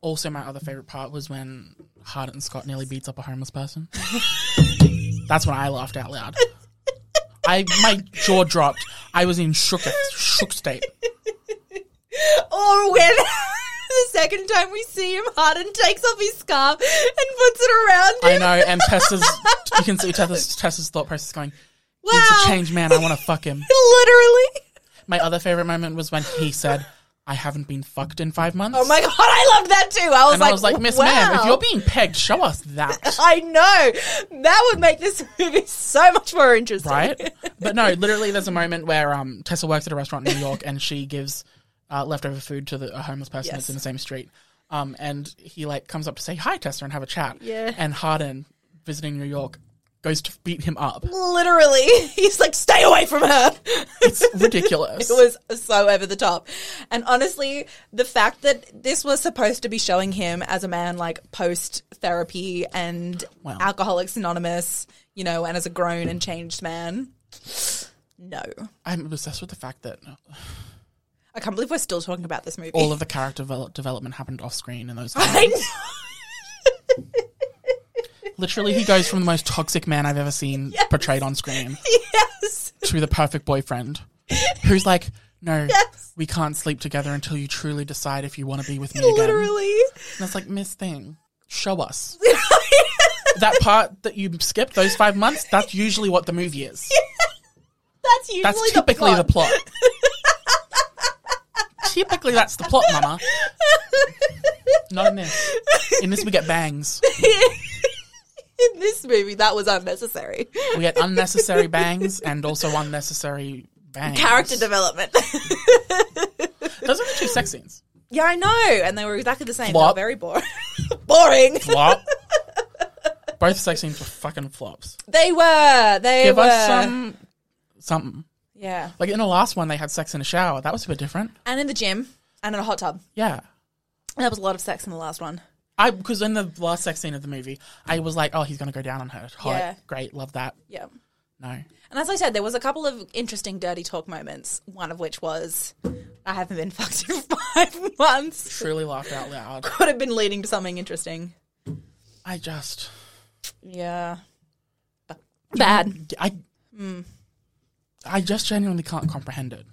S1: Also, my other favorite part was when Hart and Scott nearly beats up a homeless person. That's when I laughed out loud. I my jaw dropped. I was in shook shook state.
S2: Or when the second time we see him, Harden takes off his scarf and puts it around him.
S1: I know, and Tessa's you can see Tessa's, Tessa's thought process going.
S2: Wow.
S1: He's a changed man. I want to fuck him.
S2: Literally.
S1: My other favorite moment was when he said, "I haven't been fucked in five months."
S2: Oh my god, I loved that too. I was
S1: and
S2: like,
S1: I was like, Miss
S2: wow.
S1: Ma'am, if you're being pegged, show us that.
S2: I know that would make this movie so much more interesting.
S1: right? But no, literally, there's a moment where um, Tessa works at a restaurant in New York and she gives uh, leftover food to the, a homeless person
S2: Yes.
S1: that's in the same street. Um, and he like comes up to say hi, Tessa, and have a chat.
S2: Yeah.
S1: And Harden, visiting New York, goes to beat him up.
S2: Literally, he's like, stay away from her.
S1: It's ridiculous.
S2: It was so over the top. And honestly, the fact that this was supposed to be showing him as a man like post therapy and
S1: Wow.
S2: Alcoholics Anonymous, you know, and as a grown and changed man. No.
S1: I'm obsessed with the fact that
S2: I can't believe we're still talking about this movie.
S1: all of the character develop- development happened off screen in those.
S2: I know.
S1: Literally, he goes from the most toxic man I've ever seen portrayed on screen
S2: Yes.
S1: to the perfect boyfriend who's like, No, we can't sleep together until you truly decide if you want to be with me again.
S2: Literally.
S1: And it's like, Miss Thing, show us. that part that you skipped, those five months, that's usually what the movie is.
S2: That's usually
S1: that's typically
S2: the
S1: the
S2: plot.
S1: plot. typically, that's the plot, Mama. Not in this. In this, we get bangs.
S2: In this movie, that was unnecessary.
S1: We get unnecessary bangs and also unnecessary bangs.
S2: Character development.
S1: Those are the two sex scenes.
S2: yeah, I know. And they were exactly the same. They were
S1: Flop.
S2: very boring. boring.
S1: Flop. Both sex scenes were fucking flops.
S2: They were. They
S1: Give
S2: were.
S1: us some something.
S2: Yeah.
S1: Like in the last one, they had sex in a shower. That was a bit different.
S2: And in the gym and in a hot tub.
S1: Yeah.
S2: There was a lot of sex in the last one.
S1: I because in the last sex scene of the movie, I was like, oh, he's gonna go down on her. Hot,
S2: Yeah.
S1: great, love that.
S2: Yeah.
S1: No,
S2: And as I said, there was a couple of interesting dirty talk moments. One of which was, I haven't been fucked in five months.
S1: truly laughed out loud.
S2: Could have been leading to something interesting.
S1: I just,
S2: Yeah. Bad.
S1: I,
S2: Hmm.
S1: I just genuinely can't comprehend it.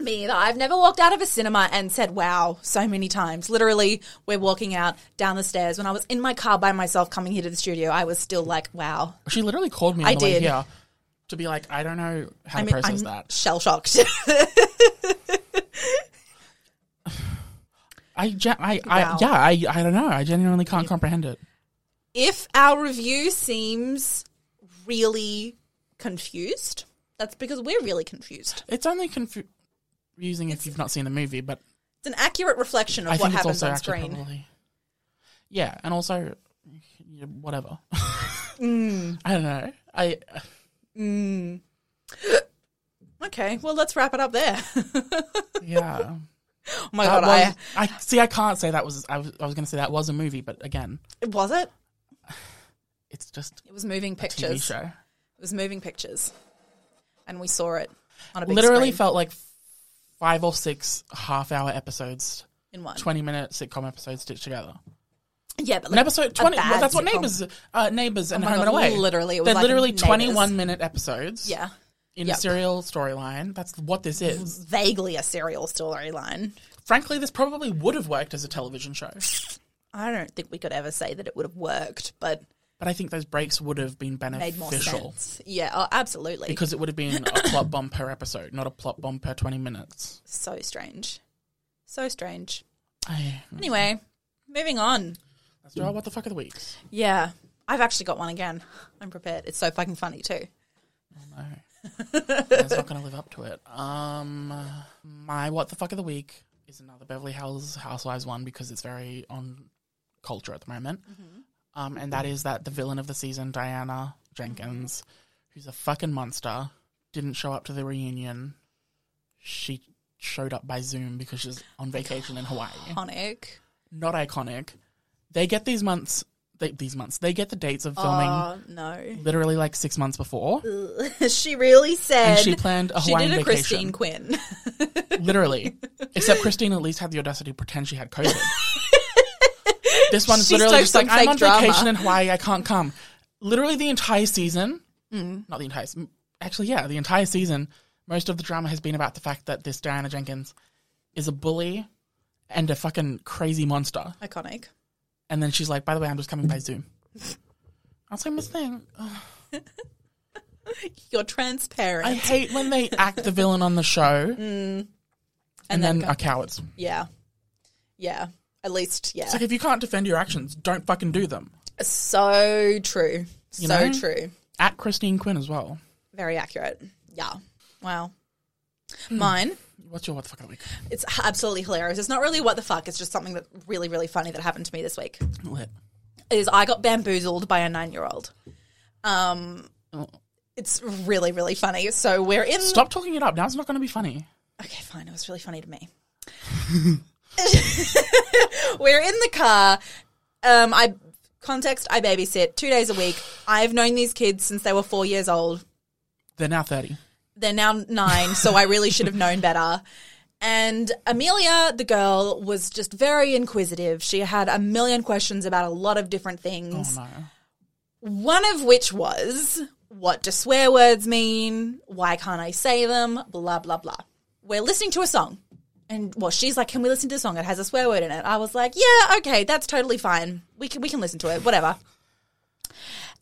S2: Me either. I've never walked out of a cinema and said, wow, so many times. Literally, we're walking out down the stairs. When I was in my car by myself coming here to the studio, I was still like, wow.
S1: She literally called me on
S2: I
S1: the
S2: did.
S1: way here to be like, I don't know how
S2: I
S1: to
S2: mean,
S1: process
S2: I'm
S1: that.
S2: shell shocked.
S1: I, gen- I, I,
S2: Wow.
S1: yeah, I, I don't know. I genuinely can't comprehend it.
S2: if our review seems really confused, that's because we're really confused.
S1: It's only confu- confusing if you've not seen the movie, but
S2: It's an accurate reflection of
S1: I
S2: what
S1: think it's
S2: happens
S1: also
S2: on
S1: actually
S2: screen.
S1: probably. Yeah, and also, yeah, whatever.
S2: Mm.
S1: I don't know. I.
S2: Okay, well, let's wrap it up there.
S1: Yeah.
S2: oh my
S1: That
S2: God,
S1: was, I, see. I can't say that was. I was, I was going to say that was a movie, but again,
S2: I, was it?
S1: it's just
S2: It was moving
S1: a TV
S2: pictures.
S1: show.
S2: It was moving pictures, and we saw it on a big
S1: Literally
S2: screen
S1: felt like five or six half-hour episodes,
S2: in one.
S1: twenty-minute sitcom episodes stitched together.
S2: yeah, but
S1: An
S2: like a
S1: episode twenty.
S2: bad
S1: Well, that's what
S2: sitcom. Oh
S1: neighbors, uh, neighbors, and
S2: my
S1: Home
S2: God,
S1: and Away.
S2: literally, it was
S1: they're
S2: like
S1: literally
S2: Neighbours.
S1: twenty-one-minute episodes.
S2: Yeah,
S1: in
S2: Yep.
S1: a serial storyline. That's what this is.
S2: vaguely a serial storyline.
S1: Frankly, this probably would have worked as a television show,
S2: I don't think we could ever say that it would have worked, but
S1: but I think those breaks would have been
S2: made more
S1: beneficial.
S2: sense. Yeah, oh, absolutely.
S1: Because it would have been a plot bomb per episode, not a plot bomb per 20 minutes.
S2: so strange, so strange.
S1: I,
S2: Anyway, moving on.
S1: let's do our what the fuck of the week.
S2: Yeah, I've actually got one again. I'm prepared. It's so fucking funny too.
S1: No. That's not going to live up to it. Um, my what the fuck of the week is another Beverly Hills Housewives one because it's very on culture at the moment.
S2: Mm-hmm.
S1: Um, and that is that the villain of the season, Diana Jenkins, who's a fucking monster, didn't show up to the reunion. She showed up by Zoom because she's on vacation in Hawaii.
S2: Iconic.
S1: Not iconic. They get these months, they, these months, they get the dates of filming
S2: Oh no,
S1: literally like six months before.
S2: she really said
S1: And she planned a
S2: she
S1: Hawaiian
S2: did a
S1: vacation.
S2: Christine Quinn.
S1: Literally. Except Christine at least had the audacity to pretend she had COVID. this one's
S2: She
S1: literally just like,
S2: stoked some
S1: I'm
S2: fake
S1: on
S2: drama."
S1: vacation in Hawaii, I can't come. Literally the entire season,
S2: Mm.
S1: not the entire, s- actually, yeah, the entire season, most of the drama has been about the fact that this Diana Jenkins is a bully and a fucking crazy monster.
S2: Iconic.
S1: And then she's like, by the way, I'm just coming by Zoom. I was like, Miss Thing,
S2: You're transparent.
S1: I hate when they act the villain on the show
S2: Mm.
S1: and, then, are cowards.
S2: yeah, yeah. At least, yeah.
S1: It's like if you can't defend your actions, don't fucking do them.
S2: So true.
S1: You
S2: so
S1: know?
S2: true.
S1: At Christine Quinn as well.
S2: Very accurate. Yeah. Wow.
S1: Hmm.
S2: Mine.
S1: What's your what the fuck of the week?
S2: It's absolutely hilarious. It's not really what the fuck. It's just something that really, really funny that happened to me this week.
S1: Lit.
S2: Is I got bamboozled by a nine-year-old. Um,
S1: Oh.
S2: it's really, really funny. So we're in.
S1: Stop talking it up. Now it's not going to be funny.
S2: Okay, fine. It was really funny to me. We're in the car. Um, I context. I babysit two days a week. I've known these kids since they were four years old.
S1: They're now 30.
S2: They're now nine, so I really should have known better. And Amelia, the girl, was just very inquisitive. She had a million questions about a lot of different
S1: Oh,
S2: things.
S1: no. Oh,
S2: One of which was, what do swear words mean? Why can't I say them? Blah, blah, blah. We're listening to a song. And well, she's like, "Can we listen to the song? It has a swear word in it." I was like, "Yeah, okay, that's totally fine. We can we can listen to it, whatever."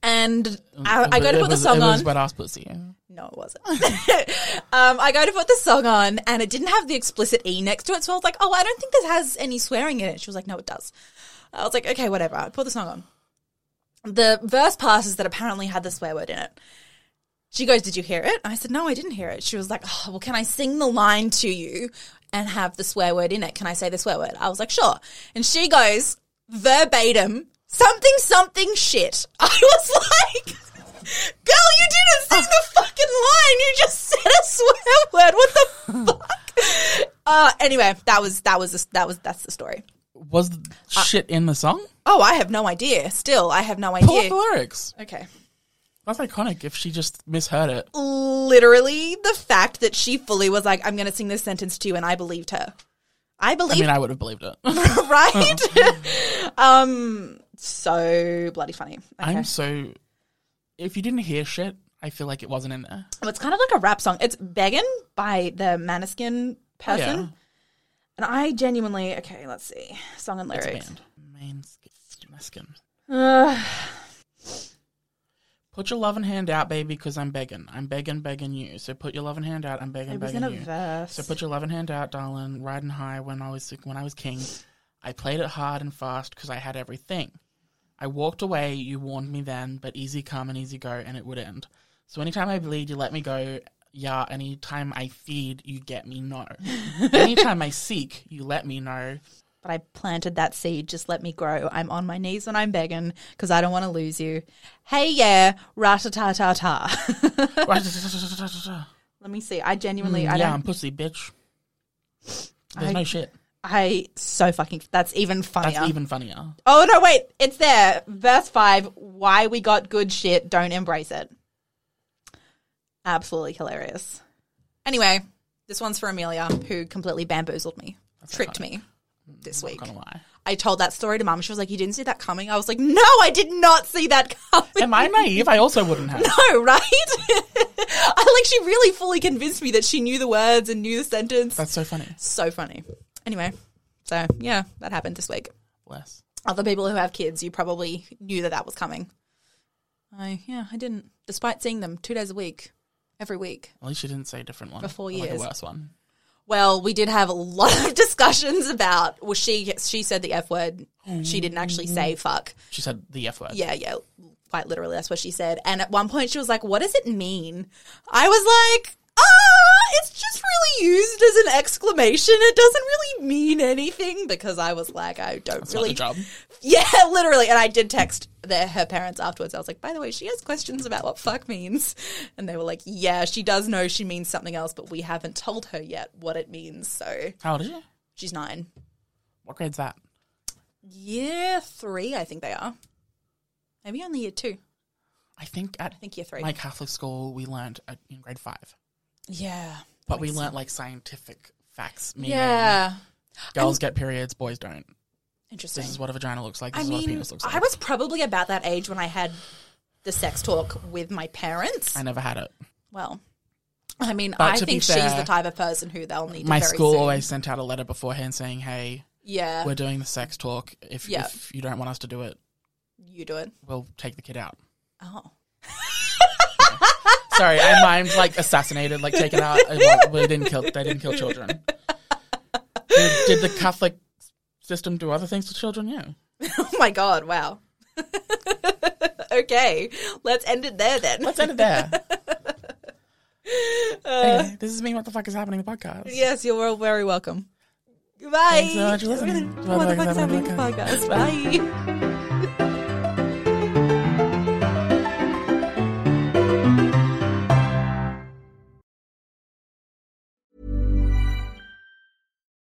S2: And I, I go to
S1: It
S2: put the
S1: was-
S2: song
S1: it
S2: on.
S1: was wet ass pussy.
S2: No, it wasn't. um, I go to put the song on and it didn't have the explicit E next to it. So I was like, oh, I don't think this has any swearing in it. She was like, no, it does. I was like, okay, whatever. I put the song on. The verse passes that apparently had the swear word in it. She goes, did you hear it? I said, no, I didn't hear it. She was like, oh, well, can I sing the line to you and have the swear word in it? Can I say the swear word? I was like, sure. And she goes, verbatim, something, something shit. I was like, Girl, you didn't sing the fucking line. You just said a swear word. What the fuck? Uh, anyway, that was that was that was that's the story.
S1: Was the
S2: Uh,
S1: shit in the song?
S2: Oh, I have no idea. Still, I have no
S1: Pull up the
S2: idea.
S1: lyrics.
S2: Okay.
S1: That's iconic if she just misheard it.
S2: Literally, the fact that she fully was like, "I'm going to sing this sentence to you," and I believed her. I
S1: I
S2: believed
S1: mean, I would have believed it.
S2: her, right? um, so bloody funny. Okay.
S1: I'm so. If you didn't hear shit, I feel like it wasn't in there.
S2: Well, it's kind of like a rap song. It's Beggin' by the
S1: Oh,
S2: Maniskin person. And I genuinely, okay, let's see. Song and
S1: It's a
S2: lyrics.
S1: band. Main skin. my skin.
S2: Ugh.
S1: Put your loving hand out, baby, because I'm begging. I'm begging, begging you. So put your loving hand out. I'm begging,
S2: it was
S1: begging
S2: in a
S1: you.
S2: verse.
S1: So put your loving hand out, darling, riding high when I was when I was king. I played it hard and fast because I had everything. I walked away, you warned me then, but easy come and easy go, and it would end. So anytime I bleed, you let me go. Yeah, anytime I feed, you get me no. anytime I seek, you let me know.
S2: but I planted that seed. Just let me grow. I'm on my knees when I'm begging because I don't want to lose you. Hey, yeah, rata ta ta ta.
S1: yeah,
S2: Let me see. I genuinely, I
S1: Mm, I'm
S2: don't,
S1: pussy, bitch. There's
S2: I-
S1: no shit.
S2: I so fucking. That's even funnier.
S1: That's even funnier.
S2: oh no, wait, it's there. Verse five. Why we got good shit? Don't embrace it. Absolutely hilarious. Anyway, this one's for Amelia, who completely bamboozled me, tricked me this week.
S1: Mm, Not gonna lie.
S2: I told that story to mum. She was like, "You didn't see that coming." I was like, "No, I did not see that coming."
S1: Am I naive? I also wouldn't have.
S2: No, right? I like she really fully convinced me that she knew the words and knew the sentence.
S1: That's so funny.
S2: so funny. Anyway, so yeah, that happened this week.
S1: Bless.
S2: Other people who have kids, you probably knew that that was coming. I yeah, I didn't, despite seeing them two days a week, every week.
S1: At least you didn't say a different one.
S2: For four
S1: Or Like
S2: years.
S1: a worse one.
S2: Well, we did have a lot of discussions about. Well, she she said the f word. She didn't actually say fuck.
S1: She said the F word.
S2: Yeah, yeah. Quite literally, that's what she said. And at one point, she was like, What does it mean? I was like, ah, it's just really used as an exclamation. It doesn't really mean anything because I was like, I don't
S1: Not the
S2: really.
S1: job.
S2: Yeah, literally. And I did text their, her parents afterwards. I was like, by the way, she has questions about what fuck means. And they were like, yeah, she does know she means something else, but we haven't told her yet what it means. So
S1: How old is she?
S2: she's nine.
S1: What grade's that?
S2: Year three, I think they are. Maybe only year two.
S1: I think at
S2: I think year three.
S1: my Catholic school we learned at, in grade five,
S2: yeah.
S1: but we learnt like scientific facts. Meaning
S2: Yeah.
S1: girls get periods, boys don't.
S2: Interesting.
S1: This is what a vagina looks like. This
S2: I
S1: is what a
S2: mean,
S1: penis looks like.
S2: I was probably about that age when I had the sex talk with my parents.
S1: I never had it.
S2: well, I mean,
S1: But
S2: I
S1: to be
S2: think she's
S1: fair,
S2: the type of person who they'll need.
S1: My
S2: to very
S1: school
S2: soon.
S1: always sent out a letter beforehand saying, "Hey,
S2: yeah,
S1: we're doing the sex talk. If,
S2: Yeah.
S1: if you don't want us to do it,
S2: you do it.
S1: we'll take the kid out."
S2: Oh,
S1: Sorry, I mimed like assassinated, like taken out. I- well, we didn't kill. They didn't kill children. Did, did the Catholic system do other things to children? Yeah.
S2: oh my god! Wow. okay, let's end it there then.
S1: Let's end it there. Anyway, this is me. What the fuck is happening? The podcast.
S2: yes, you're all very welcome. Goodbye.
S1: Thanks so much for listening.
S2: What the fuck's happening? Podcast. Bye.